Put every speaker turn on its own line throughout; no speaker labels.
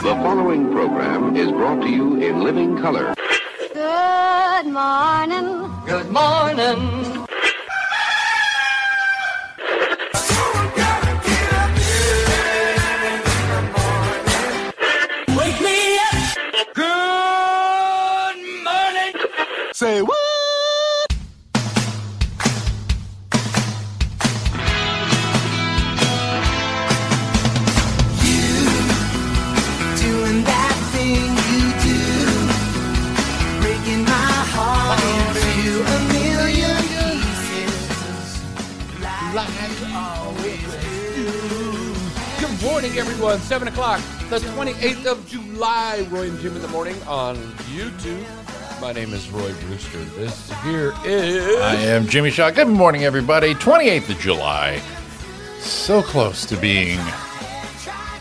The following program is brought to you in living color.
Good morning.
Good morning.
Wake me up. Good morning. Say what?
Doing that thing you do, breaking my heart into a million
Good morning, everyone. 7 o'clock, the 28th of July. Roy and Jim in the morning on YouTube. My name is Roy Brewster. This here is.
I am Jimmy Shaw. Good morning, everybody. 28th of July. So close to being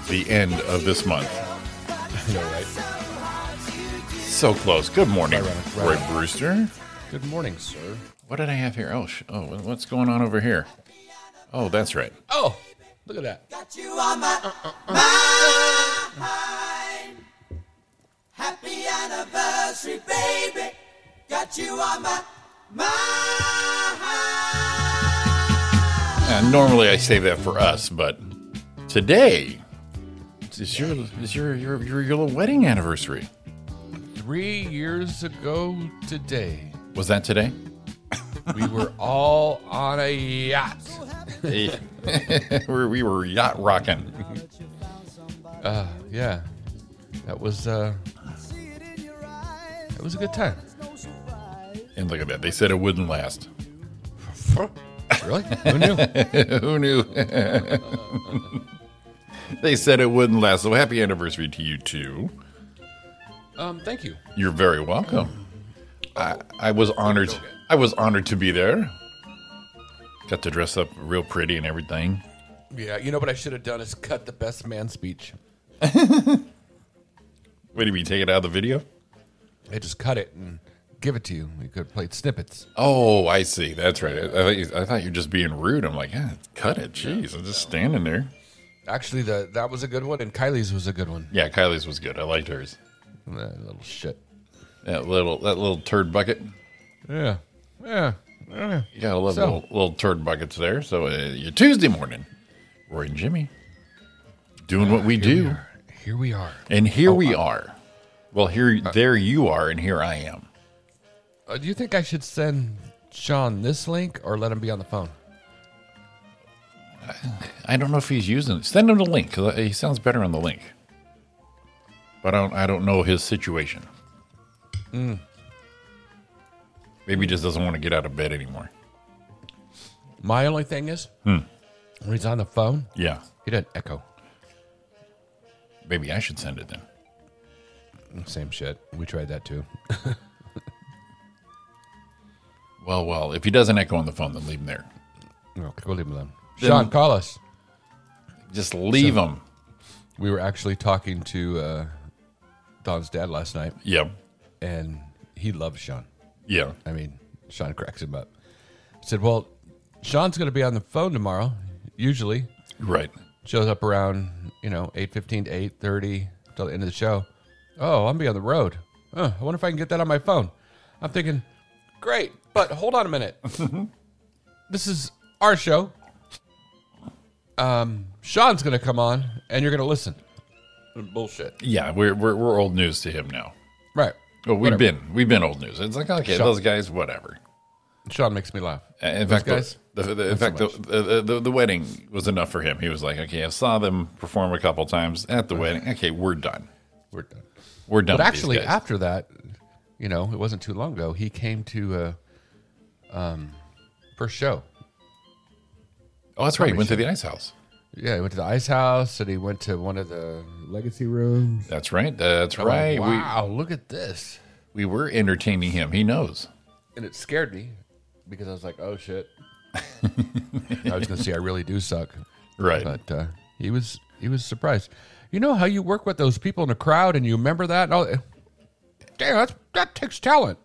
the end of this month.
know, right?
So close. Good morning,
Right, right,
Roy
right.
Brewster.
Good morning, sir.
What did I have here? Oh, sh- oh, what's going on over here? Oh, that's right.
Oh, look at that.
Happy anniversary, baby. Got you on my mind.
Now, normally, I save that for us, but today is your is your your your, your little wedding anniversary.
Three years ago today,
Was that today?
we were all on a yacht.
Yeah. we were yacht rocking.
Uh, yeah. That was, uh, that was a good time.
And look at that. They said it wouldn't last.
Really? Who knew?
Who knew? they said it wouldn't last. So happy anniversary to you too.
Um, thank you.
You're very welcome. I, I was honored. I was honored to be there. Got to dress up real pretty and everything.
Yeah, you know what I should have done is cut the best man speech.
Wait, did we take it out of the video?
They just cut it and give it to you. You could have played snippets.
Oh, I see. That's right. I, I thought, you, I thought you were just being rude. I'm like, yeah, cut it. Jeez, I'm just standing there.
Actually, the that was a good one, and Kylie's was a good one.
Yeah, Kylie's was good. I liked hers.
That little shit.
That little that little turd bucket.
Yeah, yeah, yeah.
You gotta love
So-
little, little turd buckets there. So uh, your Tuesday morning, Roy and Jimmy, doing what we do,
Here we are. Oh,
and here we are. Well, here, there you are, and here I am.
Uh, do you think I should send Sean this link or let him be on the phone?
I don't know if he's using. it. Send him the link. 'cause uh, He sounds better on the link. But I don't. I don't know his situation.
Mm.
Maybe he just doesn't want to get out of bed anymore.
My only thing is when he's on the phone,
Yeah.
he doesn't echo.
Maybe I should send it then.
Same shit. We tried that too.
Well, well. If he doesn't echo on the phone, then leave him there.
Okay, we'll leave him alone.
Then-
Sean, call us.
Just leave him.
We were actually talking to uh, Don's dad last night,
Yeah.
and he loves Sean.
Yeah.
I mean, Sean cracks him up. I said, Well, Sean's going to be on the phone tomorrow, usually.
Right.
Shows up around, you know, 8.15 to 8.30 till the end of the show. Oh, I'm going to be on the road. Huh, I wonder if I can get that on my phone. I'm thinking, great, but hold on a minute. this is our show. Um, Sean's going to come on, and you're going to listen. Bullshit.
Yeah, we're we're, we're old news to him now.
Right.
Well, we've
Whatever.
Oh, been we've been old news. It's like okay,
Sure.
those guys, whatever.
Sean makes me laugh.
Uh, In
Those
fact,
guys?
the, the, the, in fact, the, the, the the wedding was enough for him. He was like, okay, I saw them perform a couple times at the wedding. Okay, we're done.
We're done.
We're done.
But
with these
actually,
guys.
after that, you know, it wasn't too long ago. He came to uh, um, first show.
oh, that's right. He went to the ice house.
Yeah, he went to the Ice House and he went to one of the Legacy rooms.
That's right. That's right.
Oh, wow, look at this.
We we were entertaining him. He knows.
And it scared me because I was like, oh shit. I was going to say I really do suck,
Right.
but uh, he was he was surprised. You know how you work with those people in a crowd and you remember that. And all, damn, that's, that takes talent.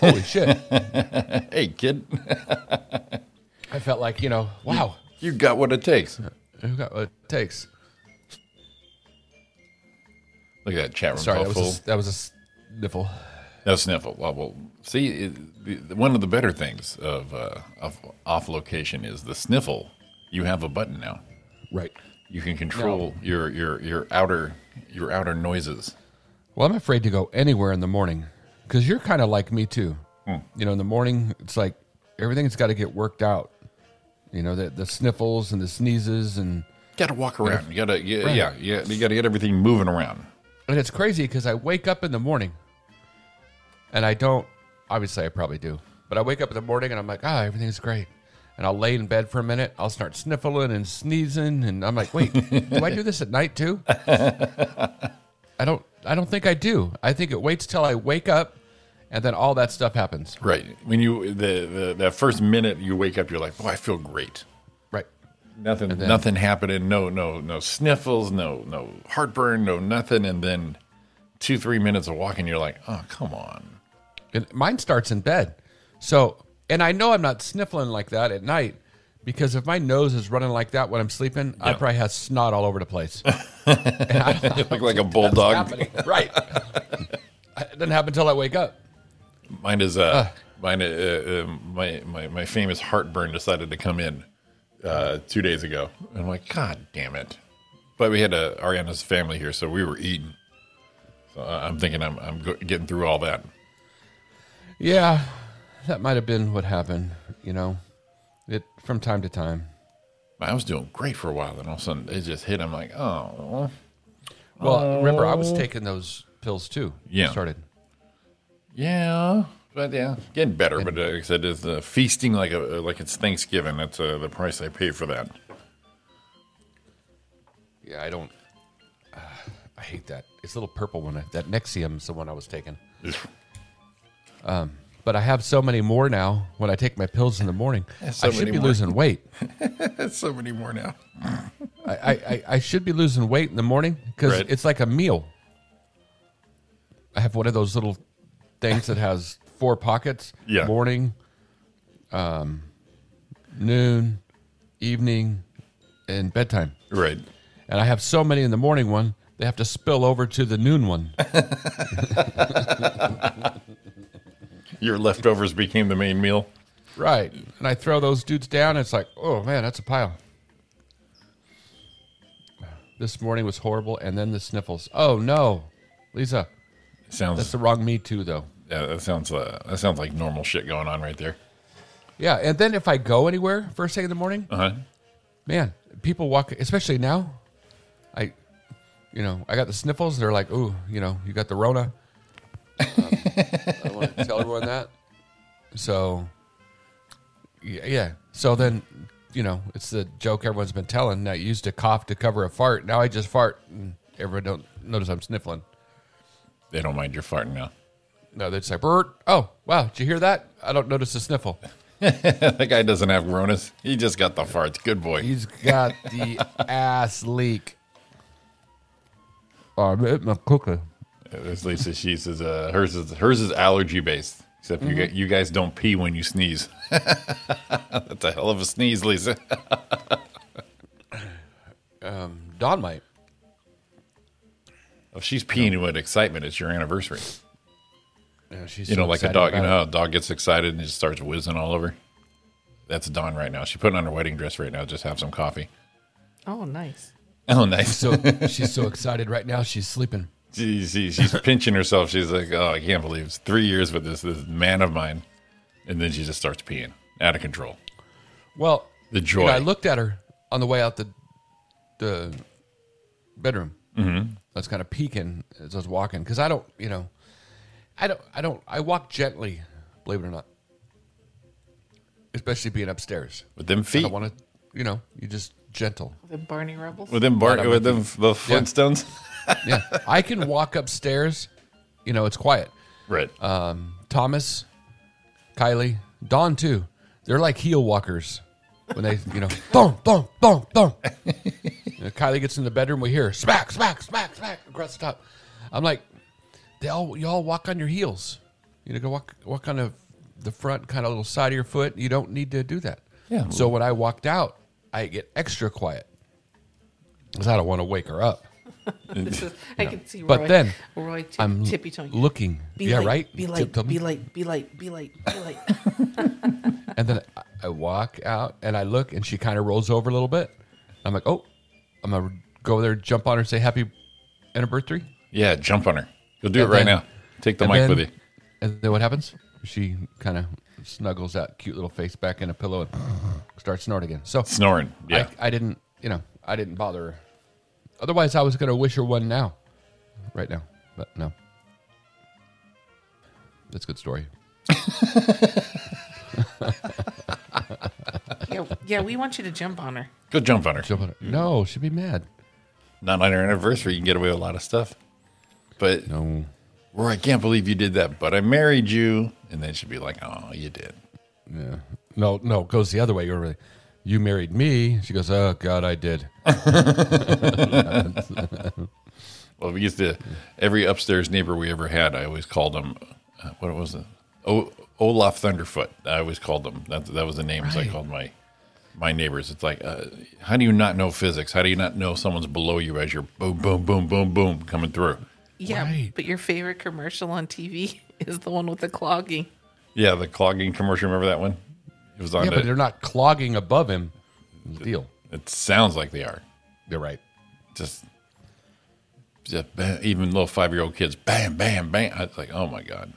Holy shit!
hey, kid,
I felt like you know, wow.
you got what it takes.
Who got what it takes?
Look at that chat room.
Sorry,
all
that was,
full.
a, that was a sniffle.
No sniffle. Well, well see, it, the- the, one of the better things of, uh, of off location is the sniffle. You have a button now.
Right.
You can control your, your your outer your outer noises.
Well, I'm afraid to go anywhere in the morning because you're kind of like me too. You know, in the morning, it's like everything's got to get worked out. You know, the, the sniffles and the sneezes and
Got to walk around. You got to yeah, yeah yeah you got to get everything moving around.
And it's crazy because I wake up in the morning and I don't, obviously, I probably do, but I wake up in the morning and I'm like, ah, everything's great. And I'll lay in bed for a minute. I'll start sniffling and sneezing. And I'm like, wait, do I do this at night too? I don't, I don't think I do. I think it waits till I wake up and then all that stuff happens.
Right when you the, the that first minute you wake up, you're like, boy, I feel great.
Right.
Nothing nothing happening. No no no sniffles. No no heartburn. No nothing. And then two three minutes of walking, you're like, oh come on.
And mine starts in bed. So, and I know I'm not sniffling like that at night because if my nose is running like that when I'm sleeping, I
Yeah.
probably have snot all over the place.
You look like a bulldog.
happening. right. it doesn't happen until I wake up.
Mine is uh, mine. Uh, uh, my my my famous heartburn decided to come in uh, two days ago. And I'm like, God damn it! But we had uh, Ariana's family here, so we were eating. So I- I'm thinking I'm I'm go- getting through all that.
Yeah, that might have been what happened. You know, it from time to time.
I was doing great for a while, then all of a sudden it just hit. I'm like, oh,
Well, remember I was taking those pills too.
Yeah.
started.
yeah, but yeah, getting better. But uh, like I said, it's uh, feasting like a like it's Thanksgiving. That's uh, the price I pay for that.
Yeah, I don't. Ah, I hate that. It's a little purple one. That Nexium's the one I was taking. Um, But I have so many more now when I take my pills in the morning.
So
I should
many
be
more.
losing weight.
That's so many more now.
I, I, I- I should be losing weight in the morning because
Right.
it's like a meal. I have one of those little things that has four pockets.
Yeah.
Morning, um, noon, evening, and bedtime.
Right.
And I have so many in the morning one, they have to spill over to the noon one.
Your leftovers became the main meal.
right. And I throw those dudes down. it's like, oh man, that's a pile. This morning was horrible. And then the sniffles. Oh no, Lisa,
Sounds
that's the wrong me too, though.
Yeah, that sounds uh, that sounds like normal shit going on right there.
Yeah, and then if I go anywhere first thing in the morning,
Uh huh.
man, people walk, especially now. I, you know, I got the sniffles. They're like, "Ooh, you know, you got the Rona." Um, I want to tell everyone that. So, yeah, yeah. So then, you know, it's the joke everyone's been telling. That you used to cough to cover a fart. Now I just fart, and everyone don't notice I'm sniffling.
They don't mind your farting now.
No, they're just like, "Brr. "Oh, wow, did you hear that?" I don't notice the sniffle.
that guy doesn't have Ronas. He just got the farts. Good boy.
He's got the ass leak. Oh, I ate my cookie.
As Lisa, she says uh, hers is hers is allergy based. Except
Mm-hmm.
you gu- you guys don't pee when you sneeze. That's a hell of a sneeze, Lisa.
Don might.
if she's peeing with excitement, it's your anniversary.
Yeah, she's
You know,
so
like a
excited
dog. You
about
know
it.
how a dog gets excited and just starts whizzing all over. That's Dawn right now. She's putting on her wedding dress right now. Just have some coffee.
Oh, nice.
Oh, nice.
So she's so excited right now. She's sleeping.
She, she, she's pinching herself. She's like, "Oh, I can't believe it's three years with this this man of mine," and then she just starts peeing, out of control.
Well,
The
you know,
joy.
I looked at her on the way out the the bedroom. Mm-hmm. I was kind of peeking as I was walking because I don't, you know, I don't, I don't, I walk gently, believe it or not, especially being upstairs.
With them
I
feet,
don't want to, you know, you just gentle.
The Barney Rebels.
with them bark,
Not on
with
my
them the Flintstones.
Yeah, I can walk upstairs. You know, it's quiet.
right.
Uh, Thomas, Kylie, Dawn too. They're like heel walkers when they, you know, boom, boom, boom, boom. You know, Kylie gets in the bedroom. We hear smack, smack, smack, smack across the top. I'm like, they all y'all walk on your heels. You know, go walk walk on the the front kind of little side of your foot. You don't need to do that.
Yeah.
So when I walked out, I get extra quiet because I don't want to wake her up.
This is- I can see Roy.
But then,
Roy tip,
I'm
tippy toeing.
looking.
Be
yeah,
light,
right?
Be light,
Tiptoe me.
be light, be light, be light, be light.
And then I, I walk out and I look and she kind of rolls over a little bit. I'm like, oh, I'm going to go there, jump on her, say happy anniversary.
Yeah, jump on her. You'll do
And
it right
then-
now. Take the
and
mic
then-
with you.
And then what happens? She kind of snuggles that cute little face back in a pillow and starts snoring again. So
Snoring. Yeah.
I, I didn't, you know, I didn't bother her. Otherwise, I was going to wish her one now, right now. But no. That's a good story.
yeah, yeah, we want you to jump on her.
Go jump on her.
Jump on her. No, she'd be mad.
Not on her anniversary. You can get away with a lot of stuff. But
No.
Roy, I can't believe you did that. But I married you. And then she'd be like, oh, you did.
Yeah. No, no, it goes the other way. You're really, you married me. She goes, oh, God, I did.
Well, we used to every upstairs neighbor we ever had. I always called him. Uh, what was it? O, Olaf Thunderfoot. I always called them. That that was the names I called my my neighbors. It's like, uh, how do you not know physics? How do you not know someone's below you as you're boom, boom, boom, boom, boom coming through?
Yeah,
Right.
but your favorite commercial on TV is the one with the clogging.
Yeah, the clogging commercial. Remember that one? It was on.
Yeah, but
the-
they're not clogging above him. Deal.
it sounds like they are.
You're right.
Just, just bam, even little five year old kids. Bam, bam, bam. I was like, oh my god,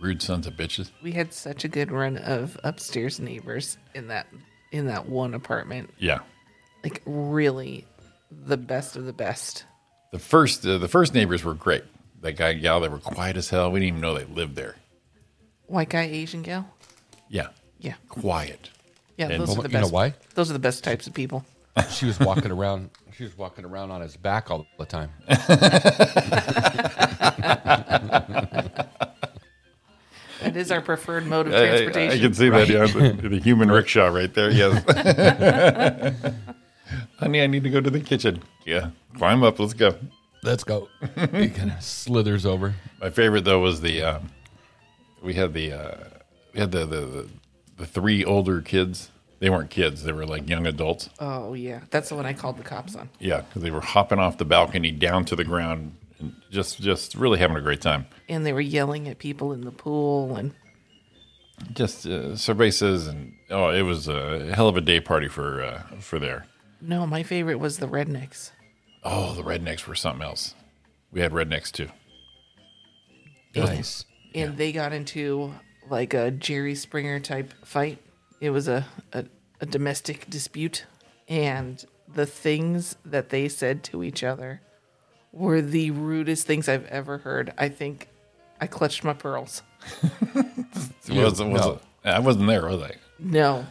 rude sons of bitches.
We had such a good run of upstairs neighbors in that in that one apartment.
Yeah.
Like really the best of the best.
The first uh, the first neighbors were great. That guy and gal, they were quiet as hell. We didn't even know they lived there.
White guy, Asian gal.
Yeah,
Yeah.
quiet.
Yeah,
And-
those are
Well,
the
you know
best.
why?
Those are the best types of people.
She was walking around. She was walking around on his back all the time.
That is our preferred mode of
I- I-
transportation.
I, can see that yeah, the, the human rickshaw right there. Yes. Honey, I need to go to the kitchen. Yeah, climb up. Let's go.
Let's go. He kind of slithers over.
My favorite though was the um, we had the uh, we had the, the the the three older kids. They weren't kids. They were like young adults.
Oh yeah, that's the one I called the cops on.
Yeah, because they were hopping off the balcony down to the ground and just just really having a great time.
And they were yelling at people in the pool, and
just uh, cervezas and oh, it was a hell of a day party for uh, for there.
no, my favorite was the rednecks.
Oh, the rednecks were something else. We had rednecks too.
Nice.
and they got into like a Jerry Springer type fight. It was a, a, a domestic dispute, and the things that they said to each other were the rudest things I've ever heard. I think I clutched my pearls.
It was, it was,
no.
I wasn't there, was I?
No,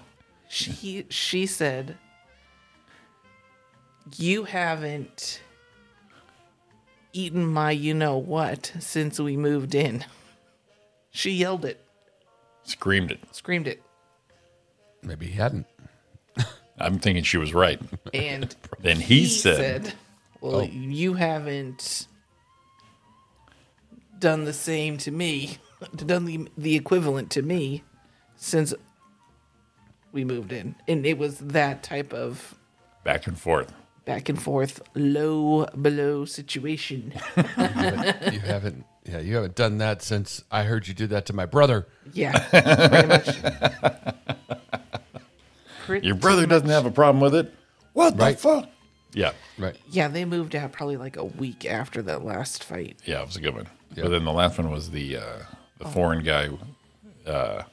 she she said, "You haven't eaten my you know what since we moved in." She yelled it,
Screamed it.
screamed it,
Maybe he hadn't.
I'm thinking she was right.
and
Then he, said, "Oh."
"Well, you haven't done the same to me, done the the equivalent to me since we moved in." And it was that type of
back and forth.
back and forth, low below situation.
You haven't. Yeah, you haven't done that since I heard you did that to my brother.
Yeah, pretty much. Pretty
Your brother doesn't have a problem with it. What
Right.
the fuck? Yeah,
Right.
Yeah, they moved out probably like a week after that last fight.
yeah, it was a good one. But then the last one was the uh, the foreign guy, uh,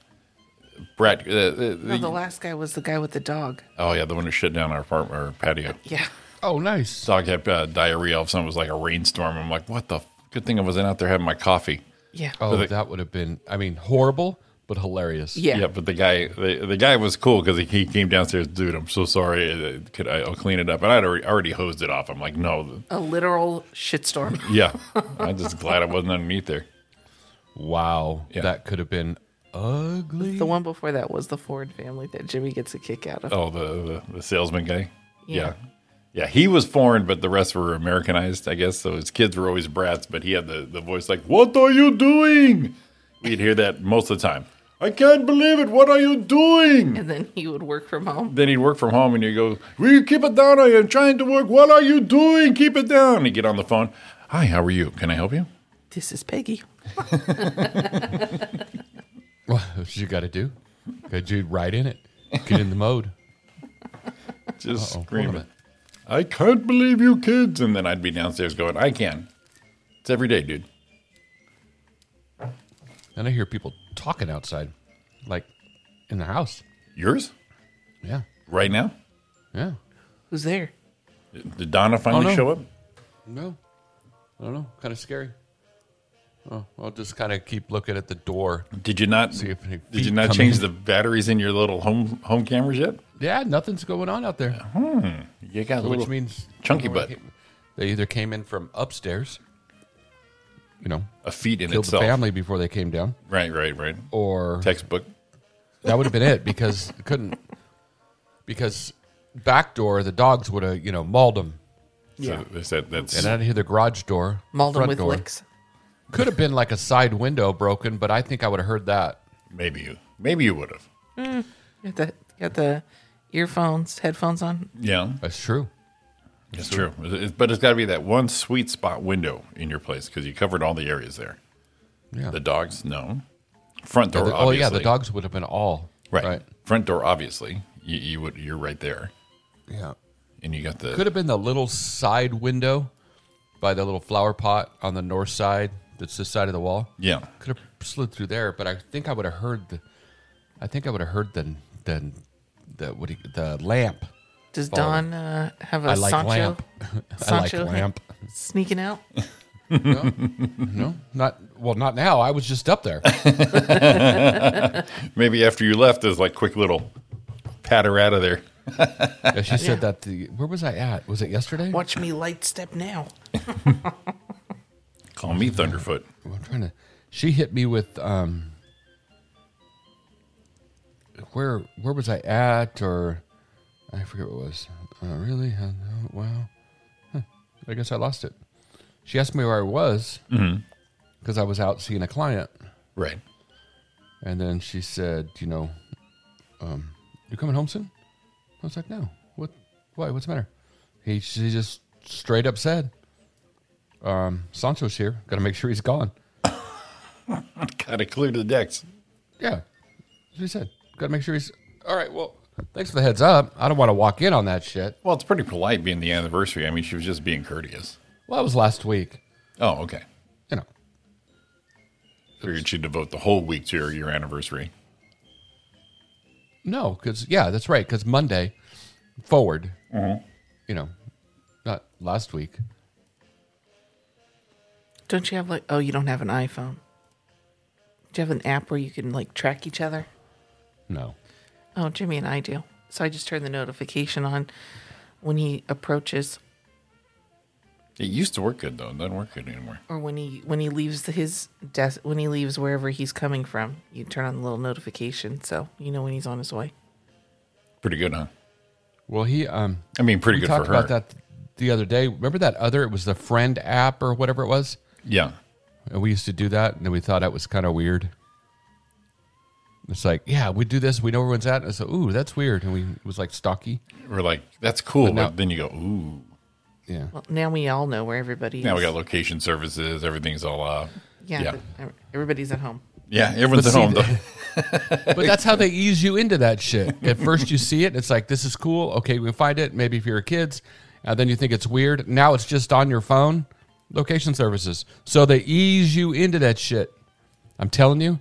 Brett. Uh, uh,
No, the last guy was the guy with the dog.
oh yeah, the one who shut down our apartment, our patio.
Yeah.
Oh, nice.
dog had uh, diarrhea. All of a sudden, it was like a rainstorm. I'm like, what the? F-? Good thing I wasn't out there having my coffee.
Yeah.
Oh,
they-
that would have been. I mean, horrible but hilarious.
Yeah.
but the guy, the, the guy was cool because he, he came downstairs. Dude, I'm so sorry. Uh, Could I, I'll clean it up. And I'd already, already hosed it off. I'm like, no,
A literal shitstorm.
yeah. I'm just glad I wasn't underneath there.
Wow.
Yeah.
That could have been ugly.
The one before that was the Ford family that Jimmy gets a kick out of.
Oh, the the, the salesman guy.
Yeah.
yeah. Yeah, he was foreign, but the rest were Americanized, I guess. So his kids were always brats, but he had the, the voice like, What are you doing? We'd hear that most of the time. I can't believe it. What are you doing?
and then he would work from home.
Then he'd work from home and you go, Will you keep it down? I am trying to work. What are you doing? Keep it down. And he'd get on the phone. Hi, how are you? Can I help you?
This is Peggy.
What you got to do? Got you right in it. Get in the mode.
Just
Oh, hold on a
screaming.
minute.
I can't believe you kids. And then I'd be downstairs going, I can. It's every day, dude.
Then I hear people talking outside, like in the house.
Yours?
Yeah,
Right now?
yeah.
Who's there?
Did Donna finally
Oh, no.
show up?
No, I don't know. Kind of scary. Oh, I'll just kind of keep looking at the door.
Did you not
See if any
Did you
feet
not
come
change
in.
the batteries in your little home home cameras yet?
Yeah, nothing's going on out there,
You got
which
a Uh-huh. little
means
chunky butt.
They either came in from upstairs, you know,
a feat in
killed
itself.
the family before they came down,
Right, right, right.
or
Textbook.
that would have been it because it couldn't because back door the dogs would have you know mauled them
Yeah. So is that, that's
and i didn't hear the garage door
Mauled him
front
with
door.
licks.
could have been like a side window broken but i think i would have heard that
maybe you maybe you would have.
Got the got the earphones, headphones on.
Yeah,
that's true
it's true. It- it- but it's got to be that one sweet spot window in your place because you covered all the areas there.
yeah
The dogs, no. Front door.
The- oh
obviously.
yeah the dogs would have been all
Right. Front door, obviously. You, you would. You're right there,
yeah
and you got the.
could have been the little side window by the little flower pot on the north side that's this side of the wall
yeah.
could have slid through there, but I think I would have heard the, I think I would have heard the the the what do you, the lamp.
Does
Follow.
Don uh, have a
I like
Sancho?
lamp. I like
Sancho
lamp.
Sneaking out.
No, not well, not now. I was just up there.
Maybe after you left, there's like quick little patter out of there.
Yeah, she said that. The, where was I at? Was it yesterday?
Watch me light step now.
Call me
Mm-hmm.
Thunderfoot.
I'm trying to. She hit me with um. Where where was I at or, I forget what it was. Uh, really? Uh, no, wow. Huh, I guess I lost it. She asked me where I was because I was out seeing a client,
Right.
and then she said, "You know, um, you coming home soon?" I was like, "No. What? Why? What's the matter?" He she just straight up said, um, "Sancho's here. Got to make sure he's gone."
Gotta clear the decks.
Yeah. She said, got to make sure he's. All right, well, thanks for the heads up. I don't want to walk in on that shit.
Well, it's pretty polite being the anniversary. I mean, she was just being courteous.
Well, that was last week.
Oh, okay.
You know,
Figured she'd devote the whole week to your, your anniversary.
no, because, yeah, that's right, because Monday forward,
Mm-hmm.
you know, not last week.
Don't you have like? Oh, you don't have an iPhone. Do you have an app where you can like track each other?
No.
Oh, Jimmy and I do. So I just turn the notification on when he approaches
It used to work good though. It doesn't work good anymore.
or when he when he leaves his desk when he leaves wherever he's coming from. You turn on the little notification so you know when he's on his way.
Pretty good, huh?
Well, he, um,
I mean, pretty
we
good
talked
for her.
about that the other day. Remember that other, it was the friend app or whatever it was?
Yeah.
And we used to do that, and then we thought that was kind of weird. It's like, yeah, we do this. We know everyone's at. And so, ooh, that's weird. And we it was like stocky.
We're like, that's cool. But,
But now-
then you go, ooh.
Yeah.
Well, now we all know where everybody
Now
is.
we got location services. Everything's all up.
yeah,
yeah.
but everybody's at home.
Yeah. Everyone's at
see,
home though.
But that's how they ease you into that shit. At first, you see it, and it's like, this is cool. Okay, we can find it. Maybe if you're kids, and then you think it's weird. Now it's just on your phone, location services. So they ease you into that shit. I'm telling you,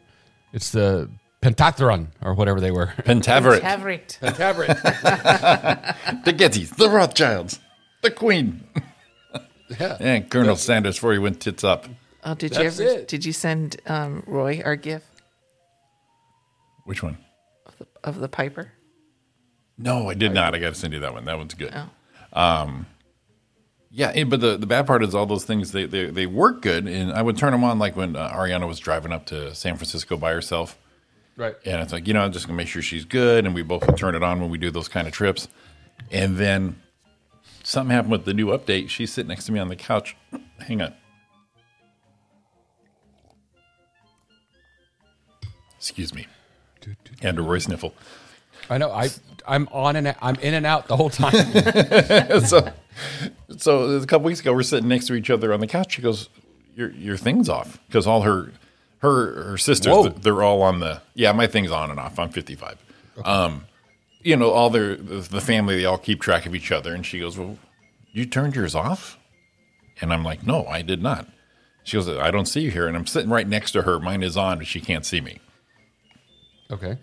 it's the pentathlon or whatever they were.
Pentaveret,
Tavrit.
the Gettys, the Rothschilds, the Queen,
yeah.
and Colonel Sanders before he went tits up.
Oh, did
That's
you ever?
it.
Did you send um, Roy our gif
Which one?
of the, of the Piper?
No, I did not. I got to send you that one. That one's good. Um, yeah, eh, but the, the bad part is all those things they, they they work good, and I would turn them on like when uh, Ariana was driving up to San Francisco by herself,
Right.
and it's like you know I'm just gonna make sure she's good, and we both would turn it on when we do those kind of trips, and then something happened with the new update. She's sitting next to me on the couch. Hang on. Excuse me. and a Roy Sniffle.
I know. I I'm on and I'm in and out the whole time.
so, so a couple weeks ago, we're sitting next to each other on the couch. She goes, "Your your thing's off," because all her her her sisters
Whoa.
they're all on the yeah. My thing's on and off. I'm 55. Um, you know, all their the the family they all keep track of each other. And she goes, "Well, you turned yours off," and I'm like, "No, I did not." She goes, "I don't see you here," and I'm sitting right next to her. Mine is on, but she can't see me.
okay.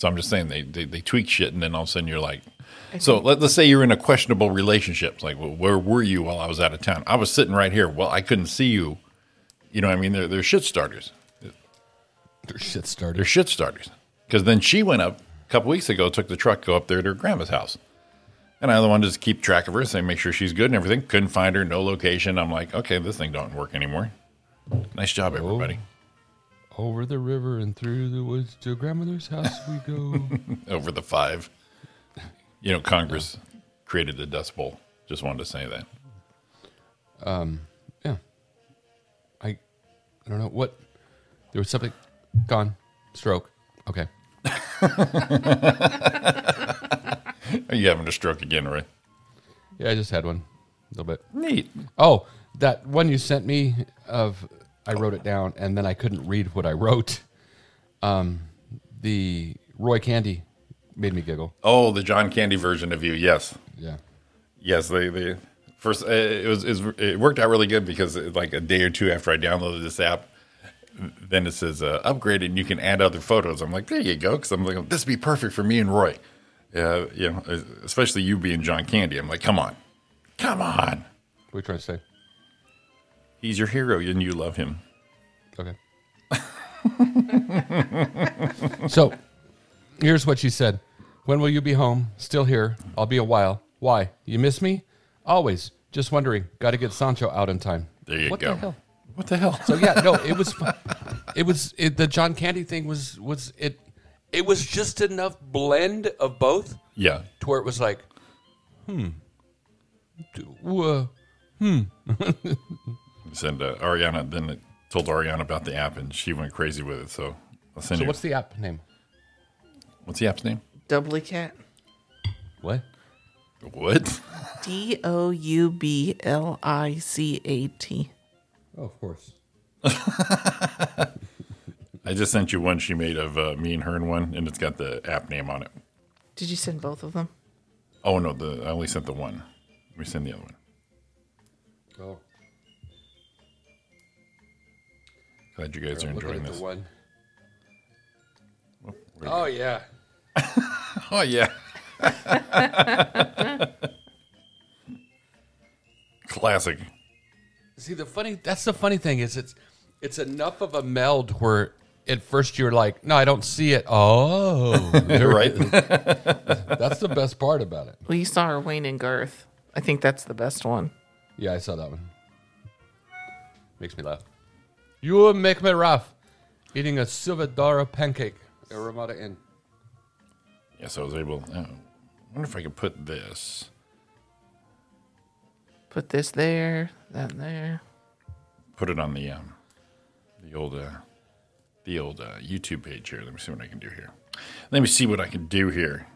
So I'm just saying they, they, they tweak shit, and then all of a sudden you're like, so let, let's say you're in a questionable relationship. It's Like, well, where were you while I was out of town? I was sitting right here. Well, I couldn't see you. You know, what I mean, they're, they're shit starters.
Their shit
They're
started.
shit starters. Because then she went up a couple weeks ago, took the truck, go up there to her grandma's house. And I wanted to keep track of her, so I make sure she's good and everything. Couldn't find her, no location. I'm like, okay, this thing don't work anymore. Nice job, everybody.
Over the river and through the woods to grandmother's house we go.
Over the five. You know, Congress created the Dust Bowl. Just wanted to say that.
yeah. I I don't know what there was something gone. Stroke. Okay.
Are you having a stroke again, Ray?
Yeah, I just had one. A little bit.
Neat.
Oh, that one you sent me of I wrote it down and then I couldn't read what I wrote. Um, the Roy Candy made me giggle.
Oh, the John Candy version of you. Yes,
Yeah.
yes. They they first uh, it was it, was- it worked out really good because it, like a day or two after I downloaded this app, then it says uh, upgrade and you can add other photos. I'm like, there you go, because I'm like, this would be perfect for me and Roy. Uh, you know, especially you being John Candy. I'm like, come on, come on.
What are you trying to say?
He's your hero and you love him.
Okay. so, here's what she said. When will you be home? Still here. I'll be a while. Why? You miss me? Always. Just wondering. Got to get Sancho out in time.
There you
What
go.
the hell?
What the hell?
So yeah, no, it was, fu- it was it, the John Candy thing was was it, it was just enough blend of both
yeah,
to where it was like, hmm, d- wha-
send uh, Ariana. Then it told Ariana about the app and she went crazy with it. So I'll send
So
you.
what's the app name?
what's the app's name?
Doubly cat.
What?
What?
D O U B L I C A T.
Oh, of course.
I just sent you one she made of uh, me and her in one, and it's got the app name on it.
Did you send both of them?
Oh no, the I only sent the one. Let me send the other one.
Oh,
Glad you guys are enjoying this.
one. Oh yeah.
Oh yeah. Classic.
See the funny that's the funny thing is it's it's enough of a meld where at first you're like, no, I don't see it. Oh,
You're right.
that's the best part about it.
Well, you saw her Wayne and Garth. I think that's the best one.
Yeah, I saw that one. Makes me laugh. You make me laugh. Eating a silvadora pancake at Ramada Inn.
yes, I was able. oh, I wonder if I could put this.
Put this there, that there.
Put it on the um, the old uh, the old uh, YouTube page here. Let me see what I can do here. Let me see what I can do here.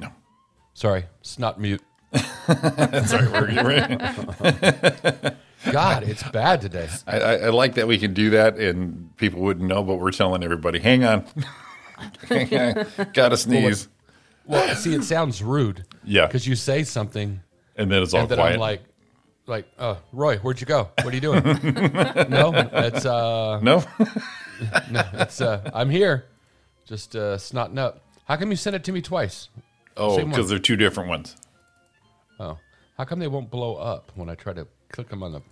No,
Sorry, snot mute.
sorry, we're, we're,
God, it's bad today.
I, I, I like that we can do that and people wouldn't know, but we're telling everybody, hang on. Gotta sneeze.
Well, see, it sounds rude.
Yeah.
Because you say something,
And then it's all
and then
quiet.
I'm like, like, uh, Roy, where'd you go? What are you doing? no, it's uh,
no?
it's uh, I'm here, just uh, snotting up. How come you sent it to me twice?
oh,
Same one.
because they're two different ones.
Oh, how come they won't blow up when I try to click them on the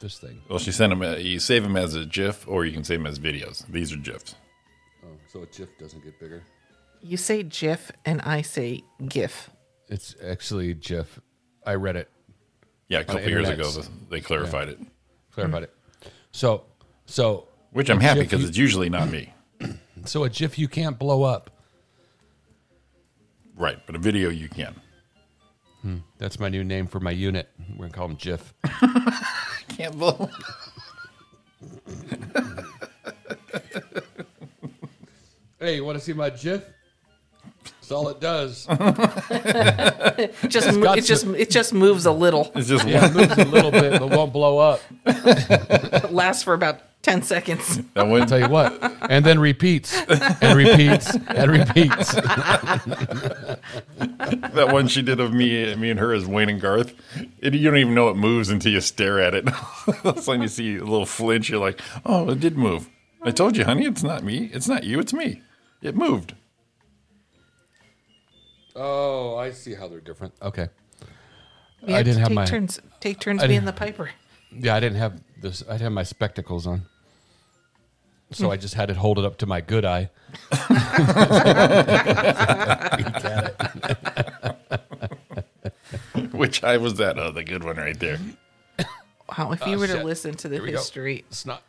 this thing?
Well, she sent them, uh, you save them as a GIF or you can save them as videos. These are GIFs.
Oh, So a GIF doesn't get bigger.
You say GIF and I say GIF.
It's actually GIF. I read it,
Yeah, a couple
the
years ago,
internets.
they clarified it,
clarified
Hmm.
it. So, so
which I'm happy
GIF
because
you-
it's usually not me.
so a GIF you can't blow up.
right, but a video you can.
That's my new name for my unit. We're gonna call them GIF.
Can't blow.
Hey, you want to see my GIF? That's all it does.
It just mo- it just it just moves a little.
It's just
Yeah, it moves a little bit, but won't blow up.
It lasts for about ten seconds.
that one
Tell you what, and then repeats and repeats and repeats.
that one she did of me me and her is Wayne and Garth. It, you don't even know it moves until you stare at it. That's when you see a little flinch. You're like, oh, it did move. I told you, honey, it's not me. It's not you. It's me. It moved.
Oh, I see how they're different. Okay.
We
I
have to
didn't have
take
my-
turns. Take turns
I
being
didn't-
the piper.
Yeah, I didn't have this. I didn't have my spectacles on, so I just had it hold it up to my good eye.
Which I was that. Oh, the good one right there.
Wow! If you were to
Oh, shit.
listen to the
we go.
history
It's not.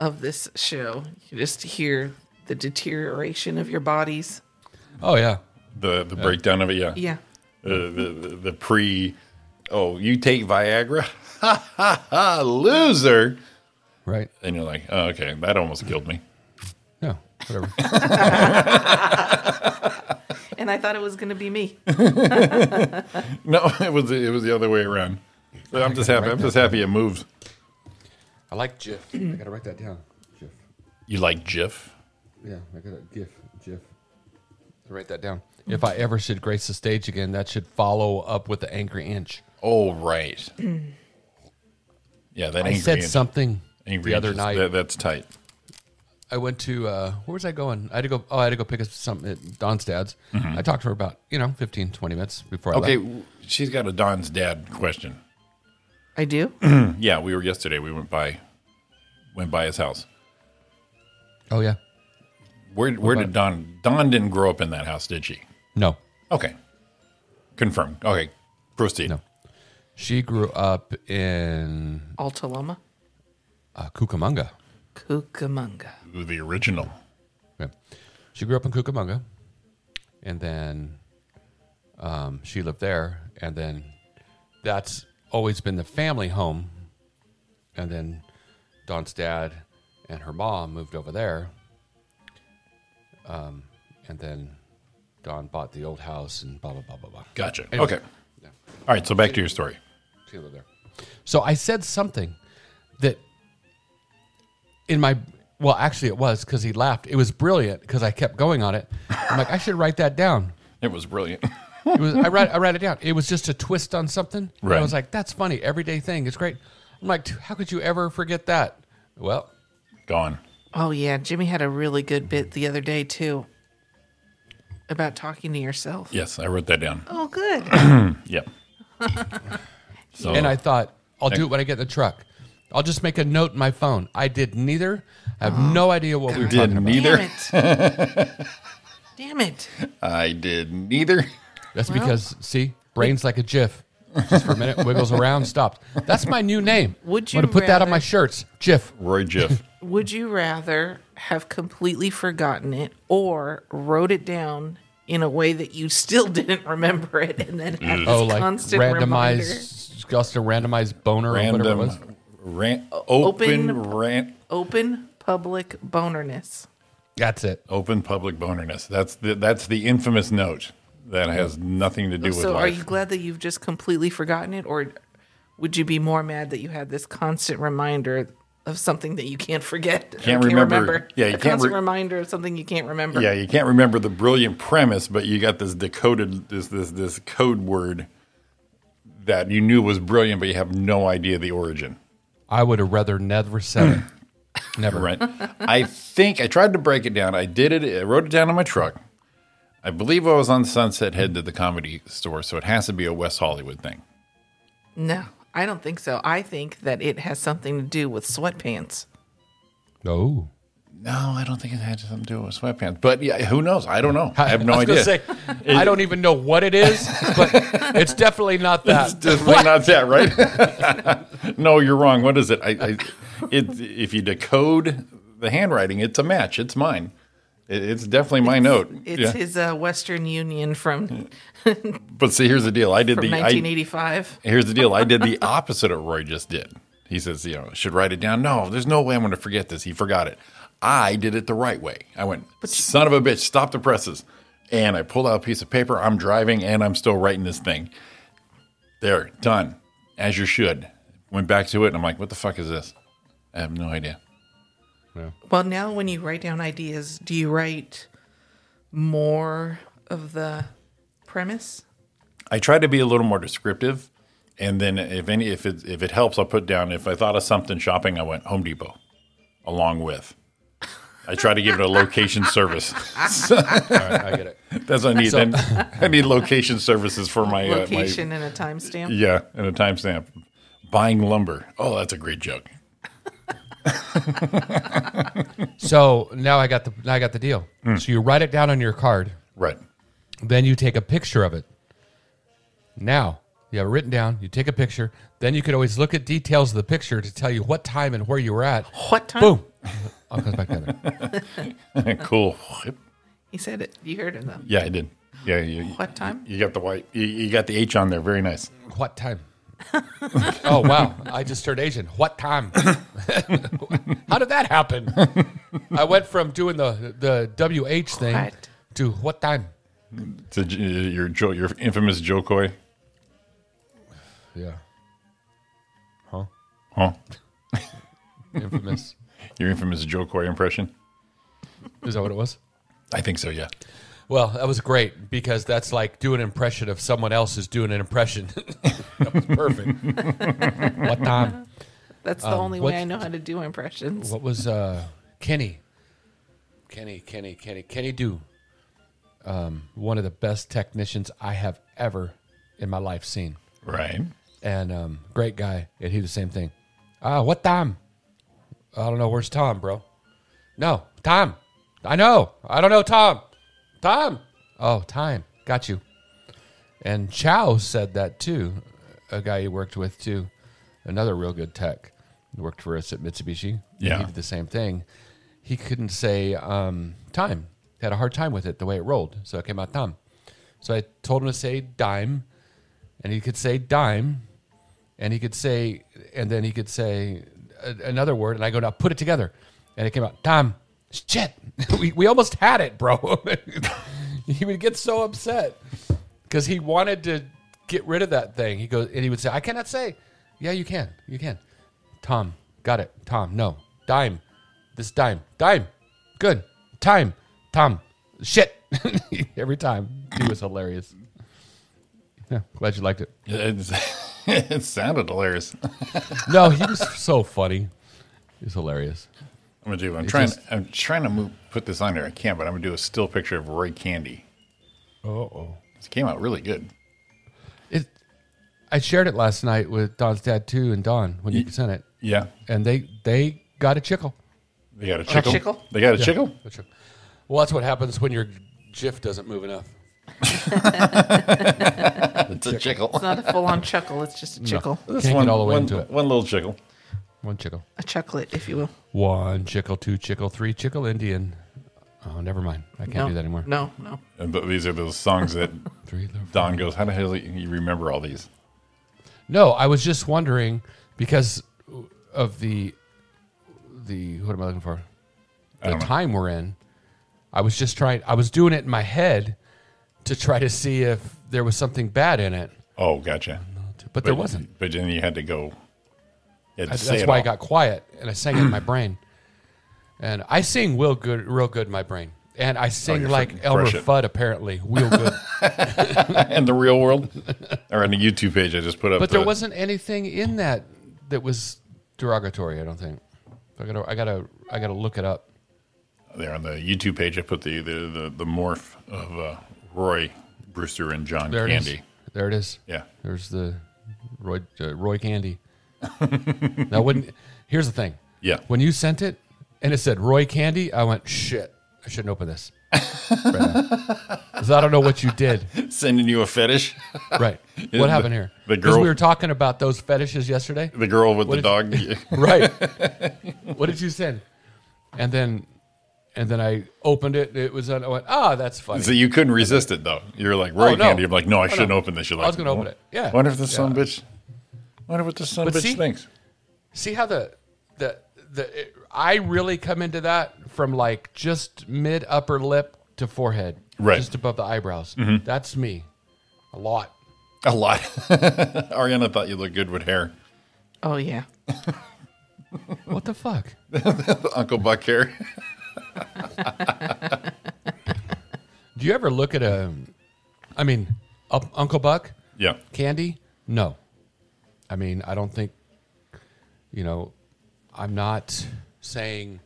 of this show, you just hear the deterioration of your bodies.
Oh yeah,
The the breakdown of it. Yeah.
Yeah.
Uh, the, the the pre. Oh, you take Viagra. Ha ha ha! Loser.
right.
And you're like, oh, okay, that almost killed me.
No, whatever.
And I thought it was going to be me.
No, it was it was the other way around. I'm just happy. I'm just happy it moves.
I like GIF. I gotta write that down. GIF.
You like GIF?
Yeah, I got a GIF. GIF. write that down. If I ever should grace the stage again, that should follow up with the angry inch.
Oh, right. yeah, that angry
I said
inch-
something
angry
the other
inches.
night.
That, that's tight.
I went to uh, where was I going? I had to go. Oh, I had to go pick up something at Don's dad's. I talked to her about you know 15, 20 minutes before. I
Mm-hmm. Okay,
left.
w- she's got a Don's dad question.
I do.
Yeah, we were yesterday. We went by, went by his house.
Oh yeah.
Where where did Don? Don didn't grow up in that house, did she?
No,
Okay, confirmed. Okay, proceed.
No. she grew up in
Altaloma,
uh, Cucamonga.
Cucamonga.
Ooh, The original.
Yeah. She grew up in Cucamonga, and then um, she lived there, and then that's always been the family home. And then Don's dad and her mom moved over there, um, and then Don bought the old house and blah blah blah blah blah.
Gotcha.
Anyway.
Okay. All right. So back to your story.
She lived there. So I said something that in my well, actually it was because he laughed. It was brilliant because I kept going on it. I'm like, I should write that down.
It was brilliant.
It was I write I write it down. It was just a twist on something. And
Right.
I was like, that's funny, everyday thing. It's great. I'm like, how could you ever forget that? Well,
Gone.
Oh, yeah. Jimmy had a really good bit the other day, too, about talking to yourself.
Yes, I wrote that down.
Oh, good.
Yep. so
and I thought, I'll do it when I get in the truck. I'll just make a note in my phone. I did neither. I have no idea what we were talking
did
about.
neither.
Damn it. Damn it.
I did neither.
That's because see, brains like a GIF. Just for a minute, wiggles around, stopped. That's my new name.
Would
I'm
you
gonna put that on my
rather-
shirts? GIF.
Roy Jiff.
Would you rather have completely forgotten it or wrote it down in a way that you still didn't remember it and then had this
Oh, like
constant reminder?
randomized, just a randomized boner or whatever it was.
Random. Rant, open,
open-
rant.
Open public bonerness.
That's it.
Open public bonerness. That's the that's the infamous note that has nothing to do with
So, are
life.
you glad that you've just completely forgotten it, or would you be more mad that you had this constant reminder of something that you can't forget? or
Can't remember. Yeah, you
a
can't re-
constant reminder of something you can't remember.
yeah, you can't remember the brilliant premise, but you got this decoded this this this code word that you knew was brilliant, but you have no idea the origin.
I would have rather never said it. Never.
Right. I think I tried to break it down. I did it. I wrote it down on my truck. I believe I was on Sunset Head to the comedy store, so it has to be a West Hollywood thing.
No, I don't think so. I think that it has something to do with sweatpants.
Oh.
No, I don't think it had something to do with sweatpants. But yeah, who knows? I don't know. I have no
was gonna
idea.
Say, I don't even know what it is, but it's definitely not
It's
that.
definitely not that, right? no, you're wrong. What is it? I, I it, if you decode the handwriting, it's a match. It's mine. It, it's definitely my note.
It's
yeah.
his uh, Western Union from
but see, here's the deal. I did
from
the I,
1985.
here's the deal. I did the opposite of Roy just did. He says, you know, should write it down. No, there's no way I'm going to forget this. He forgot it. I did it the right way. I went, son of a bitch, stop the presses. And I pulled out a piece of paper. I'm driving and I'm still writing this thing. There, done, as you should. Went back to it and I'm like, what the fuck is this? I have no idea.
Well, now when you write down ideas, do you write more of the premise?
I try to be a little more descriptive, and then if any if it if it helps, I'll put down if I thought of something shopping, I went Home Depot, along with. I try to give it a location service.
I get it.
That's what I need. Then I need location services for my uh, my
Location and a timestamp.
yeah, and a timestamp. Buying lumber. Oh, that's a great joke.
So now I got the now I got the deal.
Hmm.
So you write it down on your card,
Right.
then you take a picture of it. Now you have it written down. You take a picture. Then you could always look at details of the picture to tell you what time and where you were at.
What time?
Boom. All comes back together.
cool.
He said it. You heard him though.
Yeah, I did. Yeah, you,
What time?
you got the white. You, you got the H on there. Very nice.
What time? oh wow! I just turned Asian. What time? How did that happen? I went from doing the the WH thing
What?
to what time?
To j- your Joe, your infamous Joe Coy.
Yeah,
Huh?
infamous.
Your infamous Joe Coy impression.
Is that what it was?
I think so. Yeah.
Well, that was great because that's like doing an impression of someone else is doing an impression. that was perfect. what time?
That's the only
um, what-
way I know how to do impressions.
What was uh, Kenny? Kenny, Kenny, Kenny, Kenny Do. Um, one of the best technicians I have ever in my life seen.
Right.
and um, great guy, and he did the same thing. Ah, what time? I don't know. Where's Tom, bro? No, Tom. I know. I don't know Tom. Tom. Oh, time. Got you. And Chow said that too. A guy he worked with too, another real good tech. He worked for us at Mitsubishi.
Yeah.
he did the same thing. He couldn't say um, time. Had a hard time with it the way it rolled, so it came out Tom. So I told him to say dime, and he could say dime, and he could say, and then he could say a, another word, and I go now put it together, and it came out Tom. Shit, we we almost had it, bro. he would get so upset because he wanted to get rid of that thing. He goes and he would say, "I cannot say." Yeah, you can. You can. Tom, got it. Tom, no dime. This dime, dime, good time. Tom, shit. Every time he was hilarious. Yeah, glad you liked it.
It's, it sounded hilarious. I'm
No, he was so funny. He's hilarious.
gonna do. I'm
It's
trying.
just-
I'm trying to move, put this on there. I can't, but I'm gonna do a still picture of Roy Candy.
Uh oh.
It came out really good.
It. I shared it last night with Don's dad too, and Don when you sent it,
Yeah,
and they they got a chickle.
they got a chickle.
chickle?
They got a chickle.
A chickle. Well, that's what happens when your GIF doesn't move enough.
It's a chickle.
It's not a full on chuckle, it's just a chickle.
This
Can't get all the way
one,
into it.
One little chickle.
One chickle.
A chucklet, if you will.
One chickle, two chickle, three chickle Indian. Oh, never mind. I can't
no,
do that anymore.
No, no.
And th- these are those songs that
Three, little-
Don goes. How the hell you remember all these?
No, I was just wondering because of the the what am I looking for? The
don't know.
time we're in. I was just trying. I was doing it in my head to try to see if there was something bad in it,
Oh, gotcha.
but, there wasn't.
But then you had to go. you had to
I-
say
that's
it
why I
all.
got quiet and I sang it in my brain. And I sing real good, real good in my brain. And I sing
Oh, you're
like
freaking
Elmer
fresh it.
Fudd apparently, real good.
in the real world, or on the YouTube page I just put up.
But there
the-
wasn't anything in that that was derogatory. I don't think. I gotta, I gotta, I gotta look it up.
there on the YouTube page. I put the the the, the morph of uh, Roy Brewster and John
There it is.
Candy.
There it is.
Yeah.
There's the Roy uh, Roy Candy. now when here's the thing.
Yeah.
When you sent it and it said Roy Candy, I went shit. I shouldn't open this. Because I don't know what you did.
Sending you a fetish.
Right.
the-
What happened here?
the
Because
girl-
we were talking about those fetishes yesterday.
The girl with
What
the
did-
dog.
right what did you send and then and then i opened it and it was on i went ah that's funny
so you couldn't resist it though. You're like Roy
Oh, no.
Candy. I'm like, no, I shouldn't
no.
open this. You're
I
like,
was gonna open it. Yeah.
Wonder if this
Yeah.
son of a bitch. Wonder what this son of a
But
bitch
see-
thinks.
see how the the the, it- I really come into that from like just mid upper lip to forehead,
Right.
Just above the eyebrows. That's me, a lot.
A lot. Ariana thought you looked good with hair.
Oh yeah.
What the fuck?
Uncle Buck hair.
Do you ever look at a? I mean, up, Uncle Buck
yeah.
candy? No. I mean, I don't think. You know, I'm not saying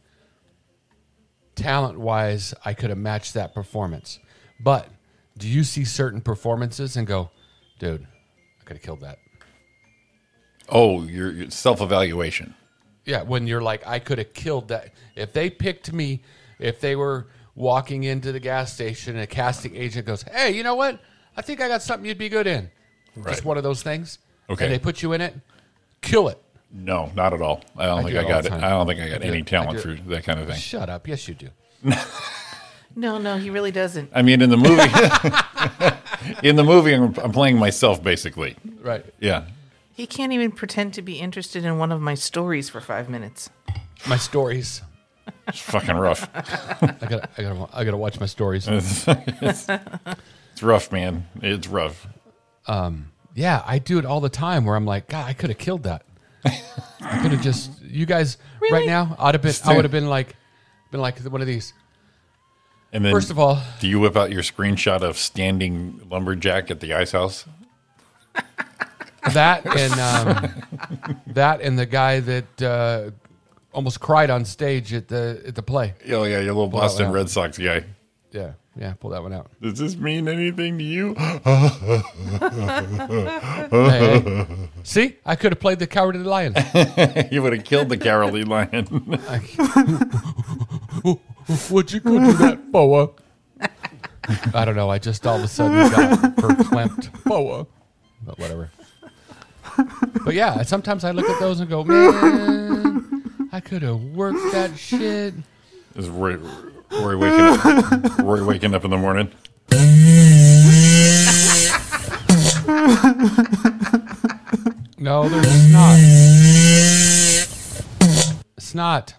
talent wise I could have matched that performance, but do you see certain performances and go, dude, I could have killed that.
Oh, your, your self evaluation.
Yeah, when you're like, I could have killed that. If they picked me, if they were walking into the gas station and a casting agent goes, Hey, you know what? I think I got something you'd be good in.
Right.
Just one of those things.
Okay.
And they put you in it, kill it.
No, not at all. I don't
I
think
do
I
it all
got
the
it.
time.
I don't think I got
I do
any
it. I
talent
do
for that kind of thing.
Shut up. Yes, you do.
No, no, he really doesn't.
I mean, in the movie, in the movie, I'm, I'm playing myself basically.
Right.
Yeah.
He can't even pretend to be interested in one of my stories for five minutes.
My stories.
It's fucking rough.
I gotta, I gotta, I gotta watch my stories.
It's rough, man. It's rough.
Yeah, I do it all the time where I'm like, God, I could have killed that. I could have just you guys right now, I'd have been I would have been like been like one of these.
And then,
First of all,
do you whip out your screenshot of standing lumberjack at the ice house?
that and um, that and the guy that uh, almost cried on stage at the at the play.
Oh yeah, your little
that
Boston
one out.
Red Sox guy.
Yeah, yeah, pull that one out.
Does this mean anything to you?
Hey, hey. See, I could have played the cowardly lion.
you would have killed the Carolee lion.
Would you go do that, boa? I don't know. I just all of a sudden got verklempt boa, but whatever. But yeah, sometimes I look at those and go, man, I could have worked that shit.
Is Rory, Rory waking up? Rory waking up in the morning.
No, there's snot. Snot.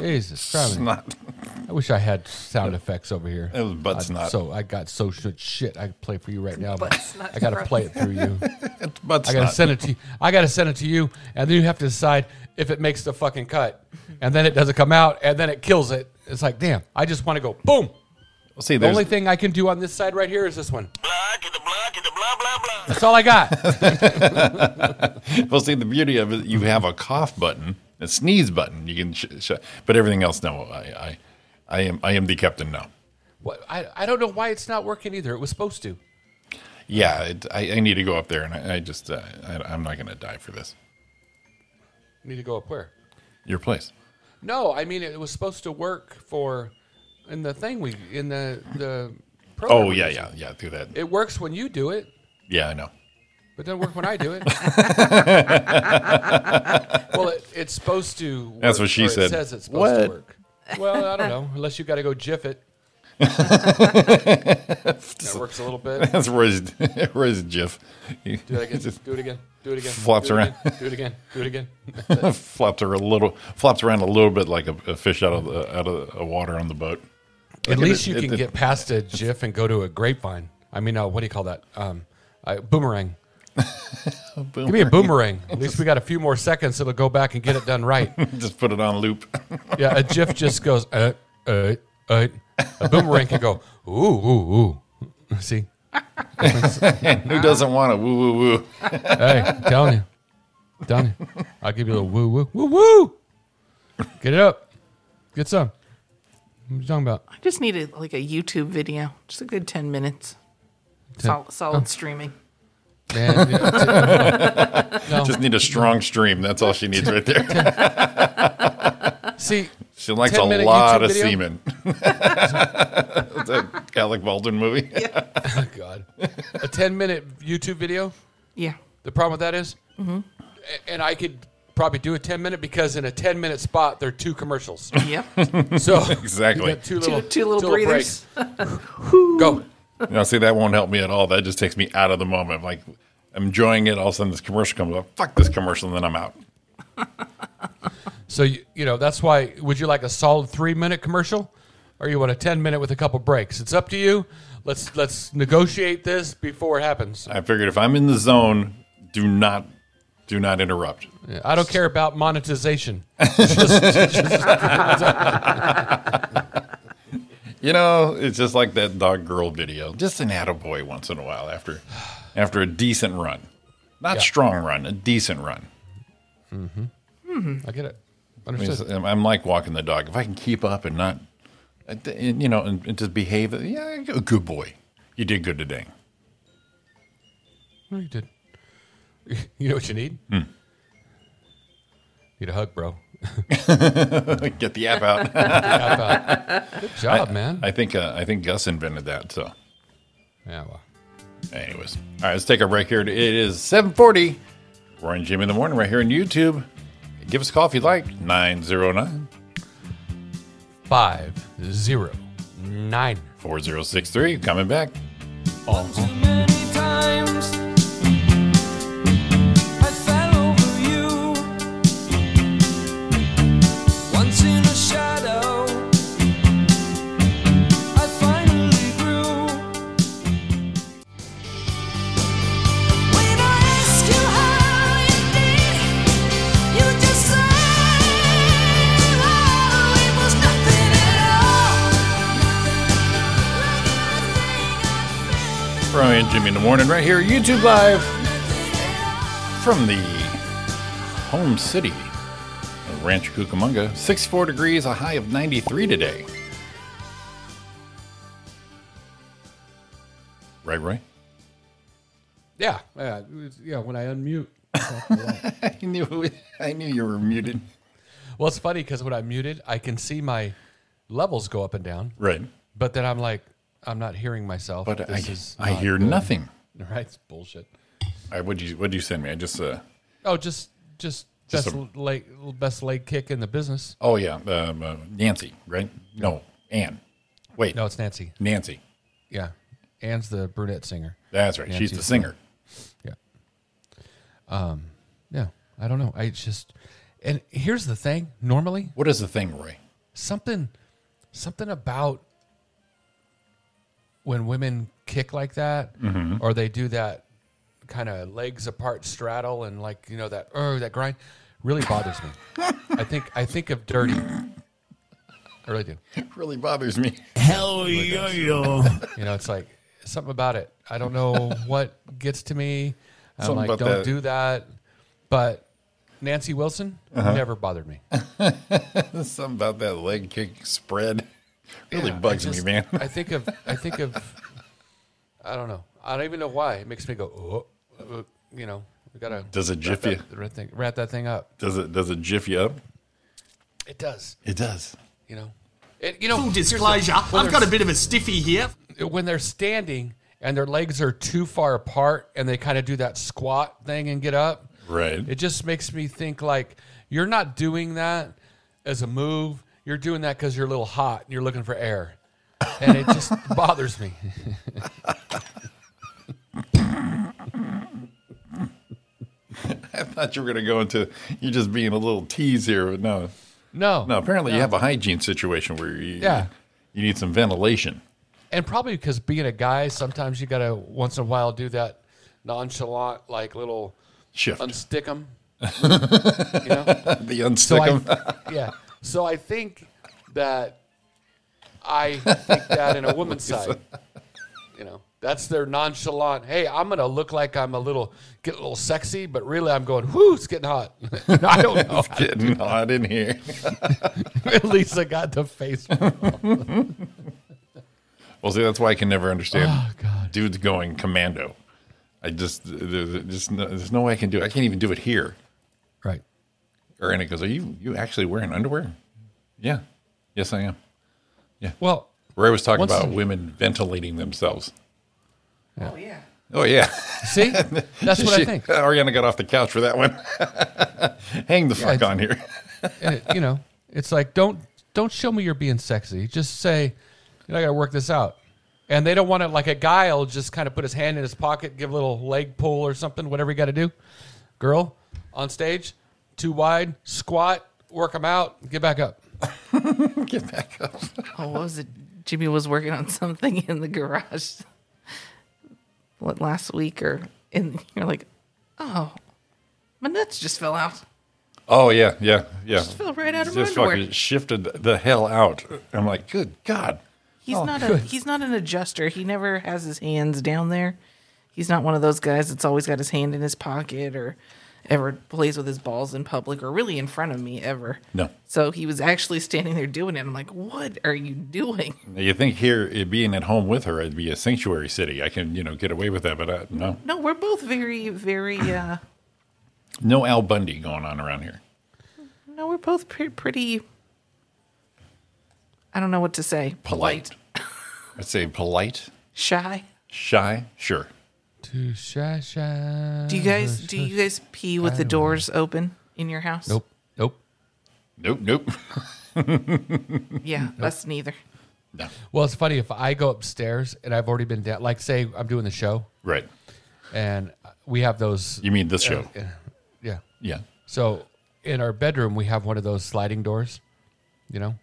Jesus Christ.
Not.
I wish I had sound effects over here.
It was butt snot.
So I got so shit shit I could play for you right now, but I gotta play it through you.
Butt
I gotta
snot.
send it to you. I gotta send it to you, and then you have to decide if it makes the fucking cut. And then it doesn't come out, and then it kills it. It's like, damn, I just want to go boom.
Well, see,
The
there's,
only thing I can do on this side right here is this one. That's all I got.
well, see, the beauty of it, you have a cough button, a sneeze button. You can, sh- sh- but everything else, no. I, I, I am, I am the captain now.
what, I, I don't know why it's not working either. It was supposed to.
Yeah, it, I, I need to go up there, and I, I just, uh, I, I'm not going to die for this.
Need to go up where?
Your place.
No, I mean it was supposed to work for in the thing we in the the. program
Oh
we
yeah,
use.
yeah, yeah. Do that.
It works when you do it,
Yeah, I know.
but doesn't work when I do it. well, it, it's supposed to. Work,
That's what she
or
said.
It says it's supposed
What?
to work. Well, I don't know. Unless you got to go jiff it. that works a little bit.
That's Roy's, Roy's GIF. He
Do it again.
just
Do it again. Do it again.
flops
do it
around.
Again. Do it again. Do it again.
flops her a little, flops around a little bit like a, a fish out of the, out of the water on the boat.
At least you
it-
can
it-
get past a jiff and go to a grapevine. I mean, uh, what do you call that? Um, I, boomerang. Give me a boomerang. At least we got a few more seconds. It'll go back and get it done right.
Just put it on loop.
Yeah, a GIF just goes, uh, uh, uh. A boomerang can go, ooh, ooh, ooh. See?
Who doesn't want a woo woo woo?
Hey, I'm telling you. I'm telling you. I'll give you a little woo, woo, woo, woo. Get it up. Get some. What are you talking about?
I just need a, like a YouTube video, just a good ten minutes.
Oh.
Sol- solid streaming.
Man, you know, no.
Just need a strong stream. That's all she needs right there.
See,
She likes a
10-minute
lot
YouTube
of
video?
semen. that Alec Baldwin movie.
oh God. A 10 minute YouTube video.
Yeah.
The problem with that is-
Mm-hmm.
a- and I could probably do a 10 minute because in a 10 minute spot, there are two commercials.
Yep.
So
Exactly.
you got two little,
two little breathers.
breaks. Go.
Now, see, that won't help me at all. That just takes me out of the moment. I'm like, I'm enjoying it. All of a sudden, this commercial comes up. Fuck this commercial, and then I'm out.
So you, you know that's why. Would you like a solid three minute commercial, or you want a ten minute with a couple breaks? It's up to you. Let's let's negotiate this before it happens.
I figured if I'm in the zone, do not do not interrupt.
I don't care about monetization.
You know, it's just like that dog girl video. Just an attaboy once in a while after after a decent run. Not strong run, a decent run.
I get it.
I mean,
Understood.
it's- I'm I'm like walking the dog. If I can keep up and not, uh, th- and, you know, and, and just behave, yeah, g- good boy. You did good today.
No, you did. You know what you need? Need a hug, bro.
Get the app out.
Good job, man.
I think uh, I think Gus invented that. So,
yeah, well.
anyways, all right, let's take a break here. It is 7:40. We're on Jim in the morning right here on YouTube. Give us a call if you'd like. 909
Five zero nine.
4063. Coming back.
When I ask you how you did, you just say, "Oh, it was nothing at all."
Brian and Jimmy in the morning right here, YouTube live from the home city of Rancho Cucamonga. 64 degrees, a high of 93 today. Right, Roy?
Yeah, yeah, it was- yeah. When I unmute,
I knew I knew you were muted.
well, it's funny because when I muted, I can see my levels go up and down,
Right.
but then I'm like, I'm not hearing myself.
But
This
I,
is
I
not
hear
good.
nothing.
Right, it's bullshit.
I, what'd, you, what'd you send me? I just, uh,
Oh, just just,
Just
best leg best leg kick in the business.
oh yeah, um, uh, Nancy, right? No, Ann. Wait,
No, it's Nancy.
Nancy.
Yeah, Anne's the brunette singer.
That's right.
Nancy's
She's the
the-
singer.
Yeah. Um. Yeah. I don't know. I just. And here's the thing. Normally,
What is the thing, Roy?
something, something about when women kick like that,
Mm-hmm.
or they do that kind of legs apart straddle and like you know that oh that grind, really bothers me. I think I think of dirty. I really do.
really bothers me.
You know, it's like something about it. I don't know what gets to me. I'm
Something
like,
about
don't
that.
do that. But Nancy Wilson
Uh-huh.
never bothered me.
Something about that leg kick spread really
I
bugs
just-
me, man.
I think of, I think of, I don't know. I don't even know why. It makes me go, oh, uh, you know, we gotta
Does it jiff you?
wrap that, wrap that thing up.
Does it does it jiff you up?
It does,
It does.
you know. It, you know,
Full
here's the-
disclosure,
when
I've got a bit of a stiffy here.
they're- when they're standing and their legs are too far apart and they kind of do that squat thing and get up.
Right.
It just makes me think like you're not doing that as a move. You're doing that because you're a little hot and you're looking for air, and it just bothers me.
I thought you were gonna go into you're just being a little tease here, but no.
No,
No, apparently you have a hygiene situation where you
Yeah.
you need some ventilation.
and probably because being a guy, sometimes you gotta once in a while do that nonchalant like little
Shift.
unstick 'em.
the
So
unstick 'em.
I, yeah. So I think that I think that in a woman's side, you know, that's their nonchalant. Hey, I'm gonna look like I'm a little get a little sexy, but really I'm going. Whoo, it's getting hot. No, I don't know.
getting hot in here.
At least I got the face.
Well, see, that's why I can never understand
Oh, God.
dudes going commando. I just there's just no, there's no way I can do it. I can't even do it here.
Right.
Or and it goes, Are you you actually wearing underwear? Yeah. Yes, I am.
Well,
Roy was talking
Once-
about women ventilating themselves.
Oh, yeah.
Oh yeah,
see, that's what I
She-
think.
Ariana got off the couch for that one. Hang the fuck
it's-
on here.
And it- you know, it's like don't don't show me you're being sexy. Just say, you know, I gotta work this out. And they don't want to like a guy will just kind of put his hand in his pocket, give a little leg pull or something, whatever you got to do. Girl on stage, too wide, squat, work them out, get back up.
Get back up.
Oh, what was it? Jimmy was working on something in the garage. What last week or and you're like, oh, my nuts just fell out.
Oh yeah, yeah, yeah. Just
Fell right out of my
Just
underwear.
fucking shifted the hell out. I'm like, good God.
He's not a he's not an adjuster. He never has his hands down there. He's not one of those guys that's always got his hand in his pocket or ever plays with his balls in public or really in front of me ever.
No.
So he was actually standing there doing it. I'm like, what are you doing?
You think here, it being at home with her, it'd be a sanctuary city. I can, you know, get away with that, but I, no,
No, we're both very, very uh
no Al Bundy going on around here.
no, we're both pre- pretty I don't know what to say.
I'd say polite,
Shy.
shy, sure.
Too shy, shy.
Do you guys do you guys pee with the doors open in your house?
Nope. Nope.
Nope, nope.
Yeah, us neither.
No.
Well, it's funny if I go upstairs and I've already been down. Like, say I'm doing the show
Right.
and we have those.
You mean this show?
yeah.
Yeah.
So in our bedroom, we have one of those sliding doors. You know,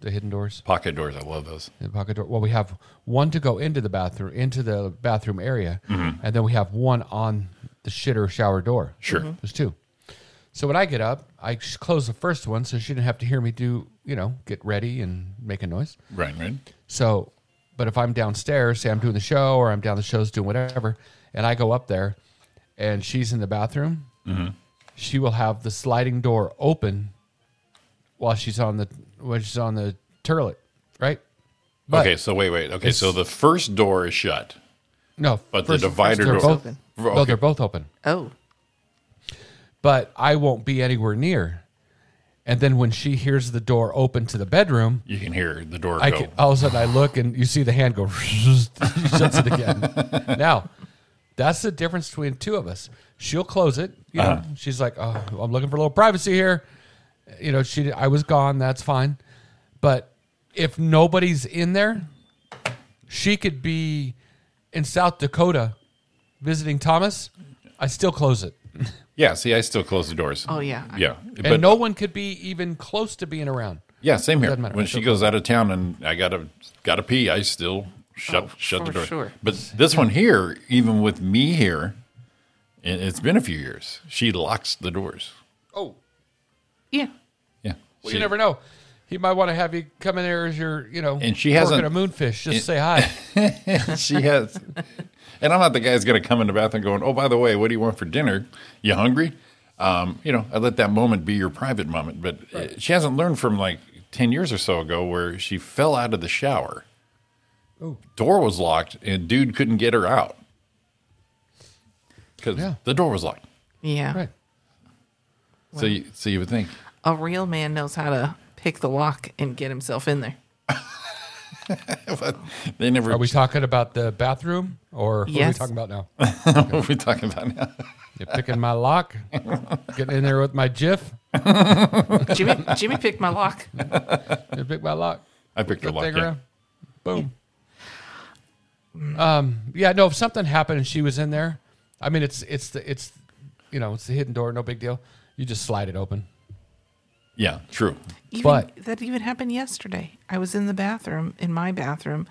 the hidden doors.
Pocket doors. I love those.
in the pocket door. Well, we have one to go into the bathroom, into the bathroom area, and then we have one on the shitter shower door.
Sure. Mhm.
there's two. So when I get up, I sh- close the first one, so she didn't have to hear me do, you know, get ready and make a noise.
Right, right.
So, but if I'm downstairs, say I'm doing the show or I'm down the shows doing whatever, and I go up there, and she's in the bathroom,
Mm-hmm.
she will have the sliding door open while she's on the while she's on the toilet, right? But-
okay, so wait, wait. Okay, so the first door is shut.
No,
But the divider
they're
door-
both,
Open.
No,
Okay.
they're both open.
Oh.
But I won't be anywhere near. And then when she hears the door open to the bedroom,
You can hear the door
I
go.
can, all of a sudden I look and you see the hand go. she shuts it again. now, that's the difference between two of us. She'll close it. You know,
Uh-huh.
she's like, "Oh, I'm looking for a little privacy here." You know, she I was gone. That's fine. But if nobody's in there, she could be in South Dakota visiting Thomas. I still close it,
yeah, see, I still close the doors.
Oh yeah.
Yeah.
and
But
no one could be even close to being around.
yeah, same here.
Doesn't matter.
When she goes out of town and I gotta gotta pee, I still shut shut the
Oh, for
door.
sure.
But this one here, even with me here, it, it's been a few years. She locks the doors.
Oh,
Yeah.
Yeah.
Well,
She-
you never know. He might want to have you come in there as your, you know,
And she
pork
hasn't-
a moonfish. Just say hi.
she has. And I'm not the guy that's going to come in the bathroom going, oh, by the way, what do you want for dinner? You hungry? Um, you know, I let that moment be your private moment. But uh, she hasn't learned from like 10 years or so ago where she fell out of the shower.
Oh.
Door was locked and dude couldn't get her out because
Yeah.
the door was locked.
Yeah.
Right.
So, you, so you would think,
A real man knows how to pick the lock and get himself in there.
but they never.
Are we talking about the bathroom or what are we
Yes.
talking about now?
what are we talking about now?
You're picking my lock, getting in there with my GIF.
Jimmy Jimmy picked my lock.
You pick my lock.
I picked her
Flip
lock.
thing
Yeah.
around. Boom. Um. Yeah. No. If something happened and she was in there, I mean, it's it's the it's, you know, it's the hidden door. No big deal. You just slide it open.
yeah, true.
Even,
But-
that even happened yesterday. I was in the bathroom, in my bathroom,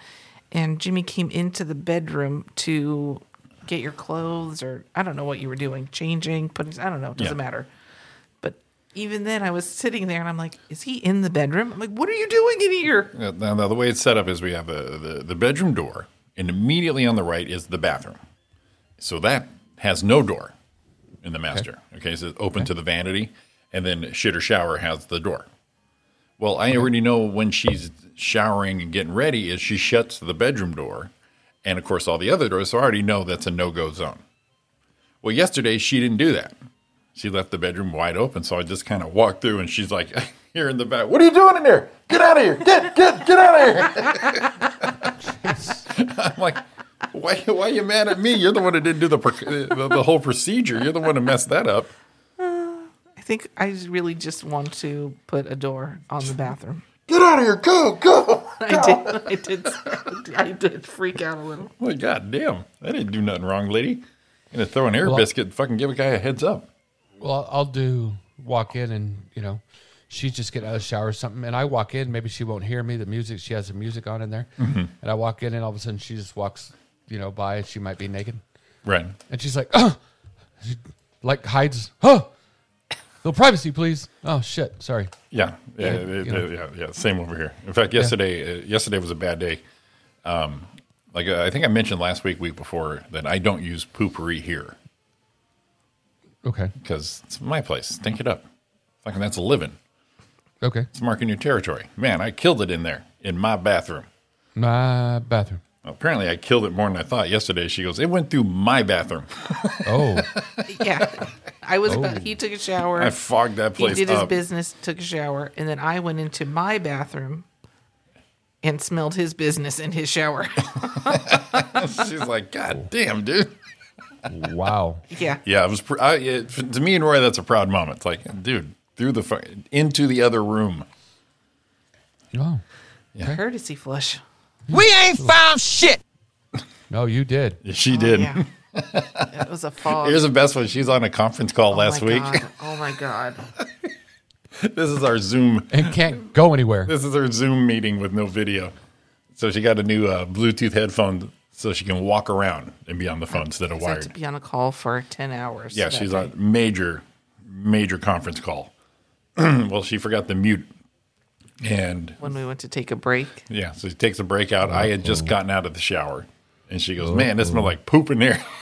and Jimmy came into the bedroom to get your clothes or I don't know what you were doing, changing, putting I don't know, it doesn't
Yeah.
matter. But even then I was sitting there and I'm like, is he in the bedroom? I'm like, what are you doing in here?
Uh, Now, now the way it's set up is we have the, the, the bedroom door, and immediately on the right is the bathroom. So that has no door in the master. Okay, so it's open to the vanity, and then shitter shower has the door. Well, I already know when she's showering and getting ready is she shuts the bedroom door, and of course all the other doors. So I already know that's a no go zone. Well, yesterday she didn't do that. She left the bedroom wide open, so I just kind of walked through, and she's like, "Here in the back, what are you doing in there? Get out of here! Get get get out of here!" I'm like, why, why are you mad at me? You're the one who didn't do the, proc- the the whole procedure. You're the one who messed that up.
I think I really just want to put a door on the bathroom.
Get out of here! Go, go!
I did. I did. I did freak out a little.
Well, goddamn, I didn't do nothing wrong, lady. I'm gonna throw an air
Well-
biscuit and fucking give a guy a heads up.
Well, I'll- I'll do walk in and you know, she's just getting out of the shower or something. And I walk in, maybe she won't hear me. The music, she has the music on in there. And I walk in, and all of a sudden she just walks, you know, by and she might be naked.
Right.
And she's like, oh, She, like hides, oh, little privacy, please. Oh, shit. Sorry.
Yeah,
Yeah,
yeah, yeah,
you know.
yeah, yeah, Same over here. In fact, yesterday, uh, yesterday was a bad day. Um, like uh, I think I mentioned last week, week before, that I don't use poopery here
Okay.
because it's my place. Think it up. Fucking that's a living.
Okay.
It's marking your territory. Man, I killed it in there in my bathroom.
My bathroom.
Apparently, I killed it more than I thought. Yesterday, she goes, "It went through my bathroom.
Oh,
Yeah. I was about, he took a shower.
Oh. I fogged that
he
place
did his
up."
business, took a shower, and then I went into my bathroom and smelled his business in his shower.
She's like, "God damn, dude."
wow.
yeah.
Yeah, it was. Pr- I, it, to me and Roy, that's a proud moment. It's like, dude, through the fu- into the other room.
No,
Courtesy flush.
no, you did.
She did.
Oh, Yeah. it was a fog.
Here's the best one. She's on a conference call
Oh
last
my
week.
God. Oh my God.
this is our Zoom.
And can't go anywhere.
This is our Zoom meeting with no video. So she got a new uh, Bluetooth headphone so she can walk around and be on the phone instead of
I had to
wired.
be on a call for 10 hours.
Yeah,
that
she's
night.
on major, major conference call. well, she forgot the mute, and
When we went to take a break.
yeah, so she takes a break out. I had just gotten out of the shower, and she goes, "Man, this smells like poop in there."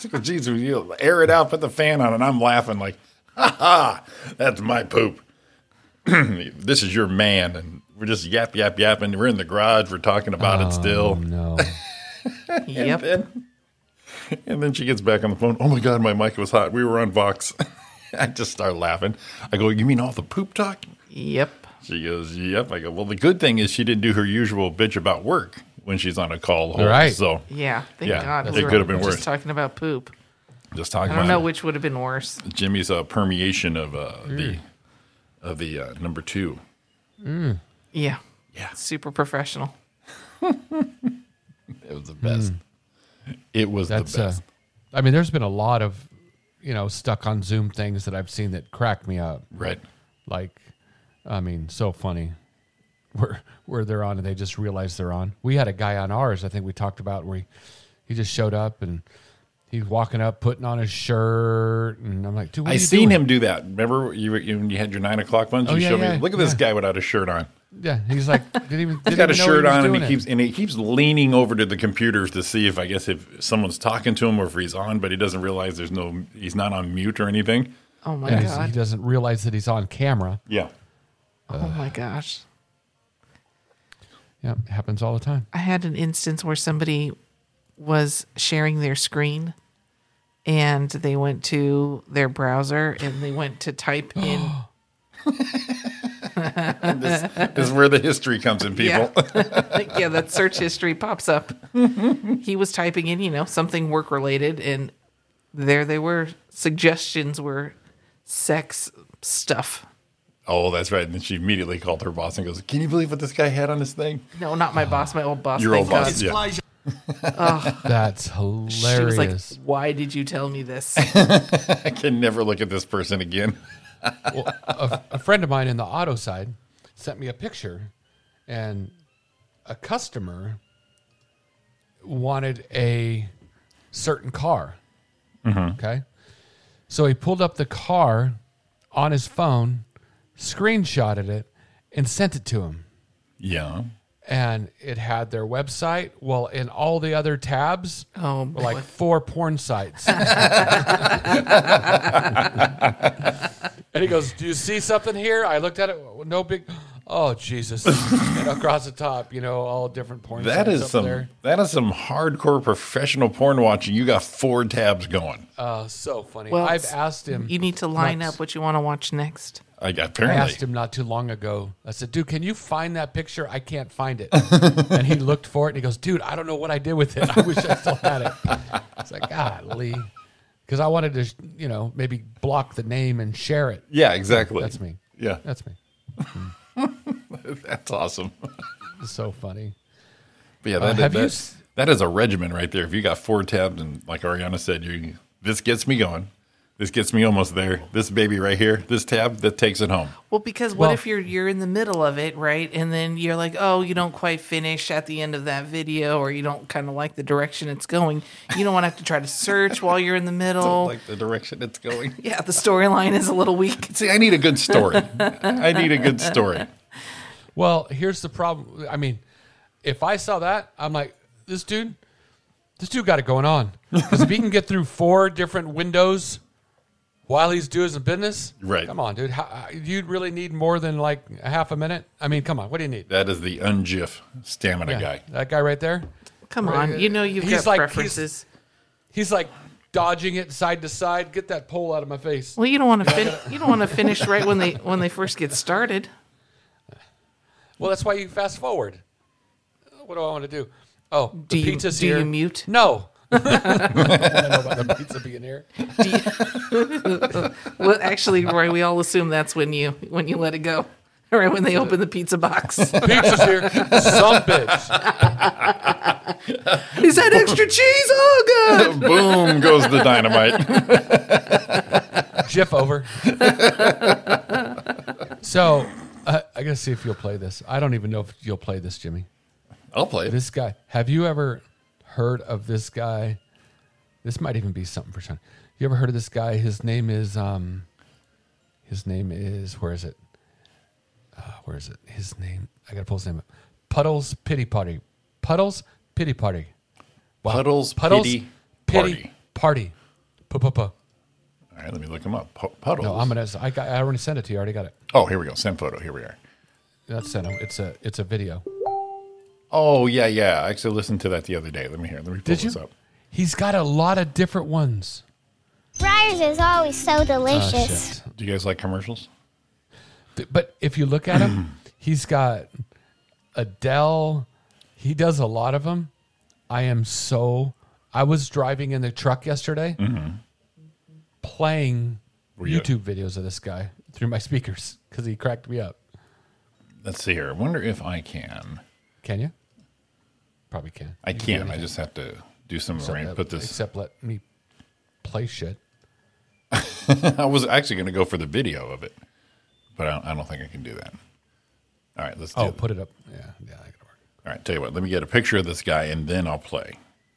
She goes, "Jeez, will you air it out, put the fan on," and I'm laughing like, "Ha ha, that's my poop." this is your man, and we're just yap yap yapping. We're in the garage. We're talking about it still.
Oh, No.
Yep.
And, and then she gets back on the phone. Oh my God, my mic was hot. We were on Vox. I just start laughing. I go, You mean all the poop talk?
Yep.
She goes, Yep. I go, Well, the good thing is she didn't do her usual bitch about work when she's on a call. Hold.
Right.
So
Yeah. Thank
Yeah,
God.
it
we were
could've been
just
worse.
talking about poop.
just talking
I don't know
about
which would have been worse.
Jimmy's uh, permeation of uh,
Mm.
the of the uh, number two.
Yeah. Yeah. Super professional.
It was the best. It was
That's
the
uh,
best.
I mean, there's been a lot of, you know, stuck on Zoom things that I've seen that crack me up.
right.
Like, I mean, so funny. Where where they're on and they just realize they're on. We had a guy on ours. I think we talked about where he, he just showed up and he's walking up, putting on his shirt, and I'm like, dude, what
I
are you
seen
doing?
him do that. Remember you you, you had your nine o'clock ones?
Oh,
you
yeah,
showed
yeah,
me. Look at this
yeah.
guy without a shirt on.
Yeah, he's like, didn't even. Didn't
He's got a
even know
shirt
he was
on and
doing
he
it.
keeps and he keeps leaning over to the computers to see if I guess if someone's talking to him or if he's on, but he doesn't realize there's no he's not on mute or anything.
Oh my
And he's-
God.
he doesn't realize that he's on camera.
Yeah.
Oh my gosh.
Yeah, it happens all the time.
I had an instance where somebody was sharing their screen and they went to their browser and they went to type in
This is where the history comes in, people.
Yeah. yeah, that search history pops up. he was typing in, you know, something work related, and there they were. Suggestions were sex stuff.
oh, that's right. And then she immediately called her boss and goes, Can you believe what this guy had on this thing?
No, not my boss, my old boss.
Your old
thank
boss.
God.
Yeah.
Pleasure.
That's
She was
hilarious.
like, "Why did you tell me this?"
I can never look at this person again.
well, a, a friend of mine in the auto side sent me a picture, and a customer wanted a certain car. Okay. So he pulled up the car on his phone, screenshotted it, and sent it to him.
Yeah.
And it had their website. Well, in all the other tabs,
Oh,
were like four porn sites. And he goes, "Do you see something here?" I looked at it. No big. Oh Jesus! and across the top, you know, all different porn.
That
sites
is
up
some
There.
that is some hardcore professional porn watching. You got four tabs going.
Oh, so funny.
Well,
I've asked him.
you need to line
Nuts.
up what you want to watch next.
I got
I
apparently
asked him not too long ago. I said, "Dude, can you find that picture? I can't find it." and he looked for it and he goes, "Dude, I don't know what I did with it. I wish I still had it." It's like, golly, because I wanted to, you know, maybe block the name and share it.
Yeah, exactly.
That's me.
Yeah.
That's me.
That's awesome.
It's so funny.
But yeah,
Uh,
that,
have
that-
you s-
that is a regimen right there. If you got four tabs and like Ariana said, you this gets me going. This gets me almost there. This baby right here, this tab, that takes it home.
Well, because what
Well-
if you're you're in the middle of it, right? And then you're like, oh, you don't quite finish at the end of that video, or you don't kind of like the direction it's going. You don't want to have to try to search while you're in the middle.
Like the direction it's going.
yeah, the storyline is a little weak.
See, I need a good story. I need a good story.
Well, here's the problem. I mean, if I saw that, I'm like, this dude, this dude got it going on. Because if he can get through four different windows while he's doing his business,
Right.
Come on, dude. How, uh, you'd really need more than like a half a minute. I mean, come on. What do you need?
That is the unjiff stamina
Yeah,
guy.
That guy right there.
Come on, you know you've
He's
got
like- he's-
preferences.
He's like dodging it side to side. Get that pole out of my face.
Well, you don't want to fin- you don't want to finish right when they when they first get started.
Well, that's why you fast forward. What do I want to do? Oh, the
Do you-
pizza's
do you
here.
mute?
No. I don't know about the pizza being here.
Do you- well, actually, Roy, we all assume that's when you when you let it go, right when they open the pizza box.
Pizza's here. Some bitch.
Is that extra cheese? Oh god!
Boom goes the dynamite.
Jiff over. so uh, I gotta see if you'll play this. I don't even know if you'll play this, Jimmy.
I'll play it.
This guy. Have you ever heard of this guy? This might even be something for Sean. You ever heard of this guy? His name is um. His name is where is it? Uh, where is it? His name. I gotta pull his name up. Puddles Pity Party. Puddles Pity Party. Wow.
Puddles
Puddles
Pity
Pity Party. Pa-pa-pa.
All right, let me look him up. Pu- Puddles.
No, I'm gonna. I got. I already sent it to you. I already got it.
Oh, here we go. Send photo. Here we are.
That's sent. out. It's a. It's a video.
Oh yeah, yeah. I actually listened to that the other day. Let me hear. Let me pull
Did you?
this up.
He's got a lot of different ones.
Friars is always so
Ah,
delicious.
shit.
Do you guys like commercials?
Th- But if you look at him, he's got Adele. He does a lot of them. I am so. I was driving in the truck yesterday, playing
Mm-hmm. you-
YouTube videos of this guy through my speakers because he cracked me up.
Let's see here. I wonder if I can.
Can you? Probably can.
I
You do
can. I
anything.
just have to do some
Except
arrange.
that-
Put this.
Except let me play shit.
I was actually going to go for the video of it, but I don't, I don't think I can do that. All right, let's do.
Oh,
it.
put it up. Yeah, yeah. I gotta work.
All right, tell you what. Let me get a picture of this guy, and then I'll play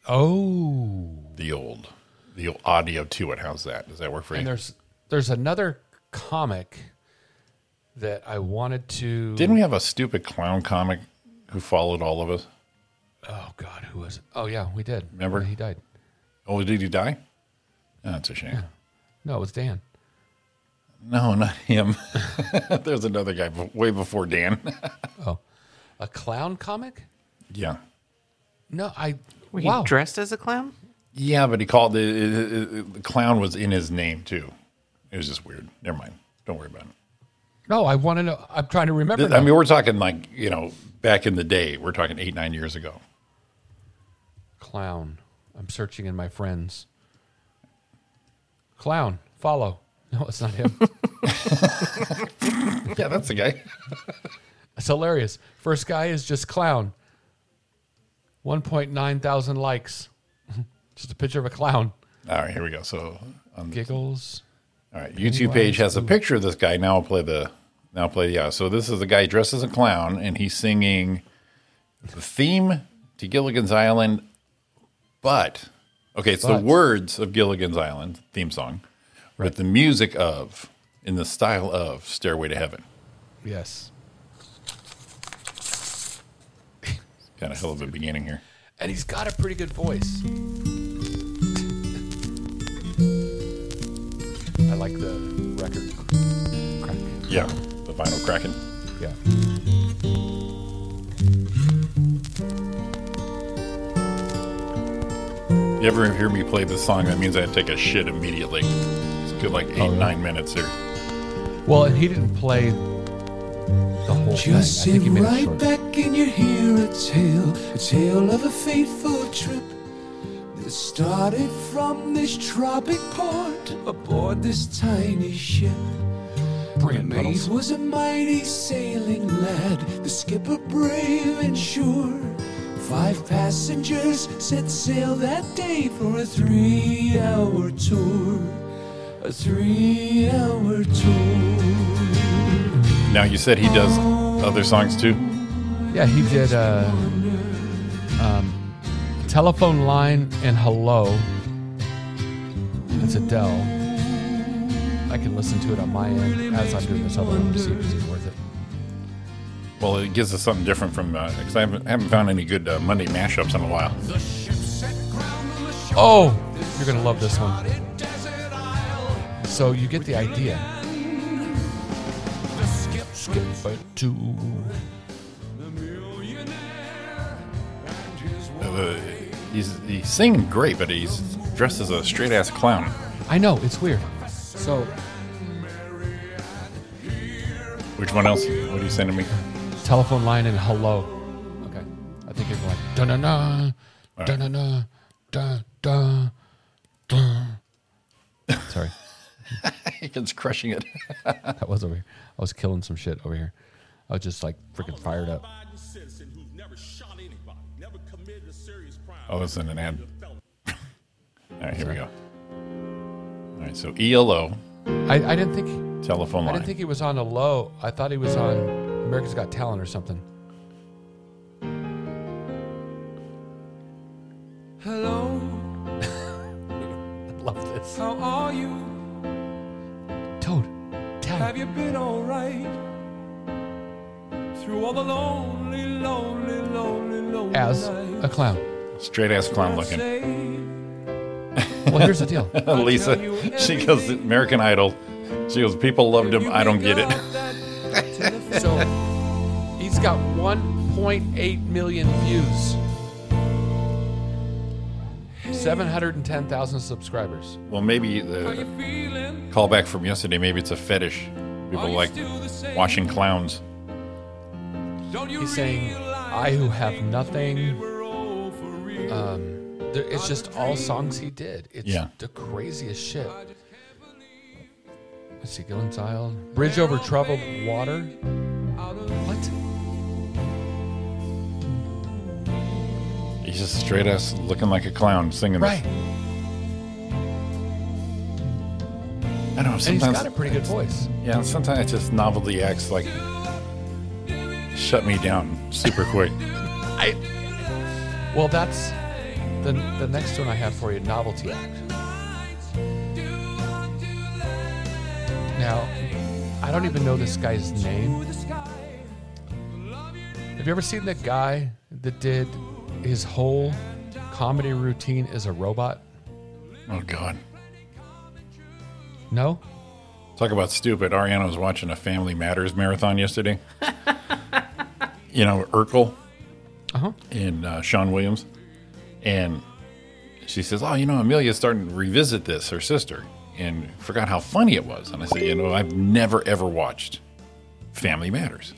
Oh,
the old, the old audio to it. How's that? Does that work for
and
you?
there's there's another comic that I wanted to.
Didn't we have a stupid clown comic who followed all of us?
Oh God, who was it? Oh yeah, we did.
Remember?
he died?
Oh, did he die? Oh, that's a shame.
No, it was Dan.
No, not him. There's another guy b- way before Dan.
A clown comic?
yeah.
No, I.
Were
wow.
you dressed as a clown?
Yeah, but he called the, the, the clown was in his name too. It was just weird. Never mind. Don't worry about it.
no, I want to know. I'm trying to remember.
Th- I
now.
mean, we're talking like you know back in the day. We're talking eight nine years ago.
clown. I'm searching in my friends. Clown, follow. No, it's not him.
Yeah, that's the guy.
It's hilarious. First guy is just clown. 1.9 thousand likes. just a picture of a clown.
All right, here we go. So, on the,
Giggles.
all right, YouTube page has a picture of this guy. Now I'll play the. Now I'll play yeah. So this is the guy dressed as a clown, and he's singing the theme to Gilligan's Island, but okay, it's
But.
the words of Gilligan's Island theme song, but the music of in the style of Stairway to Heaven.
Yes.
Kind of hell of a beginning here.
And he's got a pretty good voice. I like the record crack.
Yeah, the vinyl cracking.
Yeah.
You ever hear me play this song? That means I take a shit immediately. It's good, like eight, nine minutes here.
Well, and he didn't play the whole
Just
thing. I
sit
think he made it
right
short.
back and you hear a tale, a tale of a fateful trip that started from this tropic port aboard this tiny ship. The
Brilliant
mate
puddles.
was a mighty sailing lad, the skipper brave and sure. Five passengers set sail that day for a three hour tour. A a three hour tour.
Now you said he does other songs too.
Yeah, he did uh, um, Telephone Line and Hello. It's Adele. I can listen to it on my end as I'm doing this other one to see if it's worth it.
Well, it gives us something different from because I, haven't, I haven't found any good uh, Monday mashups in a while.
Oh, you're going to love this one. So you get the idea. Skip it to.
Uh, he's he's singing great, but he's dressed as a straight ass clown.
I know, it's weird. So
Which one else? What are you saying to me?
telephone line and hello. Okay. I think you're going da na na da na na da da da. Sorry,
It's crushing it.
that was over here. I was killing some shit over here. I was just like freaking fired up.
Oh, it's in an ad. All right, here we go. All right, so ELO
I, I didn't think
telephone
I
line.
didn't think he was on a low. I thought he was on America's Got Talent or something.
Hello,
I love this.
how are you?
Toad, Tad,
Have you been alright? Through all the lonely, lonely, lonely, lonely
as
nights.
a clown.
straight ass clown looking.
Say,
Well, here's the deal.
Lisa, she goes American Idol. She goes, people loved him.
you
I don't
make
get it.
out that telephone-
So he's got 1.8 million views, 710,000 subscribers.
Well, maybe the callback from yesterday. Maybe it's a fetish. People like watching clowns.
He's saying, I who have nothing. Um, there, it's just all songs he did. It's
Yeah.
the craziest shit. Let's see, Gilligan's Isle. Bridge over troubled water. What?
He's just straight ass looking like a clown singing
Right.
this. I don't know.
And he's
Sometimes,
got a pretty good voice.
yeah, sometimes it's just novelty acts like shut me down super quick.
I. Well, that's the the next one I have for you. Novelty act. Now, I don't even know this guy's name. Have you ever seen the guy that did his whole comedy routine as a robot?
Oh God.
No.
Talk about stupid. Ariana was watching a Family Matters marathon yesterday. you know, Urkel
Uh-huh.
and uh, Sean Williams. And she says, Oh, you know, Amelia's starting to revisit this, her sister, and forgot how funny it was. And I said, You know, I've never, ever watched Family Matters.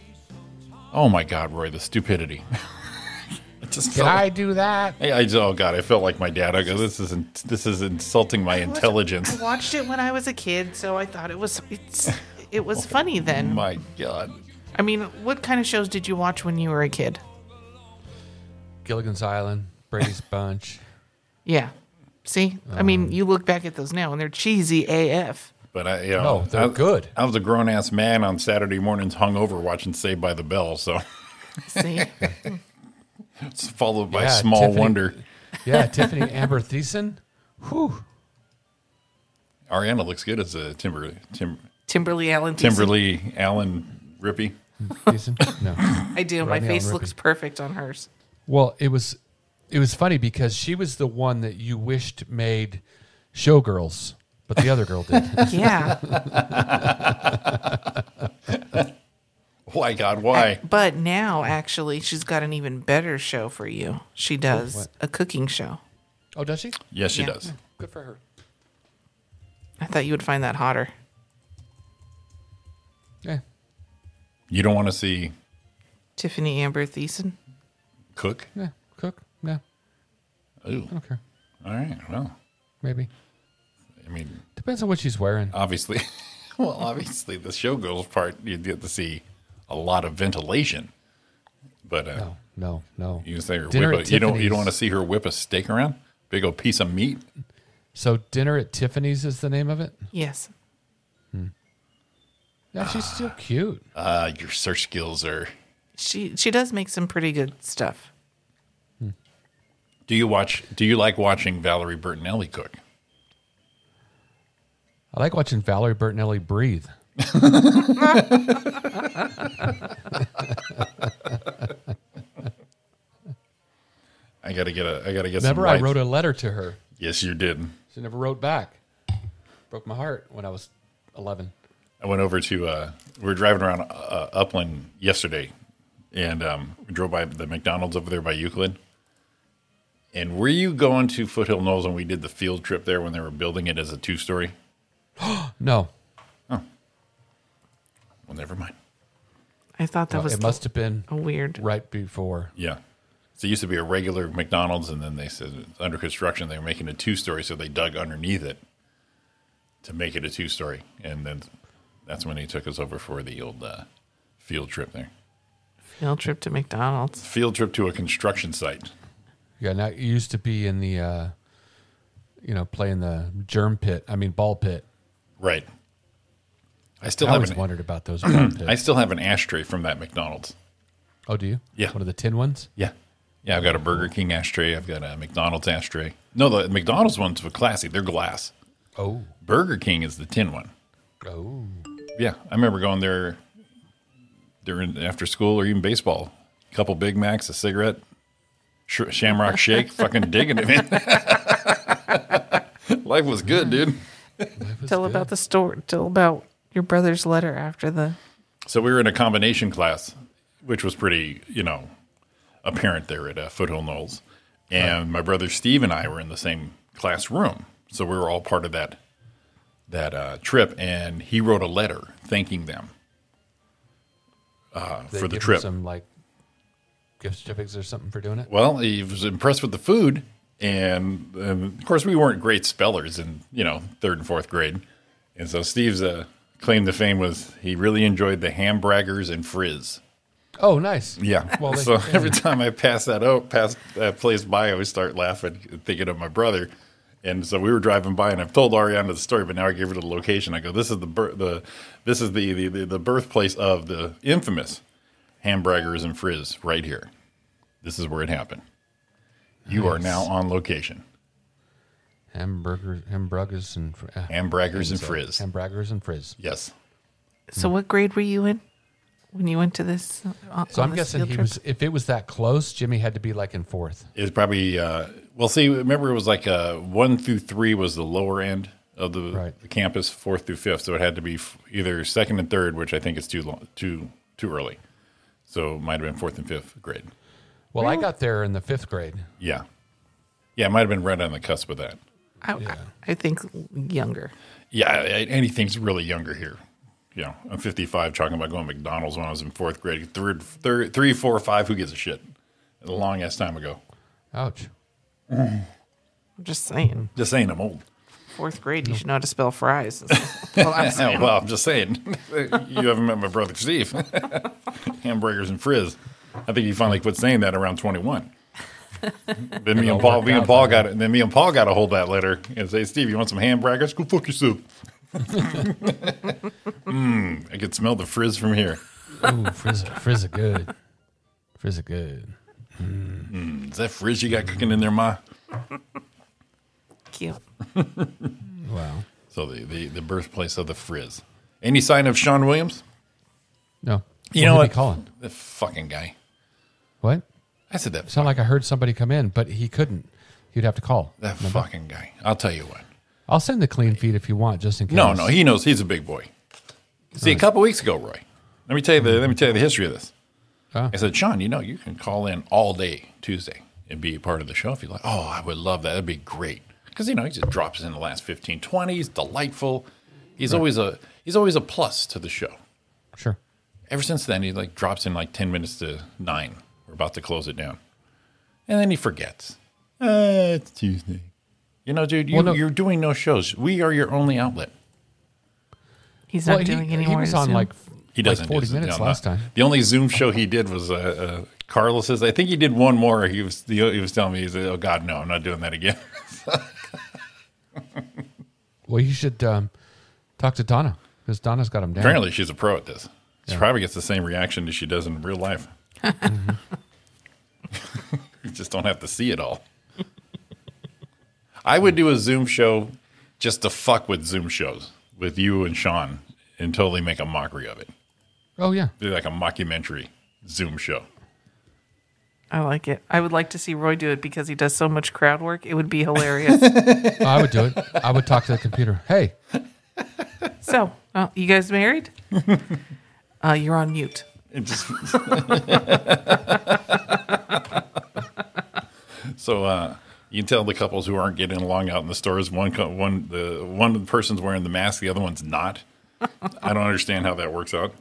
Oh my God, Roy, the stupidity. it just
Can
felt
I do that?
I, I just- oh God, I felt like my dad. I go, this is, in, this is insulting my intelligence.
I watched it when I was a kid, so I thought it was it's it was funny then.
My God.
I mean, what kind of shows did you watch when you were a kid?
Gilligan's Island, Brady's Bunch.
Yeah. See? I
Um,
mean, you look back at those now and they're cheesy AF.
But I, you know,
No, they're
I-
good.
I was a grown ass man on Saturday mornings, hungover, watching Saved by the Bell. So
See?
it's followed by
Yeah,
Small
Tiffany-
Wonder.
Yeah, Tiffany Amber Thiessen. Whew.
Ariana looks good as a Timber Tim,
Timberly Allen. Thiessen.
Timberly Allen Rippy.
Thiessen? No.
I do. My
Rodney
face
Allen
looks
Rippey.
perfect on hers.
Well, it was it was funny because she was the one that you wished made showgirls, but the other girl did.
Yeah.
Why God? Why?
But now, actually, she's got an even better show for you. She does a cooking show.
oh, does she?
Yes, she
Yeah.
does.
Good for her.
I thought you would find that hotter.
Yeah.
You don't want to see
Tiffany Amber Thiessen.
Cook.
Yeah. Cook. Yeah.
Ooh.
I don't care.
All right. Well,
Maybe.
I mean,
Depends on what she's wearing.
obviously, well, obviously, the showgirls part you get to see a lot of ventilation, but uh,
No, Oh, no, no.
you can say her
Dinner
whip
at
a, you don't you
Tiffany's.
don't want to see her whip a steak around, big old piece of meat.
So dinner at Tiffany's is the name of it.
Yes.
Yeah, she's still cute.
Uh, your search skills are.
She she does make some pretty good stuff.
Do you watch? Do you like watching Valerie Bertinelli cook?
I like watching Valerie Bertinelli breathe.
I gotta get a. I gotta get
Remember,
some.
I
lights.
wrote a letter to her.
Yes, you did.
She never wrote back. Broke my heart when I was eleven.
I went over to. Uh, we were driving around uh, Upland yesterday, and um, we drove by the McDonald's over there by Euclid. And were you going to Foothill Knolls when we did the field trip there when they were building it as a two story?
No,
Well, never mind.
I thought that
Well,
was
it must have been
a weird.
right before.
Yeah. So it used to be a regular McDonald's, and then they said it's under construction. They were making a two story, so they dug underneath it to make it a two story. And then that's when he took us over for the old uh, field trip there.
Field trip to McDonald's.
Field trip to a construction site.
Yeah, now it used to be in the, uh, you know, playing the germ pit. I mean, ball pit.
Right. I still
I
have
always
an
wondered about those. germ
I
pits.
still have an ashtray from that McDonald's.
oh, do you?
Yeah.
One of the tin ones.
Yeah. Yeah, I've got a Burger King ashtray. I've got a McDonald's ashtray. No, the McDonald's ones were classy. They're glass.
Oh,
Burger King is the tin one.
oh,
Yeah, I remember going there during after school or even baseball. couple Big Macs, a cigarette, sh- Shamrock Shake, fucking digging it, man. Life was good, dude.
Tell about the store. Tell about your brother's letter after the.
So we were in a combination class, which was pretty, you know, apparent there at uh, Foothill Knolls. And my brother Steve and I were in the same classroom, so we were all part of that that uh, trip. And he wrote a letter thanking them uh,
They
for the
give them
trip.
Some like gift certificates or something for doing it.
Well, he was impressed with the food, and, um of course, we weren't great spellers in you know third and fourth grade, and so Steve's uh, claim to fame was he really enjoyed the hamburgers and frizz.
Oh, nice.
Yeah.
Well, they-
so
yeah.
every time I pass that out, pass that place by, I always start laughing, thinking of my brother. And so we were driving by, and I've told Ariana the story, but now I gave her the location. I go, "This is the bir- the this is the the, the, the birthplace of the infamous hamburgers and frizz right here. This is where it happened. You are now on location,
Hamburgers, hamburgers, and fr- uh,
hamburgers and frizz.
hamburgers and frizz.
yes,
So what grade were you in when you went to this? uh,
So
on
I'm
this
guessing
field
he
trip?
was. If it was that close, Jimmy had to be like in fourth.
it was probably uh, well. See, remember it was like uh, one through three was the lower end of the,
Right.
the campus, fourth through fifth. So it had to be f- either second and third, which I think is too long, too too early. So it might have been fourth and fifth grade.
Well, I got there in the fifth grade.
Yeah, yeah, it might have been right on the cusp of that.
I, I think younger.
Yeah, I- anything's really younger here. You know, I'm 55, talking about going to McDonald's when I was in fourth grade. Third, third, three, four, five. Who gives a shit? A long ass time ago.
Ouch.
I'm just saying.
Just saying, I'm old.
Fourth grade, you should know how to spell fries. well, I'm
Yeah,
saying.
Oh, well, I'm just saying. you haven't met my brother Steve. Hamburgers and frizz. I think he finally quit saying that around 21. then me and Paul,
worked
me and
out
Paul
by
got it. And then me and Paul got a hold of that letter and say, Steve, you want some hamburgers? Go fuck yourself. mm, I could smell the frizz from here.
Ooh, frizz, frizz are good. Frizz are good.
Is that frizz you got cooking in there, ma?
Cute.
Wow.
So the, the, the birthplace of the frizz. Any sign of Sean Williams?
No.
You know
who'd he
what?
Calling
The fucking guy.
what?
I said that.
Sound like I heard somebody come in, but he couldn't. He'd have to call.
That fucking guy. I'll tell you what.
I'll send the clean feed if you want, just in case.
No, no, he knows he's a big boy. See, a couple weeks ago, Roy, let me tell you the let me tell you the history of this.
Ah.
I said, Sean, you know, you can call in all day Tuesday and be a part of the show if you like. Oh, I would love that. That'd be great. Because you know, he just drops in the last 15, 20. He's delightful. He's always a he's always a plus to the show.
Sure.
Ever since then, he like drops in like 10 minutes to nine. We're about to close it down. And then he forgets. Uh, it's Tuesday. You know, dude, you,
Well, no-
you're doing no shows. We are your only outlet.
He's
Well,
not
he,
doing
he
any more.
was on
Zoom.
like
He doesn't
like forty
do
minutes
no,
last
no.
time.
The only Zoom show he did was uh, uh, Carlos's. I think he did one more. He was he, was telling me, he said, "Oh God, no, I'm not doing that again."
Well, you should um, talk to Donna because Donna's got him down.
Apparently, she's a pro at this. She probably gets the same reaction as she does in real life.
Mm-hmm.
you just don't have to see it all. I would do a Zoom show just to fuck with Zoom shows with you and Sean and totally make a mockery of it.
Oh yeah,
Do like a mockumentary Zoom show.
I like it. I would like to see Roy do it because he does so much crowd work. It would be hilarious.
I would do it. I would talk to the computer. Hey,
so, uh, you guys married? Uh, you're on mute.
It just so uh, you can tell the couples who aren't getting along out in the stores. One co- one the one person's wearing the mask, the other one's not. I don't understand how that works out.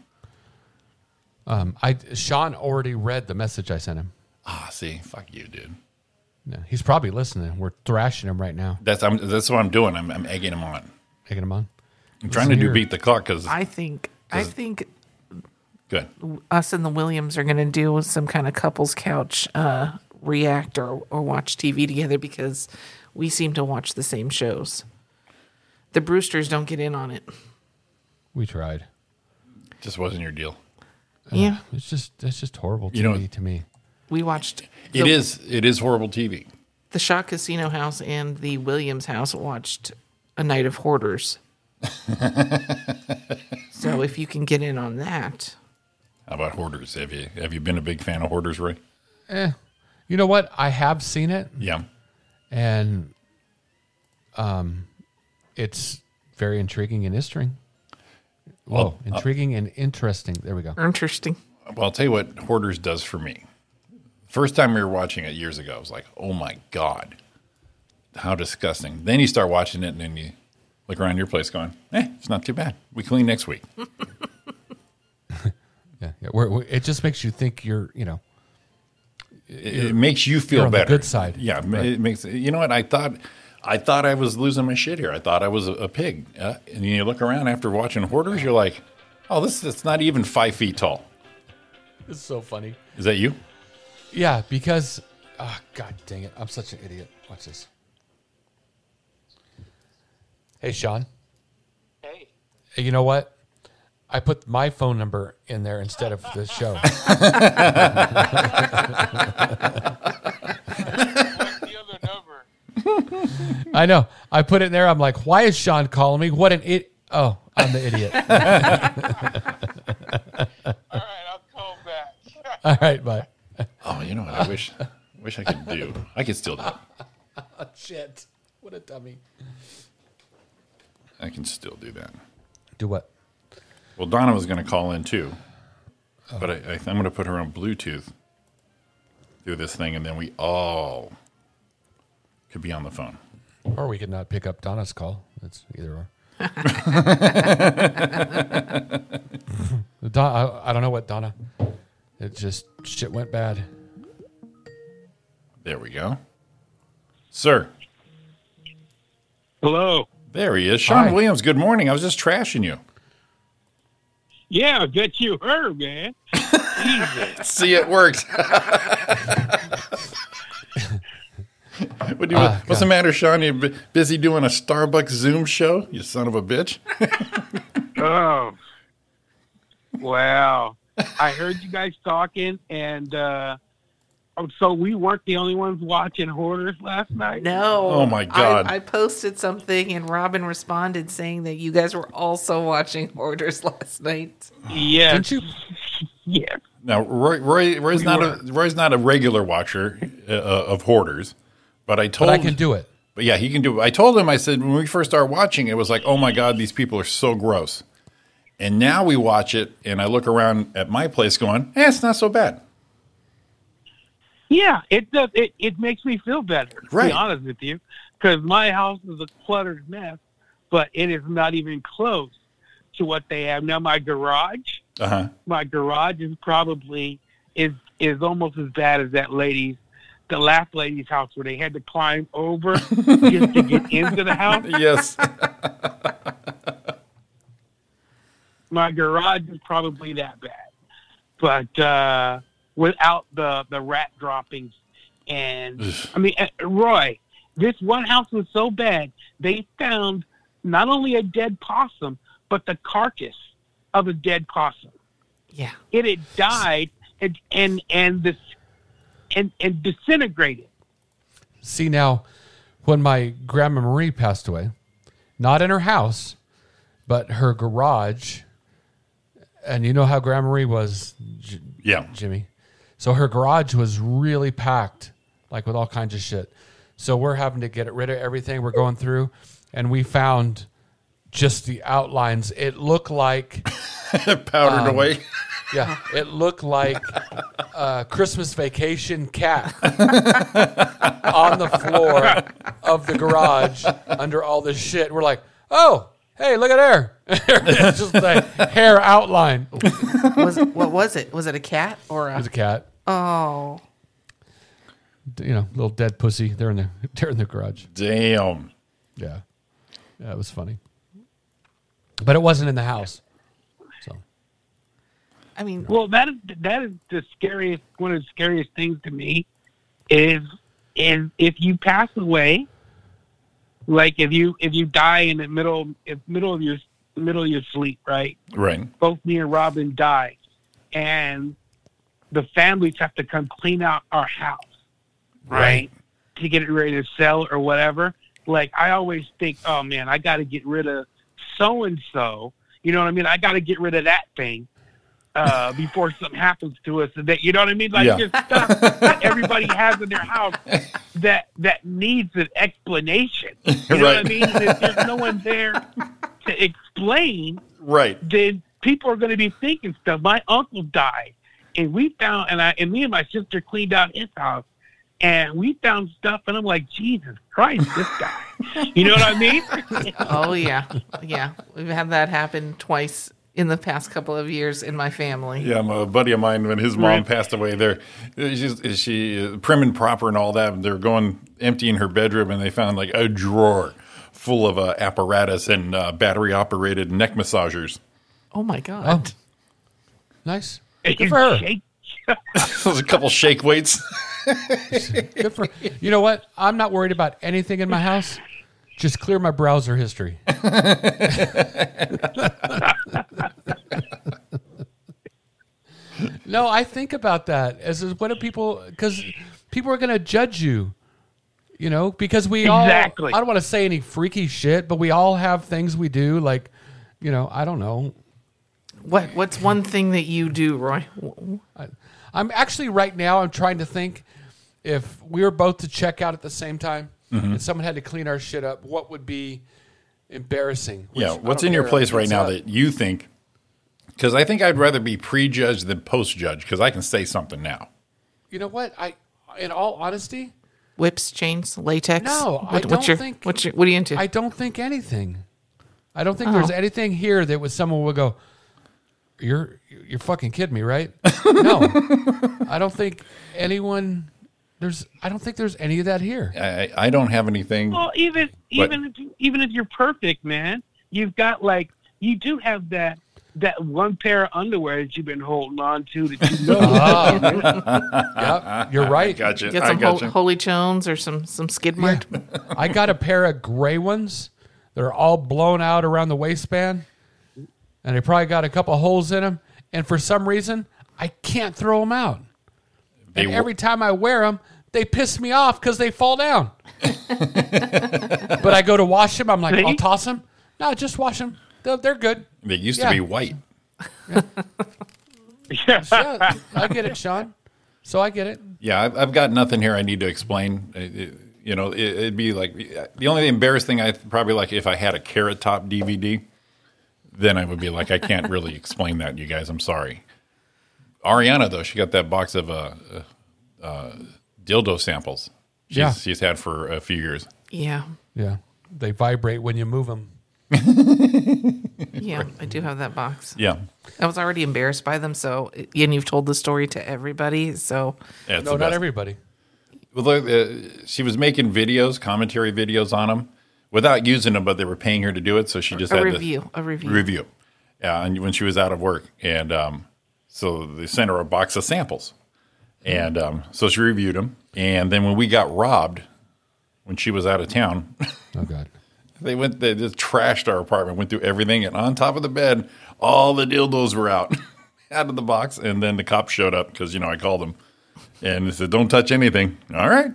um, I Sean already read the message I sent him.
Ah, see, fuck you, dude.
No, he's probably listening. We're thrashing him right now,
That's I'm, that's what I'm doing. I'm, I'm egging him on.
taking him on.
I'm trying to do
here.
beat the clock because
I think I think
good.
us and the Williams are going to do some kind of couples couch uh, react or, or watch TV together because we seem to watch the same shows. The Brewsters don't get in on it.
We tried.
Just wasn't your deal.
Yeah,
It's just that's just horrible.
You know-
TV to me.
we watched
It is it is horrible TV.
the Shaw Casino House and the Williams House. Watched a night of hoarders. so if you can get in on that,
How about hoarders? Have you have you been a big fan of hoarders, Ray?
Eh. You know what? I have seen it,
Yeah.
and um, it's very intriguing and interesting. Whoa, intriguing and interesting. There we go.
er. interesting.
Well, I'll tell you what Hoarders does for me. First time we were watching it years ago, I was like, oh my God, how disgusting. Then you start watching it and then you look around your place going, eh, it's not too bad. We clean next week.
Yeah, yeah. We're, we it just makes you think you're, you know,
It, it makes you feel
you're on the
better.
good side.
Yeah. it ma-
Right.
It makes, you know what? I thought, I thought I was losing my shit here. I thought I was a, a pig. Uh, and you look around after watching Hoarders, you're like, oh, this is not even five feet tall.
it's so funny.
Is that you?
Yeah, because oh god dang it, I'm such an idiot. Watch this. Hey Sean. Hey. You know what? I put my phone number in there instead of the show.
the other number.
I know. I put it in there. I'm like, why is Sean calling me? What an it oh, I'm the idiot.
All right, I'll call back.
All right, bye.
Oh, you know what? I wish, wish I could do. I could still do it.
Shit. What a dummy.
I can still do that.
Do what?
Well, Donna was going to call in too, but I, I, I'm going to put her on Bluetooth through this thing, and then we all could be on the phone.
Or we could not pick up Donna's call. That's either or. Don, I, I don't know what Donna. It just shit went bad.
There we go, sir.
Hello.
There he is, Sean
Hi.
Williams. Good morning. I was just trashing you.
Yeah, I bet you heard, man.
See, it worked. What do you-
Ah,
what's the matter, Sean? You bu- busy doing a Starbucks Zoom show? You son of a bitch!
Oh, wow. I heard you guys talking, and uh, oh, so we weren't the only ones watching Hoarders last night?
No.
Oh, my God.
I, I posted something and Robin responded saying that you guys were also watching Hoarders last night.
Yes.
Didn't you?
Yes.
Now, Roy, Roy, Roy's not a Roy's not a regular watcher uh, of hoarders, but I told
But I can do it.
But yeah, he can do. it. I told him. I said when we first started watching, it was like, oh my god, these people are so gross. And now we watch it, and I look around at my place, going, eh, it's not so bad.
Yeah, it does. It, it makes me feel better. To
Right.
be honest with you, because my house is a cluttered mess, but it is not even close to what they have now. My garage,
Uh huh.
my garage is probably is is almost as bad as that lady's, the last lady's house where they had to climb over just to get into the house.
Yes.
my garage is probably that bad. But uh, without the, the rat droppings and I mean, uh, Roy, this one house was so bad they found not only a dead possum, but the carcass of a dead possum.
Yeah.
It had died and and and this and and disintegrated.
See now, when my grandma Marie passed away, not in her house, but her garage, and you know how grandma Marie was, J-
Yeah.
Jimmy. So her garage was really packed, like with all kinds of shit. So we're having to get rid of everything we're going through, and we found just the outlines. It looked like
Powdered away.
yeah, it looked like a Christmas vacation cat on the floor of the garage under all this shit. We're like, oh, hey, look at her. it's just like hair outline. It
Was it, what was it? Was it a cat or a?
was a cat.
Oh,
You know, little dead pussy. They're in the they're in the garage.
Damn.
Yeah, yeah, it was funny, but it wasn't in the house. So
I mean,
Well, that is that is the scariest one of the scariest things to me is is if you pass away, like if you if you die in the middle if middle of your middle of your sleep, right?
Right.
both me and Robin died, and the families have to come clean out our house, right? To get it ready to sell or whatever. Like I always think, oh man, I got to get rid of so and so. You know what I mean? I got to get rid of that thing uh, before something happens to us. And that you know what I mean? Like
Yeah.
just stuff that everybody has in their house that that needs an explanation. You know what
Right.
I mean? And if there's no one there to explain,
Right.
then people are going to be thinking stuff. My uncle died, and we found, and I, and me and my sister cleaned out his house, and we found stuff, and I'm like, Jesus Christ, this guy. you know what I mean?
oh yeah, yeah. We've had that happen twice in the past couple of years in my family.
Yeah, my buddy of mine, when his mom
Right.
passed away, there, she's she uh, prim and proper and all that. And they're going emptying her bedroom, and they found like a drawer full of uh, apparatus and uh, battery operated neck massagers.
Oh my god.
nice.
It
Good for her.
shake-
There's a couple shake weights.
Good for you. Know what? I'm not worried about anything in my house. Just clear my browser history. no, I think about that as is, what do people because people are going to judge you, you know, because we
Exactly.
all I don't want to say any freaky shit, but we all have things we do like, you know, I don't know.
What What's one thing that you do, Roy?
I'm actually right now. I'm trying to think if we were both to check out at the same time and someone had to clean our shit up. What would be embarrassing? Which
yeah,
I
what's
don't
in your
care
place right
what's
now
up.
that you think? Because I think I'd rather be prejudged than postjudged. Because I can say something now.
you know what? I, in all honesty,
Whips, chains, latex.
No, I don't
what's your,
think-
What's your, what are you into?
I don't think anything. I don't think there's anything here that would someone would go. You're you're fucking kidding me, right? no, I don't think anyone. There's I don't think there's any of that here.
I, I don't have anything.
Well, even even if, you- even if you're perfect, man, you've got like you do have that that one pair of underwear that you've been holding on to that you know.
Ah. Yep, you're right.
Gotcha.
Get
I
some hol-
gotcha.
holy chones or some some skid marked.
I got a pair of gray ones that are all blown out around the waistband, and they probably got a couple holes in them. And for some reason, I can't throw them out.
They
and
wo-
every time I wear them, they piss me off because they fall down. but I go to wash them. I'm like,
See?
I'll toss them. No, just wash them. They're, they're good.
They used
Yeah.
to be white.
Yeah, I get it, Sean. So I get it.
Yeah, I've, I've got nothing here I need to explain. It- it- you know, it, it'd be like the only embarrassing thing I probably like if I had a Carrot Top DVD, then I would be like, I can't really explain that, you guys. I'm sorry. Ariana though, she got that box of uh, uh, dildo samples. She's,
Yeah.
she's had for a few years.
Yeah,
Yeah, they vibrate when you move them.
yeah. I do have that box.
Yeah,
I was already embarrassed by them. So, and you've told the story to everybody. So,
that's
no,
the
not
best.
everybody.
Well, the- uh, she was making videos, commentary videos on them without using them, but they were paying her to do it, so she just
a
had to-
review, a review.
review. Yeah, and when she was out of work, and um, so they sent her a box of samples, and um, so she reviewed them. And then when we got robbed, when she was out of town,
Oh God.
They went, they just trashed our apartment, went through everything, and on top of the bed, all the dildos were out, out of the box. And then the cops showed up because you know I called them, and they said, "Don't touch anything." All right,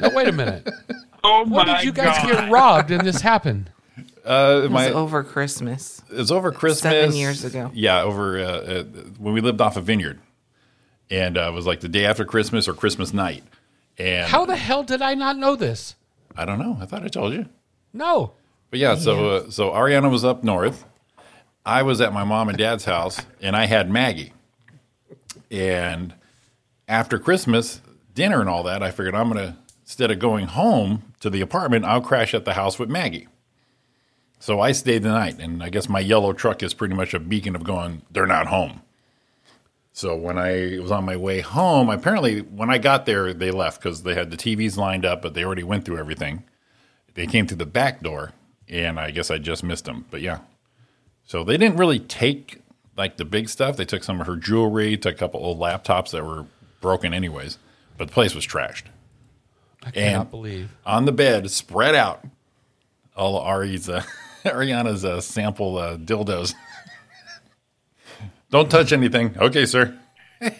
Now, wait a minute.
Oh
When
my
did you guys
god!
get robbed and this happened?
uh,
It was
my
over Christmas.
it's over Christmas.
years ago.
Yeah, over uh, uh, when we lived off a vineyard, and uh, it was like the day after Christmas or Christmas night. And
How the hell did I not know this?
I don't know. I thought I told you.
No.
But yeah, so uh, so Ariana was up north. I was at my mom and dad's house, and I had Maggie. And after Christmas dinner and all that, I figured I'm gonna instead of going home to the apartment, I'll crash at the house with Maggie. So I stayed the night, and I guess my yellow truck is pretty much a beacon of going. They're not home. So when I was on my way home, apparently when I got there, they left because they had the TVs lined up, but they already went through everything they came through the back door, and I guess I just missed them. But yeah, so they didn't really take like the big stuff. They took some of her jewelry, took a couple old laptops that were broken anyways. But the place was trashed.
I cannot
And-
believe.
On the bed, spread out, all Ari's uh, Ariana's uh, sample uh, dildos. Don't touch anything, okay, sir.
All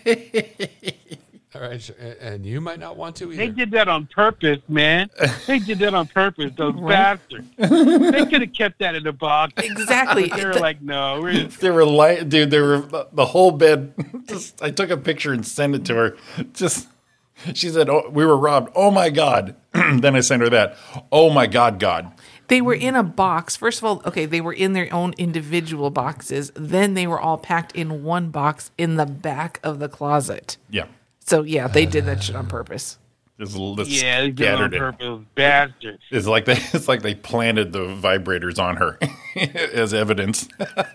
right, sure. and and you might not want to either.
They did that on purpose, man. They did that on purpose, those bastards. They could have kept that in the box.
Exactly.
They were like, no, we're just
They were light, dude. They were the- the whole bed. Just, I took a picture and sent it to her. Just she said, "Oh, we were robbed." Oh my god! then I sent her that. Oh my god, God.
They were in a box. First of all, okay, they were in their own individual boxes. Then they were all packed in one box in the back of the closet.
Yeah,
So yeah, they did that shit on purpose.
just, just
yeah, they did it on
scattered it.
purpose, bastards.
It's like they, it's like they planted the vibrators on her as evidence.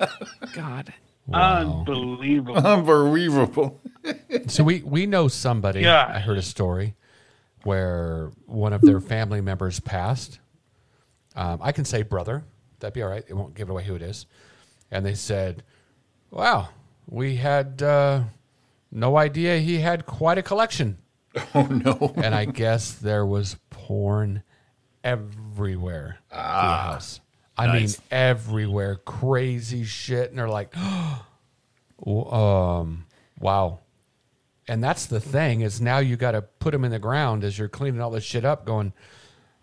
God.
Unbelievable.
Unbelievable.
So we we know somebody.
Yeah.
I heard a story where one of their family members passed. Um, I can say brother. That'd be all right. It won't give away who it is. And they said, "Wow, we had uh, no idea he had quite a collection."
Oh no.
And I guess there was porn everywhere through the house. I
nice.
mean, everywhere, crazy shit. And they're like, um, wow. And that's the thing is now you got to put them in the ground as you're cleaning all this shit up, going,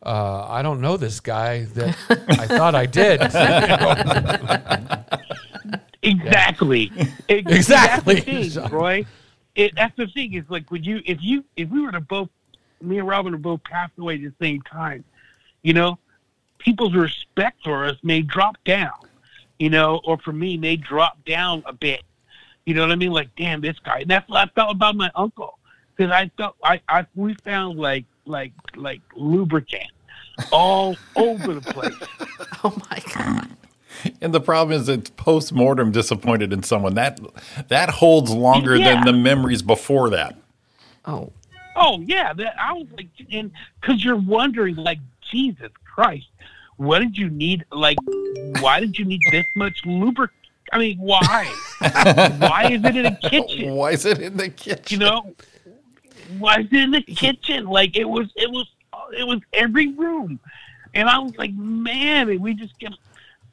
uh, I don't know this guy that I thought I did.
Exactly.
Exactly.
That's the thing, Roy. It, that's the thing. Is like when you, if you, if we were to both, me and Robin would both pass away at the same time, you know, people's respect for us may drop down, you know, or for me may drop down a bit. You know what I mean? Like, damn, this guy. And that's what I felt about my uncle because I felt I, I, we found like, like, like lubricant all over the place.
Oh my god.
And the problem is it's post mortem disappointed in someone. That that holds longer
Yeah.
than the memories before that.
Oh.
Oh yeah, that I was like, and because you're wondering, like Jesus Christ, what did you need? Like, why did you need this much lubricant? I mean, why? why is it in the kitchen?
Why is it in the kitchen?
You know, why is it in the kitchen? Like it was, it was, it was every room, and I was like, man, and we just kept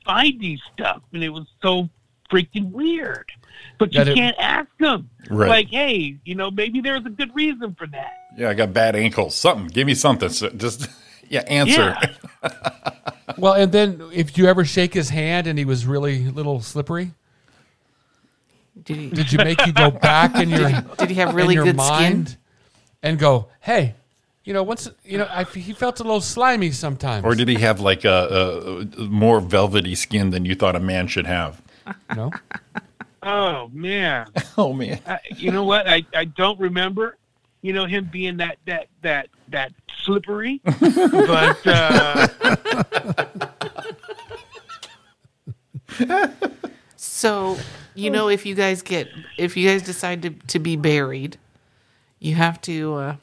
finding stuff, and it was so freaking weird. But you
That it-
can't ask them,
Right.
like, hey, you know, maybe there's a good reason for that.
Yeah, I got bad ankles. Something. Give me something. So just yeah, answer.
Yeah.
well, and then if you ever shake his hand and he was really a little slippery,
Did he
did you make you go back in your
did he have really good skin?
and go, hey, you know, once you know, I, he felt a little slimy sometimes.
Or did he have like a, a more velvety skin than you thought a man should have?
you know?
Oh man,
Oh man.
I, you know what? I, I don't remember. You know him being that that that that slippery, but uh,
So, you know, if you guys get, if you guys decide to, to be buried, you have to, uh,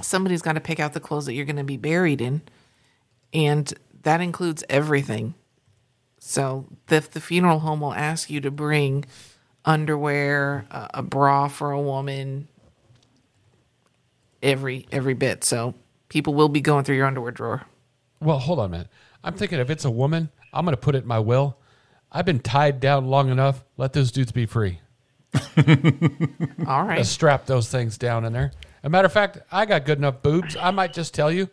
somebody's got to pick out the clothes that you're going to be buried in. And that includes everything. So, the, the funeral home will ask you to bring underwear, uh, a bra for a woman, every every bit. So, people will be going through your underwear drawer.
Well, hold on a minute. I'm thinking if it's a woman, I'm going to put it in my will. I've been tied down long enough. Let those dudes be free.
All
to
right.
strap those things down in there. a matter of fact, I got good enough boobs. I might just tell you,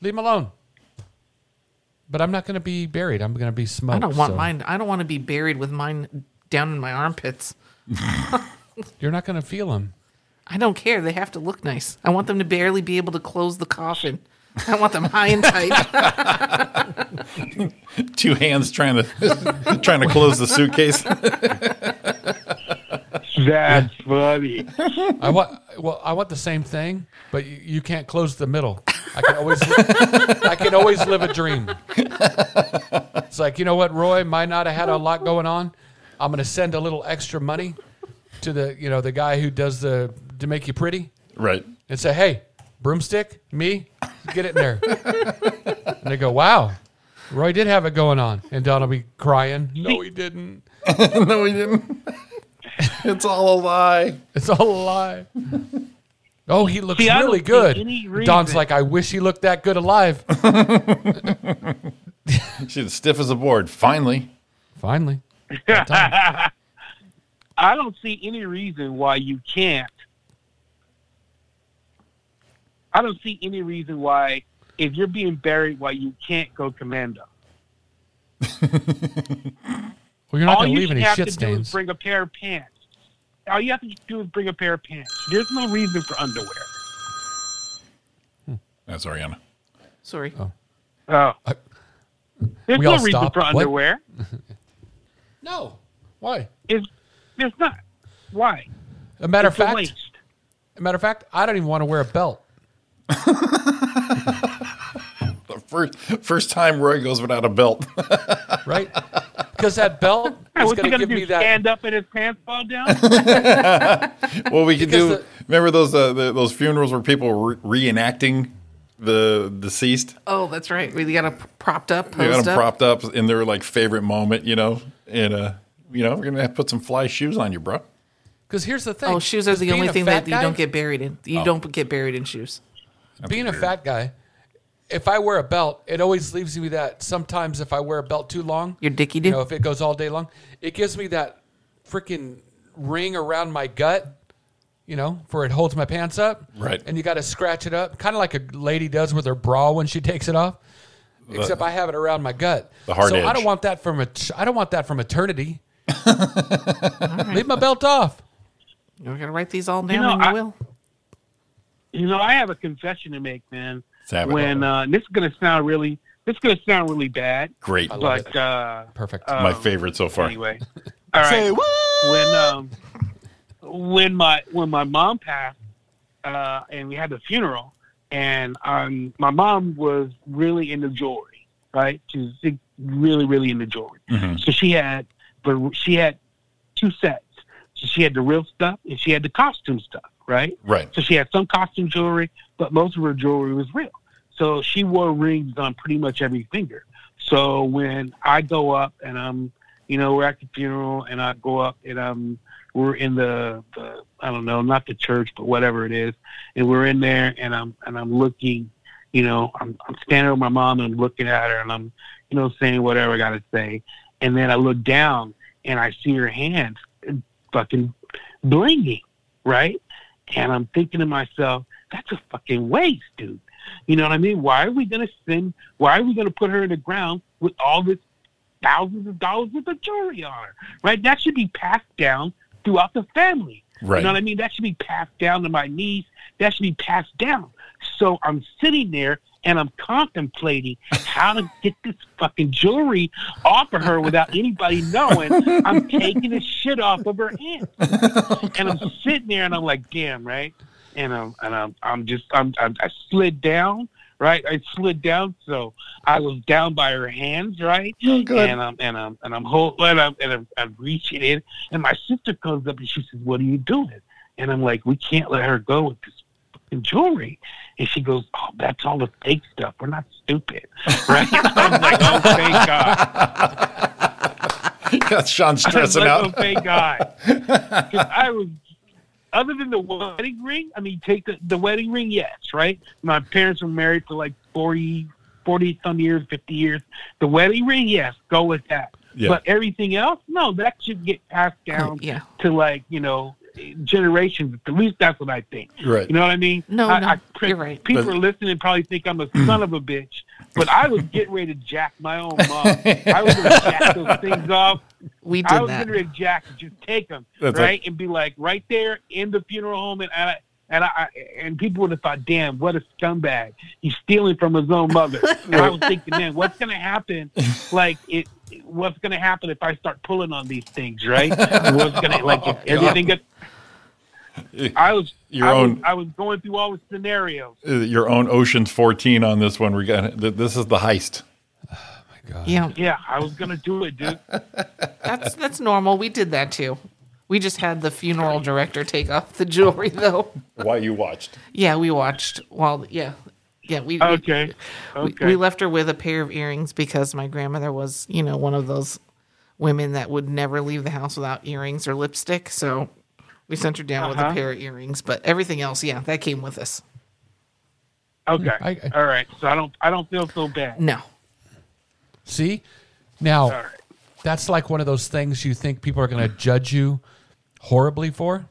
leave them alone. But I'm not going to be buried. I'm going to be smoked.
I don't want
so
mine. I don't want to be buried with mine down in my armpits.
You're not going to feel them.
I don't care. They have to look nice. I want them to barely be able to close the coffin. I want them high and tight.
Two hands trying to trying to close the suitcase.
That's funny.
I want. Well, I want the same thing, but you, you can't close the middle. I can always. I can always live a dream. It's like you know what, Roy might not have had a lot going on. I'm going to send a little extra money to the you know the guy who does the to make you pretty.
right.
and say, "Hey, broomstick, me, get it in there." and they go, "Wow, Roy did have it going on," and Don will be crying. No, he didn't.
No, he didn't. it's all a lie.
It's all a lie. Oh, he looks
See, I don't
really
see
good.
any
Don's
reason-
like, I wish he looked that good alive.
She's stiff as a board. Finally.
Finally,
I don't see any reason why you can't. I don't see any reason why, if you're being buried, why you can't go commando.
well, you're not
All
going to
you
leave any
have
shit
to do is
stains.
bring a pair of pants. All you have to do is bring a pair of pants. There's no reason for underwear.
That's Ariana.
Sorry.
Oh. There's
we
no
all
reason
stopped.
for
What?
underwear.
no, why?
It's, there's not. Why?
A matter of
It's a
fact,
waste.
a matter of fact, I don't even want to wear a belt.
The first first time Roy goes without a belt.
Right? Because that belt
Hey,
is
what's he
going to
gonna
give
do?
me that
Stand up and his pants fall down?
well, we could
Because
do.
the-
remember those uh, the, those funerals where people were re- reenacting the deceased?
Oh, that's right. We got them propped up,
They got
posed
them
up.
propped up in their like favorite moment, you know. And uh, you know, we're gonna have to put some fly shoes on you, bro.
Because here's the thing.
oh, shoes are
Just
the
being
only
a
thing
fat
that you
guy-
don't get buried in. You
Oh.
don't get buried in shoes.
Being a fat guy, if I wear a belt, it always leaves me that. Sometimes if I wear a belt too long,
Your dicky
you
do.
know, if it goes all day long, it gives me that freaking ring around my gut. You know, for it holds my pants up.
Right.
And you got to scratch it up, kind of like a lady does with her bra when she takes it off. Except I have it around my gut.
The hard
so I
edge.
don't want that from a. I don't want that from eternity. Leave my belt off.
We're gonna write these all down
know,
in the
I-
will.
You know, I have a confession to make, man.
Sabbath.
When uh, and this is gonna sound really, this is gonna sound really bad,
Great,
but uh,
Perfect.
uh,
my
um,
favorite so far.
anyway, all right. When um, when my when my mom passed, uh, and we had the funeral, and um, my mom was really into jewelry, right? She's really really into jewelry.
Mhm.
So she had, but she had two sets. So she had the real stuff, and she had the costume stuff, right?
Right.
So she had some costume jewelry, but most of her jewelry was real. So she wore rings on pretty much every finger. So when I go up and I'm, you know, we're at the funeral and I go up and I'm, we're in the, the I don't know, not the church, but whatever it is, and we're in there and I'm and I'm looking, you know, I'm, I'm standing with my mom and I'm looking at her and I'm, you know, saying whatever I gotta say, and then I look down and I see her hands fucking blingy, right? And I'm thinking to myself, that's a fucking waste, dude. You know what I mean? Why are we going to send, why are we going to put her in the ground with all this thousands of dollars worth of jewelry on her, right? That should be passed down throughout the family.
Right.
You know what I mean? That should be passed down to my niece. That should be passed down. So I'm sitting there and I'm contemplating how to get this fucking jewelry off of her without anybody knowing I'm taking the shit off of her hand and I'm sitting there and I'm like, damn, right? And I'm and I'm I'm just I'm, I'm I slid down, right? I slid down, so I was down by her hands, right? And I'm and I'm and I'm hold, and I'm and I'm, I'm reaching in, and my sister comes up and she says, "What are you doing?" And I'm like, "We can't let her go with this fucking jewelry." And she goes, "Oh, that's all the fake stuff. We're not stupid, right?" I'm like, "Oh, thank God."
Got Sean stressing
Let's
out.
obey God. 'Cause I was, other than the wedding ring, I mean, take the, the wedding ring, yes, right? My parents were married for like 40, 40 some years, 50 years. The wedding ring, yes, go with that.
Yeah.
But everything else, no, that should get passed down
yeah.
to like, you know, generations. At least that's what I think.
Right.
You know what I mean?
No,
I,
no,
I- pre-
you're right.
People
But-
are listening probably think I'm a son of a bitch, but I was getting ready to jack my own mom. I was going to jack those things off.
We
I
did
was
that.
gonna jack just take them
That's
right and be like right there in the funeral home, and and I, and I and people would have thought, damn, what a scumbag! He's stealing from his own mother. and I was thinking, man, what's gonna happen? Like it. What's gonna happen if I start pulling on these things, right? What's gonna like if everything gets? I was
Your
I
own-
Was, I was going through all the scenarios.
Uh, Your own Ocean's 14 on this one. We got th- this is the heist.
yeah,
Yeah, I was gonna do it, dude.
that's that's normal. We did that too. We just had the funeral director take off the jewelry though.
Why you watched?
Yeah, we watched while yeah. Yeah, we we-
Okay,
we-
okay.
We, left her with a pair of earrings because my grandmother was, you know, one of those women that would never leave the house without earrings or lipstick. So we sent her down with a
Uh-huh.
pair of earrings, but everything else, yeah, that came with us.
okay,
I- I-
all right. So I don't I don't feel so bad.
No.
See, now
All right.
that's like one of those things you think people are going to judge you horribly for,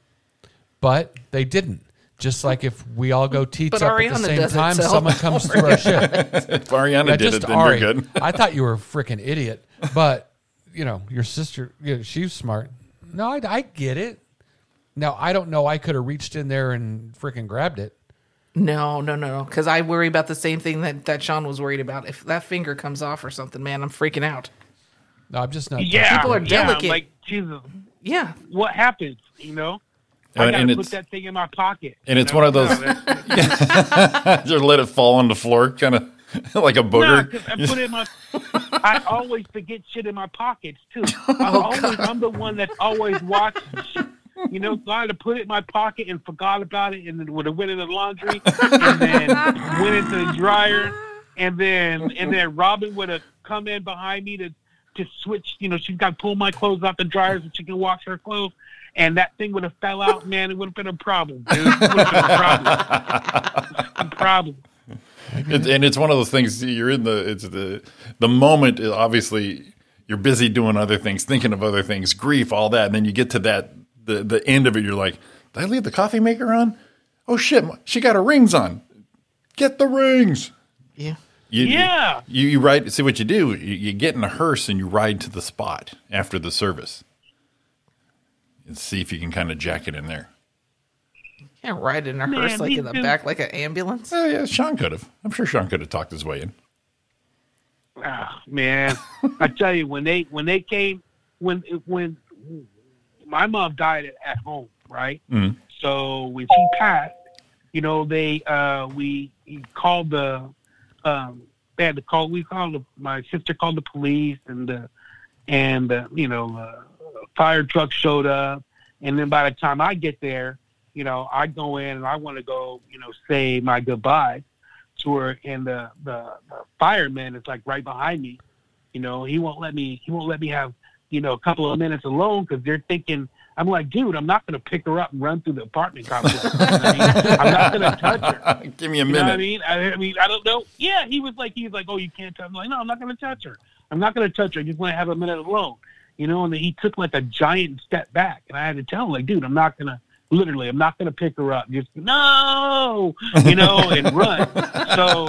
but they didn't. Just like if we all go teats
But
up
Ariana
at the same
does it,
time,
so-
someone comes through our ship.
If Ariana
Now,
did
just
it, then
Ari.
you're good.
I thought you were a freaking idiot, but you know your sister. You know, she's smart. No, I, I get it. Now I don't know. I could have reached in there and freaking grabbed it.
No, no, no, no. Because I worry about the same thing that, that Sean was worried about. If that finger comes off or something, man, I'm freaking out.
No, I'm just not.
Yeah,
People are
yeah,
delicate.
Like Jesus,
Yeah.
what happens, you know? I
And,
gotta
Uh, and
put
it's
that thing in my pocket.
and it's one of those. just let it fall on the floor, kind of like a
Nah,
booger.
'cause I put it in my. I always forget shit in my pockets too. I'm always I'm the one that's always watching shit. You know, so I had to put it in my pocket and forgot about it, and then would have went in the laundry, and then went into the dryer, and then and then Robin would have come in behind me to to switch. You know, she's got to pull my clothes out the dryer so she can wash her clothes, and that thing would have fell out. Man, it would have been a problem, dude. It would have been a problem. a problem.
It's and it's one of those things you're in the it's the the moment is obviously you're busy doing other things, thinking of other things, grief, all that, and then you get to that the the end of it, you're like, did I leave the coffee maker on? Oh shit, my- she got her rings on. Get the rings.
Yeah.
You,
Yeah.
You you ride. See what you do. You, you get in a hearse and you ride to the spot after the service, and see if you can kind of jack it in there.
Yeah, right in her hearse, like
these
in the
dudes-
back, like an ambulance.
Oh yeah, Sean could have. I'm sure Sean could have talked his way in.
Ah, man, I tell you, when they when they came, when when my mom died at, at home, right?
Mhm.
So when she passed, you know, they uh, we called the um, they had to call. We called the, my sister called the police and the and the, you know uh, fire truck showed up. And then by the time I get there, you know, I go in and I want to go, you know, say my goodbye to her. And the, the, the fireman is like right behind me. You know, he won't let me, he won't let me have, you know, a couple of minutes alone because they're thinking, I'm like, dude, I'm not going to pick her up and run through the apartment complex. You know what I mean? I'm not going to touch her.
Give me a
You know what I
minute.
mean? I, I mean, I don't know. Yeah, he was like, he's like, oh, you can't touch. I'm like, no, I'm not going to touch her. I'm not going to touch her. I just want to have a minute alone. You know, and then he took like a giant step back, and I had to tell him, like, dude, I'm not going to. Literally, I'm not going to pick her up. Just no, you know, and run. So,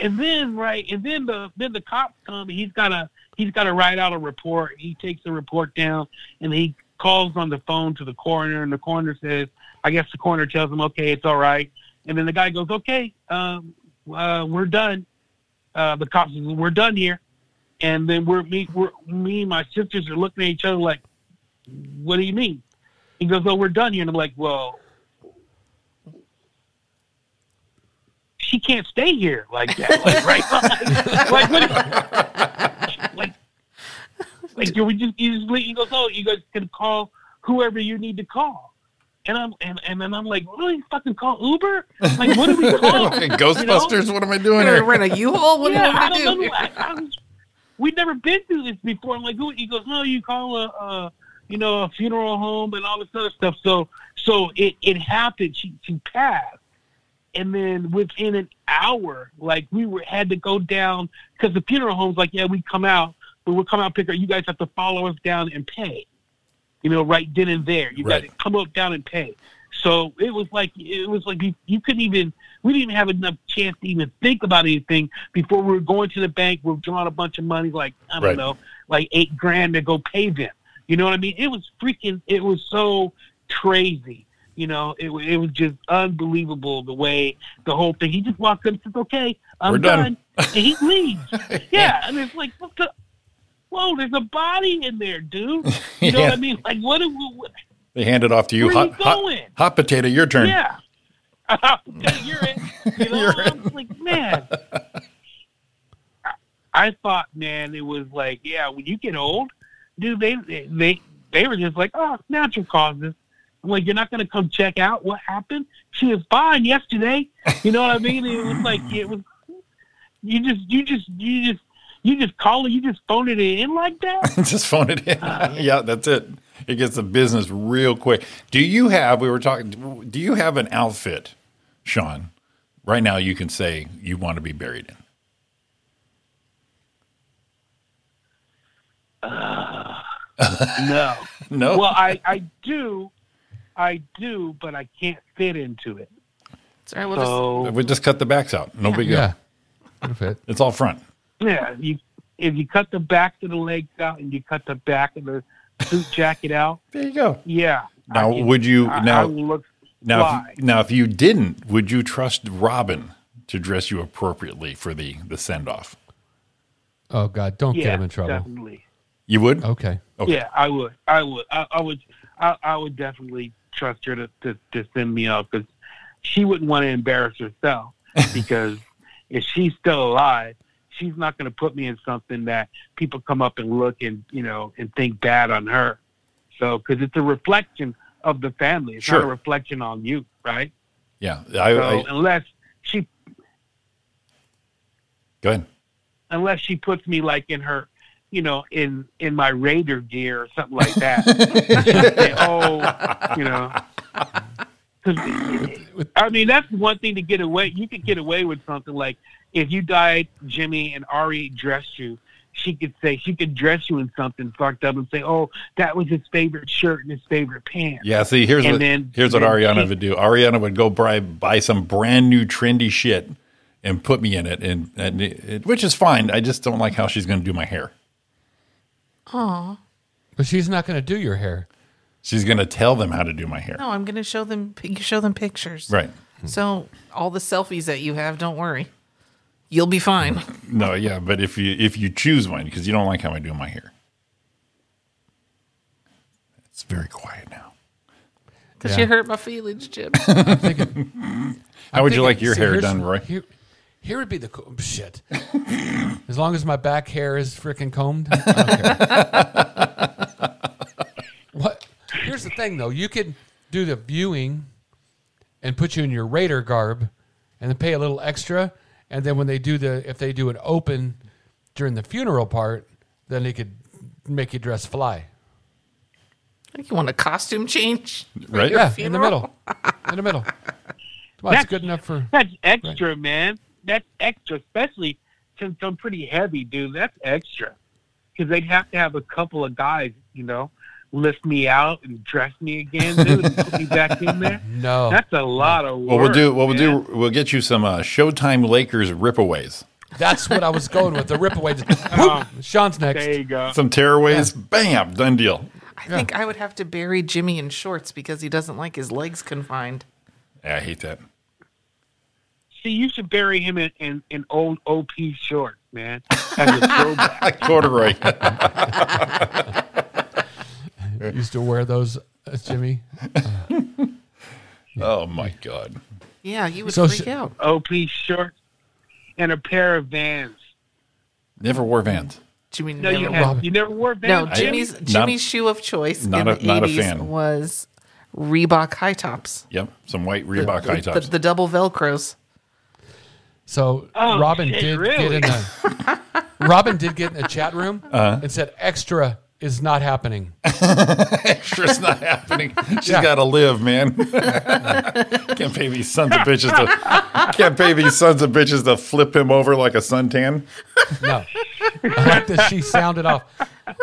and then right, and then the then the cops come. And he's got to he's got to write out a report. He takes the report down, and he calls on the phone to the coroner, and the coroner says, I guess the coroner tells him, okay, it's all right. And then the guy goes, okay, um, uh, we're done. Uh, the cops says, we're done here. And then we're me, we're, me and my sisters are looking at each other like, what do you mean? He goes, oh, we're done here. And I'm like, well, she can't stay here like that. Like, right? like, what, like, like, you we just, you just, leave. he goes, oh, you guys can call whoever you need to call. And I'm and, and then I'm like, really fucking call Uber? Like, what do we call?
Okay, Ghostbusters, what am I doing
We're
here?
gonna rent a U-Haul. What
yeah, I
do you want
don't
me
know.
to
I, I was, we'd never been through this before. I'm like, who? He goes, no, you call a, a, you know, a funeral home and all this other stuff. So, so it, it happened. She, she passed, and then within an hour. Like we were had to go down because the funeral home's like, yeah, we come out, but we'll come out pick her. You guys have to follow us down and pay. You know, right then and there, you
Right.
got to come up down and pay. So it was like it was like you, you couldn't even. We didn't even have enough chance to even think about anything before we were going to the bank. We're drawing a bunch of money, like I don't
Right.
know, like eight grand to go pay them. You know what I mean? It was freaking. It was so crazy. You know, it, wa- it was just unbelievable the way the whole thing. He just walked up and says, "Okay, I'm
We're done."
done," and he leaves. yeah, and it's like, what the? Whoa, there's a body in there, dude. You know
Yeah.
what I mean? Like, what? do we- what
They hand it off to you.
Where are
hot,
you
hot,
going?
hot potato, your turn.
yeah. you're in. You know,
You're
I was like, man. I- I thought, man, it was like, yeah, when you get old, dude, they they they were just like, oh, natural causes. I'm like, you're not gonna come check out what happened. She was fine yesterday. You know what I mean? It was like it was. You just, you just, you just, you just call it. You just phone it in like that.
Just phone it in. yeah, that's it. It gets the business real quick. Do you have, we were talking, do you have an outfit, Sean, right now you can say you want to be buried in?
No.
No.
Well, I, I do, I do, but I can't fit into it.
Sorry, we'll just
So
we just cut the backs out. No big deal.
Yeah. What if it?
It's all front.
Yeah, you if you cut the back of the legs out and you cut the back of the suit jacket out,
There you go.
yeah.
Now,
I-
would you-
I,
now-
I will look
Now,
fly.
if, now, if you didn't, would you trust Robin to dress you appropriately for the, the send off?
Oh God, don't
yeah,
get him in trouble.
definitely.
You would?
Okay.
Okay.
Yeah, I would. I would. I, I would. I, I would definitely trust her to, to, to send me up because she wouldn't want to embarrass herself because if she's still alive, she's not going to put me in something that people come up and look and you know and think bad on her. So because it's a reflection of the family, it's not
Sure.
a reflection on you, right?
Yeah. I,
So
I,
unless she
go ahead.
unless she puts me like in her, you know, in in my Raider gear or something like that. She'll say, oh, you know. 'Cause, I mean, that's one thing to get away. You could get away with something like if you died, Jimmy and Ari dressed you. She could say she could dress you in something fucked up and say, "Oh, that was his favorite shirt and his favorite pants."
Yeah, see, here's
And
what
then-
here's what
then
Ariana
she-
would do. Ariana would go buy buy some brand new trendy shit and put me in it, and, and it, which is fine. I just don't like how she's going to do my hair.
But she's not going to do your hair.
She's going to tell them how to do my hair.
no. I'm gonna show them pic- show them pictures.
Right?
So all the selfies that you have, don't worry, you'll be fine.
No, yeah, but if you if you choose one because you don't like how I do my hair, it's very quiet now.
Cause
Yeah.
you hurt my feelings, Jim.
How would you
Thinking-
like your
see,
hair
here's-
done, Roy?
Here, here would be the cool shit. as long as my back hair is freaking combed. I don't care. what? Here's the thing, though. You could do the viewing and put you in your Raider garb, and then pay a little extra. And then when they do the, if they do an open during the funeral part, then they could make you dress fly.
Like, you want a costume change? for
Right?
your
yeah, in the
funeral?
middle. In the middle. Come on, it's
That's-
good enough for.
That's extra, man. That's extra, especially since I'm pretty heavy, dude. That's extra because they'd have to have a couple of guys, you know, lift me out and dress me again, dude, and put me back in there.
No.
That's a lot of work.
Well, we'll do. What we'll
man.
do. We'll get you some uh, Showtime Lakers ripaways,
That's what I was going with. The rip away.
Oh,
Sean's next.
there you go.
some tearaways. Bam, done deal.
I think I would have to bury Jimmy in shorts because he doesn't like his legs confined.
Yeah, I hate that.
See, you should bury him in, in, in old OP shorts, man. As a throwback.
Corduroy.
Used to wear those, uh, Jimmy.
oh my god.
Yeah, you would
So
freak
sh-
out.
OP shorts and a pair of Vans.
Never wore Vans.
Jimmy
No, you,
never-
have, you never wore
No,
Vans. Jimmy?
Jimmy's
not-
Jimmy's shoe of choice
not
in
a-
the
not a
eighties
fan.
was Reebok high tops,
Yep, some white Reebok high
the,
tops.
the double velcros.
So
Oh,
Robin
shit,
did
really?
Uh-huh. get in the Robin did get in the chat room and said extra is not happening.
Sure, it's not happening. She's got to live, man. can't pay these sons of bitches to can't pay these sons of bitches to flip him over like a suntan.
No. I like that she sounded off.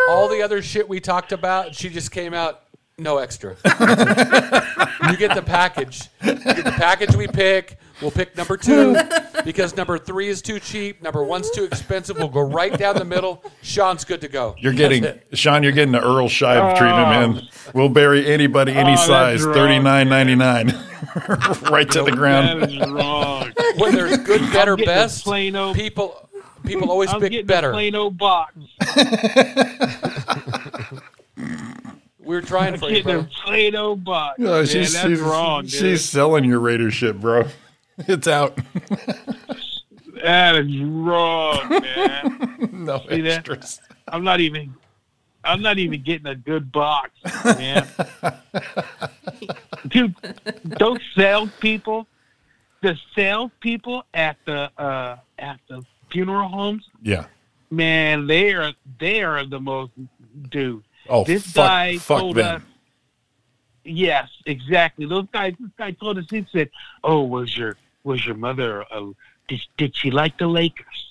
All the other shit we talked about, she just came out no extra. you get the package. You get the package we pick. We'll pick number two because number three is too cheap. Number one's too expensive. We'll go right down the middle. Sean's good to go.
You're getting Sean. You're getting the Earl Shive treatment, man. We'll bury anybody, any
Oh. that's
size,
wrong.
thirty nine ninety nine, right to the ground.
That is wrong.
when there's good, better,
getting a
best,
plain old-
people people always
I'm
pick
getting
better.
a plain old box.
We're trying for you,
Getting a
brother.
plain old box.
Oh,
Man, that's wrong, dude.
She's selling your Raider shit, bro. It's out.
That is wrong, man.
No
See that?
extras.
I'm not even. I'm not even getting a good box, man. Dude, those salespeople, the salespeople at the uh, at the funeral homes,
Yeah.
man, they are they are the most dude.
Oh,
This
fuck,
guy
fuck
told
them.
us- Yes, exactly. Those guys. This guy told us. He said, "Oh, was your was your mother? Uh, did did she like the Lakers?"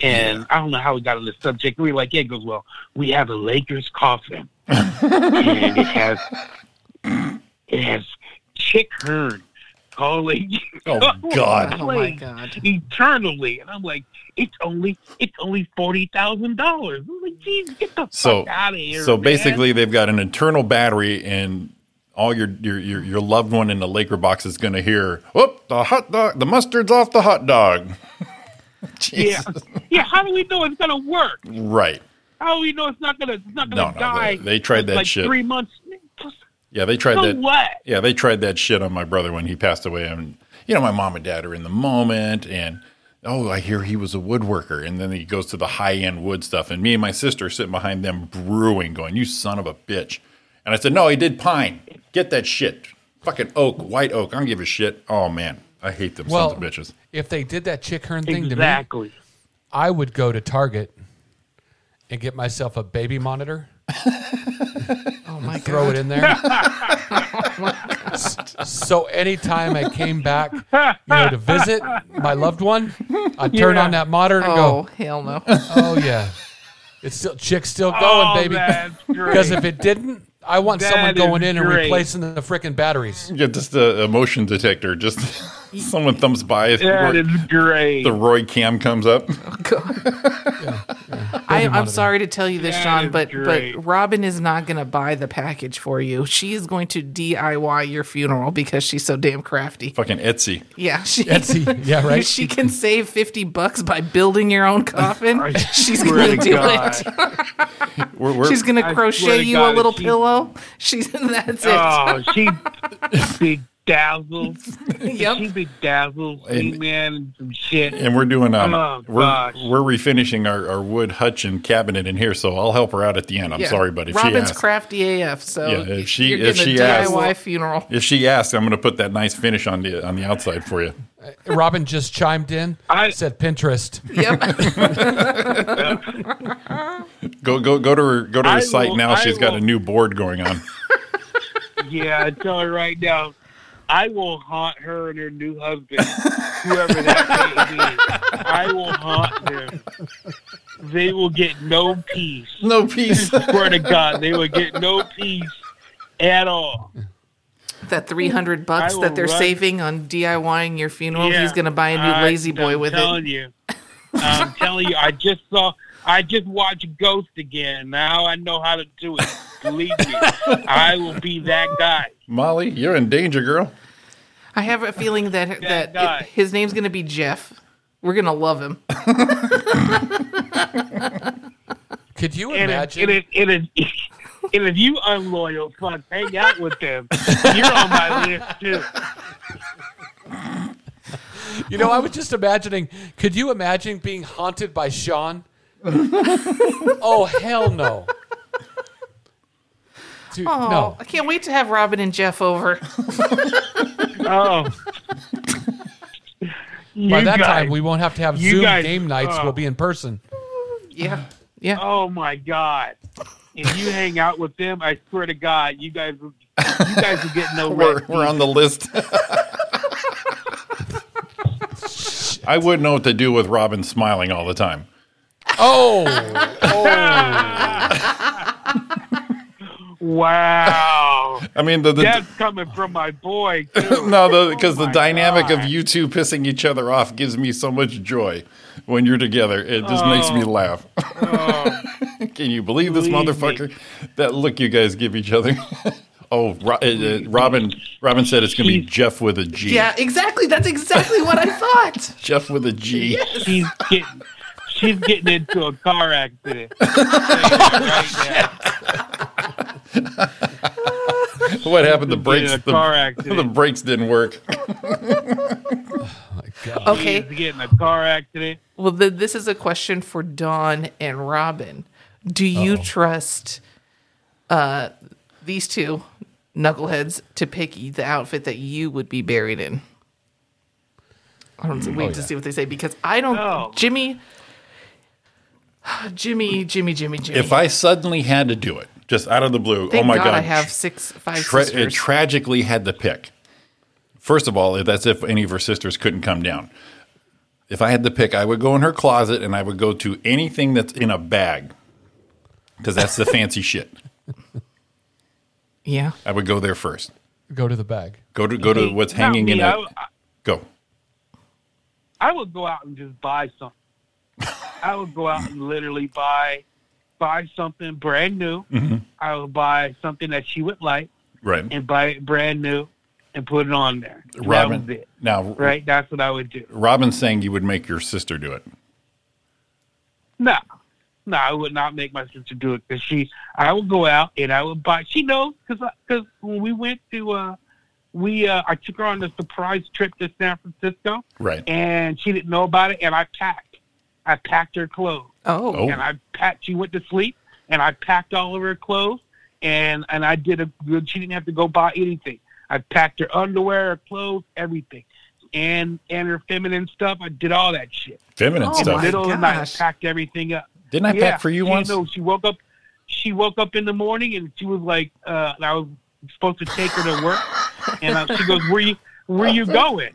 And I don't know how we got on this subject. We were like, "Yeah." He goes, "Well, we have a Lakers coffin, and it has it has Chick Hearn calling
Oh, God.
Oh my god.
eternally." And I'm like, "It's only it's only forty thousand dollars." I'm like, "Geez, get the
So
fuck out of here!"
so
man."
basically, they've got an internal battery, and all your your your, your loved one in the Laker box is going to hear, "Whoop! The hot dog, the mustard's off the hot dog."
yeah,
Jesus.
yeah. How do we know it's gonna work?
Right.
How do we know it's not gonna it's not
No,
gonna
no,
die?
they- they tried
in,
that
like
shit.
Three months.
Yeah, they tried
So
that.
what?
Yeah, they tried that shit on my brother when he passed away. And you know, my mom and dad are in the moment, and oh, I hear he was a woodworker, and then he goes to the high end wood stuff, and me and my sister are sitting behind them brewing, going, "You son of a bitch!" And I said, "No, he did pine. Get that shit, fucking oak, white oak. I don't give a shit." Oh man, I hate them
Well,
sons of bitches.
if they did that chick hern thing to me,
Exactly.
I would go to Target and get myself a baby monitor. oh my Throw it in there. S- so anytime I came back, you know, to visit my loved one, I'd turn
Yeah.
on that monitor and
Oh
go,
hell no.
"Oh yeah, it's still chick's still going,
oh,
baby."
That's great.
Because if it didn't, I want
That
someone
is
going in and
great.
replacing the frickin' batteries.
Get just the emotion detector. Just someone thumbs by.
that
Roy-
is great.
the Roy Cam comes up.
I, I'm
monitor.
sorry to tell you this,
That
Sean,
is
but
great.
but Robin is not going to buy the package for you. She is going to DIY your funeral because she's so damn crafty.
Fucking Etsy.
Yeah, she,
Etsy, yeah, right.
If she can save fifty bucks by building your own coffin, she's
swear
going to
to
do
God.
it.
We're, we're,
She's going
I
to
swear
crochet
to
you
God,
a little
she-
pillow. She's that's it.
oh, she bedazzled. She
yep.
bedazzled
And-
me, man, and some shit.
And we're doing um,
Oh,
we're
gosh.
we're refinishing our, our wood hutch and cabinet in here, so I'll help her out at the end. I'm
Yeah.
sorry, but if
Robin's
she asks,
crafty AF. So
Yeah, if she-
you're
if
getting
she
a
asks-
DIY funeral.
if she asks, I'm going to put that nice finish on the on the outside for you.
Robin just chimed in,
I-
said Pinterest.
Yep.
Go go go to her go to her
I
site
will-
now.
I
She's got a
will-
new board going on.
Yeah, I tell her right now, I will haunt her and her new husband, whoever that may be. I will haunt them. They will get no peace.
no peace.
Swear to God, they will get no peace at all.
that 300 bucks
will
that they're
run-
saving on DIYing your funeral,
Yeah.
he's going to buy a new
I-
lazy boy
I'm
with it.
telling you. I'm telling you, I just saw, I just watched Ghost again. Now I know how to do it. Believe me, I will be that guy.
Molly, you're in danger, girl.
I have a feeling that that,
guy.
it- his name's going to be Jeff. We're going to love him.
Could you
And if,
imagine?
and, if, and, if, and if you unloyal fuck hang out with them, you're on my list too.
You know, I was just imagining. Could you imagine being haunted by Sean? oh hell no! Dude,
Oh,
no.
I can't wait to have Robin and Jeff over.
Oh.
By
You
that
guys-
time, we won't have to have
you
Zoom
guys- uh,
game nights.
oh.
We'll be in person.
Yeah. Yeah.
Oh my God. If you hang out with them, I swear to God, you guys, will- you guys will get no
We're,
rest.
we're on the list. I wouldn't know what to do with Robin smiling all the time.
Oh,
Wow,
I mean, the, the
that's coming from my boy. Too.
no, because the,
Oh my
dynamic of
God.
you two pissing each other off gives me so much joy when you're together. It just makes me laugh. Can you believe this
Oh. Believe me.
motherfucker? That look you guys give each other. oh, Ro- uh, uh, Robin. Robin said it's gonna be Jeff with a G.
Yeah, exactly. That's exactly what I thought.
Jeff with a G.
She's getting, she's getting into a car accident. right now.
What happened? The brakes.
a
The,
car accident.
the brakes didn't work.
Oh,
Okay.
She's getting a car accident.
Well, then this is a question for Dawn and Robin. Do you trust uh, these two knuckleheads to pick e, the outfit that you would be buried in? I don't wait to see what they say because I don't.
No.
Jimmy, Jimmy, Jimmy, Jimmy, Jimmy.
If I suddenly had to do it, just out of the blue,
Thank
oh my
God,
god,
I have six, five
tra-
sisters.
tragically had to pick. First of all, that's if any of her sisters couldn't come down. If I had to pick, I would go in her closet and I would go to anything that's in a bag because that's the fancy shit.
yeah,
I would go there first.
go to the bag.
Go to go to what's
Not
hanging
me.
in
I
a
w- I-
go.
I would go out and just buy something. I would go out and literally buy buy something brand new.
Mm-hmm.
I would buy something that she would like
Right,
and buy it brand new and put it on there. That was
Robin.
it.
Now,
Right? That's what I would do.
Robin's saying you would make your sister do it.
No. No, I would not make my sister do it because she. I would go out and I would buy. She knows because because when we went to, uh, we uh, I took her on a surprise trip to San Francisco
Right.
and she didn't know about it and I packed. I packed her clothes.
oh,
Oh.
and I packed. She went to sleep, and I packed all of her clothes, and and I did a good. She didn't have to go buy anything. I packed her underwear, her clothes, everything, and and her feminine stuff. I did all that shit.
Feminine
Oh,
In the
stuff.
my-
middle of the night, I
gosh.
packed everything up.
Didn't I
Yeah,
pack for you
she
once?
No, she woke up. She woke up in the morning, and she was like, uh, and "I was supposed to take her to work," and uh, she goes, "Where you?" Where you going?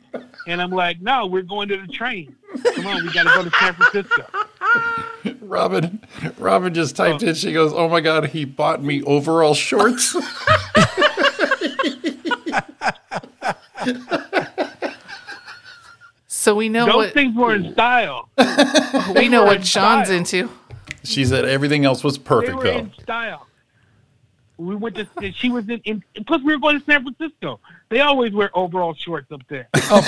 And I'm like, no, we're going to the train. Come on, we got to go to San Francisco.
Robin, Robin just typed in. She goes, "Oh my god, he bought me overall shorts."
so we know
Those
what
things were in style.
we know
were
what
in
Sean's
style.
into.
she said everything else was
They
perfect
were
though.
in style. We went to. She was in, in. Plus, we were going to San Francisco. They always wear overall shorts up there. Of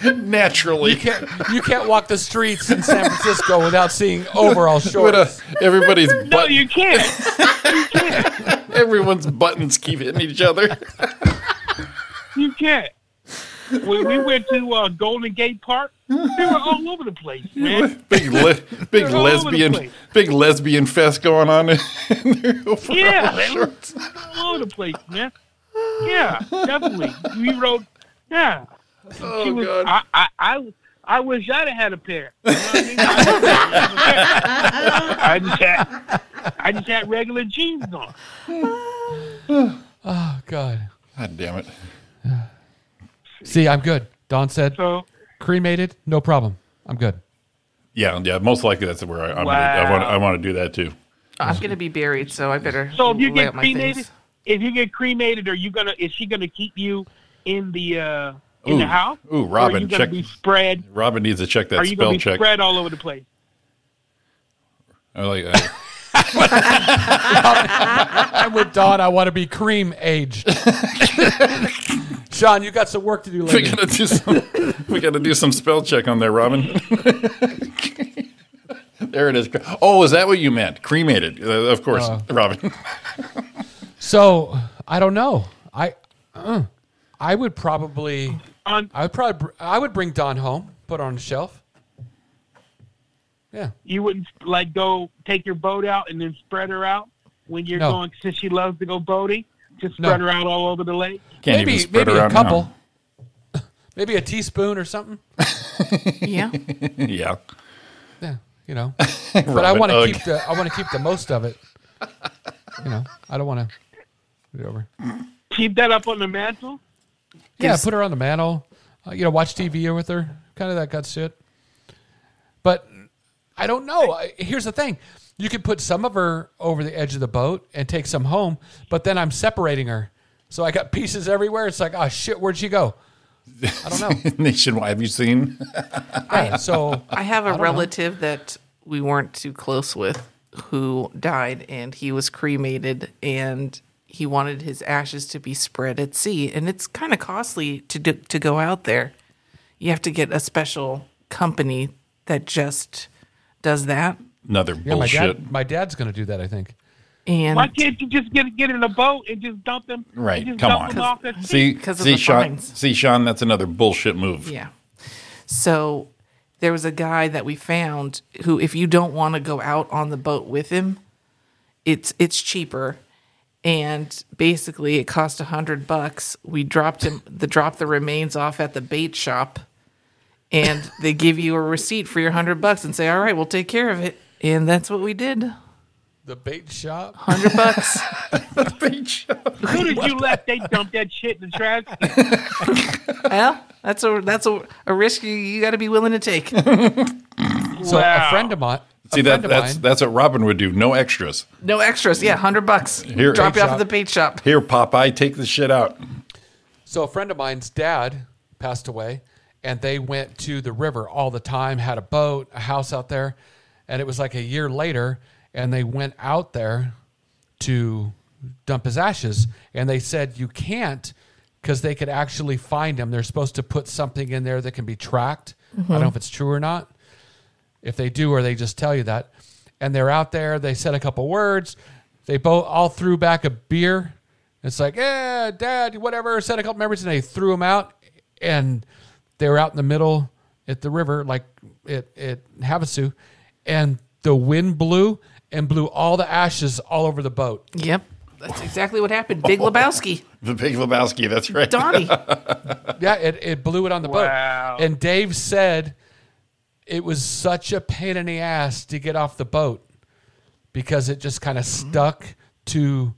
You
Naturally,
can't you can't walk the streets in San Francisco without seeing overall
But, uh,
shorts.
everybody's
no,
butt-
you can't.
everyone's buttons keep hitting each other.
You can't. When we went to uh, Golden Gate Park, they were all over the place, man.
big le- big
all over the
lesbian
place.
big lesbian fest going on. In their overall
Yeah, they were
shorts.
all over the place, man. Yeah, definitely. We rode. Yeah.
Oh
She was,
god,
I, I, I, I wish I'd have had a pair. You know what I mean? I just had, I just had regular jeans on.
Oh God.
god damn it!
See, I'm good. Don said
So
cremated, no problem. I'm good.
Yeah, yeah. Most likely that's where I, I'm gonna, I
Wow.
want. I want to do that too.
I'm gonna be buried, so I better.
So if you
lay
get
out my things.
cremated, if you get cremated, are you gonna? Is she gonna keep you in the uh, in
Ooh.
the house?
Ooh,
or are
Robin,
you gonna
check-
be spread?
Robin needs to check that
Are you gonna
spell
be
check.
spread all over the place?
I'm like, uh,
I'm with Don. I want to be cream aged. Sean, you got some work to do
we
later.
gotta do some. we gotta do some spell check on there, Robin. there it is. Oh, is that what you meant? Cremated, uh, of course, Robin.
So I don't know. I uh, I would probably
On
I would probably br- I would bring Don home, put her on the shelf. Yeah.
you wouldn't like go take your boat out and then spread her out when you're
No.
going since she loves to go boating. Just
No.
spread her out all over the lake.
Can't
maybe
even spread
maybe
her
a
out now.
couple. maybe a teaspoon or something.
Yeah.
Yeah.
you know. but I
Robin,
want to
ugh.
keep the I want to keep the most of it. You know, I don't want to get over.
Keep that up on the mantle.
Yeah,
Gives-
put her on the mantle. Uh, you know, watch TV with her. Kind of that gut shit. But I don't know. I, here's the thing: you could put some of her over the edge of the boat and take some home. But then I'm separating her, so I got pieces everywhere. It's like, oh shit, where'd she go? I don't know.
uh, Nationwide, have you seen?
Yeah, so
I have a
don't know.
relative that we weren't too close with who died and he was cremated and he wanted his ashes to be spread at sea and it's kind of costly to do, to go out there. You have to get a special company that just does that
Another
yeah, my
bullshit.
dad, my dad's gonna do that. I think.
and
Why can't you just get get in a boat and just dump them? and
Right,
just
come
dump
on.
them off at sea?
See,
'Cause of
see,
the
Sean,
fines.
see, Sean, that's another bullshit move.
Yeah. So there was a guy that we found who, if you don't want to go out on the boat with him, it's it's cheaper. And basically, it cost a hundred bucks. We dropped him the dropped the remains off at the bait shop, and they give you a receipt for your hundred bucks and say, "All right, we'll take care of it." And that's what we did.
The bait shop.
Hundred bucks.
Who did you let? They dump that shit in the trash.
well, that's a that's a, a risk you, you got to be willing to take.
So
Wow.
a friend of mine. a
See, that,
friend of
that's
mine-
that's what Robin would do. No extras.
No extras. Yeah, hundred bucks.
Here,
Drop
bait
you off
shop.
at the bait shop.
Here, Popeye, take the shit out.
So a friend of mine's dad passed away, and they went to the river all the time. Had a boat, a house out there, and it was like a year later, and they went out there to dump his ashes, and they said you can't because they could actually find him. They're supposed to put something in there that can be tracked. I don't know if it's true or not. If they do, or they just tell you that, and they're out there, they said a couple words. They both all threw back a beer. It's like, yeah, dad, whatever. Said a couple memories, and they threw them out, and they were out in the middle at the river, like at at Havasu, and the wind blew and blew all the ashes all over the boat.
Yep. That's exactly what happened. Big Lebowski.
The Big Lebowski. That's right.
Donnie.
Yeah, it, it blew it on the
Wow.
boat. And Dave said it was such a pain in the ass to get off the boat because it just kind of
Mm-hmm.
stuck to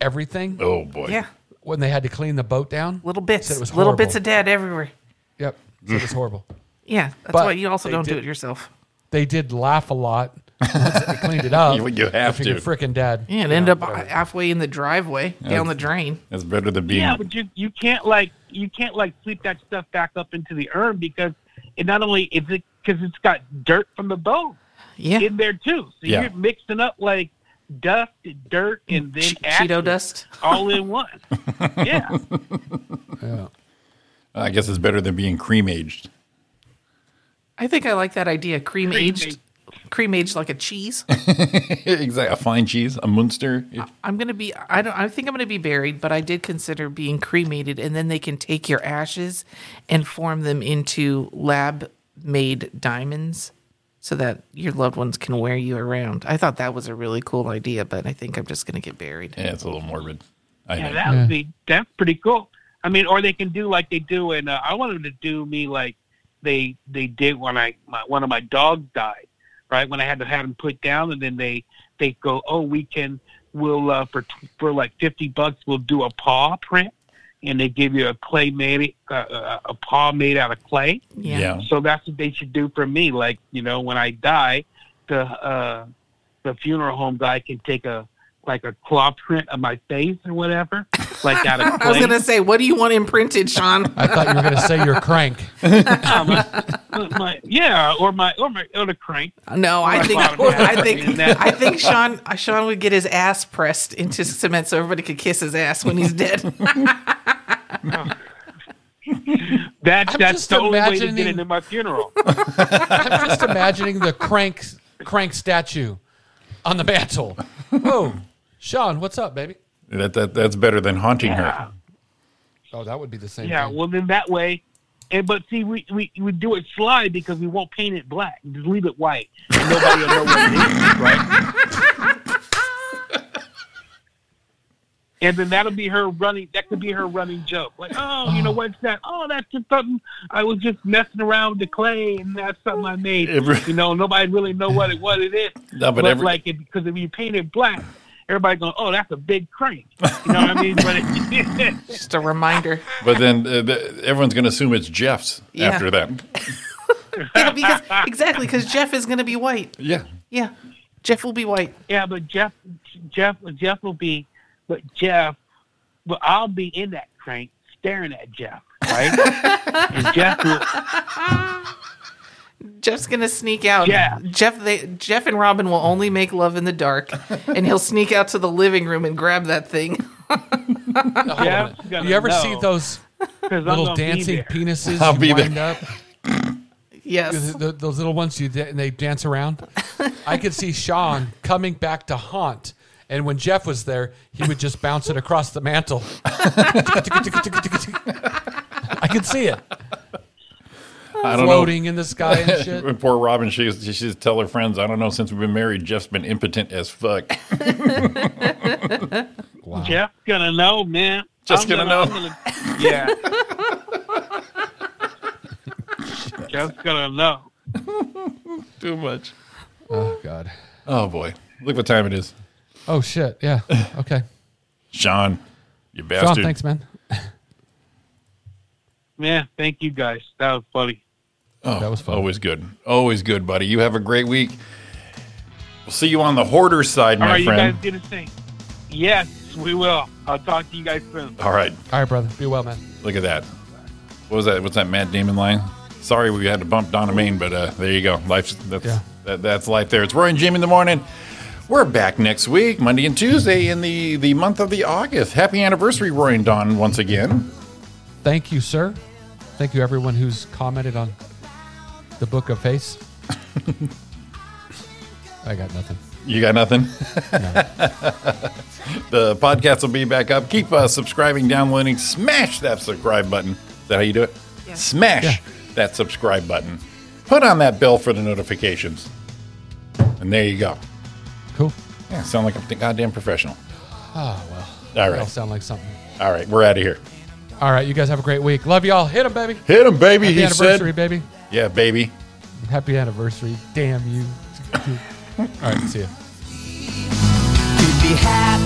everything
Oh boy.
Yeah.
when they had to clean the boat down.
Little bits.
Said it was
Little bits
horrible.
of dad everywhere.
Yep. So it was horrible.
Yeah. That's
But
why you also
they
don't do
did-
it yourself.
They did laugh a lot once they cleaned it up.
You- you have
If you're
to.
freaking dead.
Yeah, and end up halfway in the driveway, down the drain.
That's better than being.
Yeah, but you you can't like you can't like sweep that stuff back up into the urn because it not only is it because it's got dirt from the boat
Yeah.
in there too. So
Yeah.
you're mixing up like dust, dirt, and then
Che-
ashes
Cheeto dust.
all in one. yeah,
I guess it's better than being cream aged.
I think I like that idea. Cream aged. Cream aged like a cheese.
exactly. A fine cheese, a Munster.
Ah.
I'm gonna be. I don't. I think I'm gonna be buried, but I did consider being cremated, and then they can take your ashes and form them into lab-made diamonds, so that your loved ones can wear you around. I thought that was a really cool idea, but I think I'm just gonna get buried.
Yeah, it's a little morbid. I
yeah,
think.
that would be that's pretty cool. I mean, or they can do like they do, and uh, I wanted to do me like they they did when I my, one of my dogs died, right? When I had to have him put down, and then they they go, oh, we can we'll uh, for t- for like fifty bucks we'll do a paw print, and they give you a clay made uh, uh, a paw made out of clay.
Yeah.
So that's what they should do for me. Like you know, when I die, the uh, the funeral home guy can take a like a claw print of my face or whatever, like out of
I was
clay.
gonna say, what do you want imprinted, Sean?
I thought you were going to say you're crank.
But my- yeah, or my or my or the crank.
No, I think
bottom half
I think
in that-
I think Sean Sean would get his ass pressed into cement so everybody could kiss his ass when he's dead.
That's
I'm
that's
just
the only way to get
imagining-
into my funeral.
I'm just imagining the crank crank statue on the mantle. Whoa, Sean, what's up, baby?
That, that that's better than haunting her.
Oh, that would be the same.
yeah,
thing.
well then that way. And but see, we, we we do it slide because we won't paint it black. Just leave it white. Nobody will know what it is, right? and then that'll be her running. That could be her running joke, like, "Oh, you know what's that? Oh, that's just something I was just messing around with the clay, and that's something I made.
Every-
you know, nobody really know what it what it is.
No, but every-
like, if, because if you paint it black, everybody going, "Oh, that's a big crank." You know what I mean? But it,
Just a reminder.
But then uh, the, everyone's going to assume it's Jeff's
Yeah.
after that.
Yeah, because exactly because Jeff is gonna be white.
Yeah.
Yeah, Jeff will be white.
Yeah, but Jeff, Jeff, Jeff will be, but Jeff, but I'll be in that crank staring at Jeff, right? and Jeff, will,
Jeff's gonna sneak out.
Yeah.
Jeff. They, Jeff and Robin will only make love in the dark, and he'll sneak out to the living room and grab that thing.
Jeff's
You ever see those little dancing penises
I'll
you
be there.
wind up?
Yes.
Th- th- those little ones you da- and they dance around. I could see Sean coming back to haunt, and when Jeff was there, he would just bounce it across the mantle. I could see it
I don't
floating in the sky and shit.
know. Poor Robin, she's she's tell her friends, I don't know. Since we've been married, Jeff's been impotent as fuck.
Jeff's gonna know, man.
Just gonna
know. yeah. Jeff's gonna know.
Too much.
Oh god.
Oh boy, look what time it is.
Oh shit. Yeah. Okay.
Sean, you
Sean,
bastard.
thanks, man.
Man, thank you guys. That was funny.
Oh,
That was fun.
Always good. Always good, buddy. You have a great week. We'll see you on the hoarder side,
All
my
right, you
friend.
guys do the thing. Yes, we will. I'll talk to you guys soon.
All right.
All right, brother. Be well, man.
Look at that. What was that? What's that Matt Damon line? Sorry we had to bump Donna Main, but uh, there you go. Life's that's
Yeah.
that, that's life there. It's Roy and Jim in the morning. We're back next week, Monday and Tuesday in the the month of the August. Happy anniversary, Roy and Don, once again.
Thank you, sir. Thank you, everyone who's commented on the book of face. I got nothing.
You got nothing? the podcast will be back up. Keep uh, subscribing, downloading. Smash that subscribe button. Is that how you do it? Smash that subscribe button. Put on that bell for the notifications. And there you go.
Cool.
Yeah, sound like a goddamn professional.
Oh well.
All
That'll
right.
sound like something.
All right. We're out of here.
All right, you guys have a great week. Love y'all. Hit them, baby.
Hit him, baby.
Happy
he
anniversary,
said.
baby.
Yeah, baby.
Happy anniversary. Damn you. All right, see ya.
Be happy.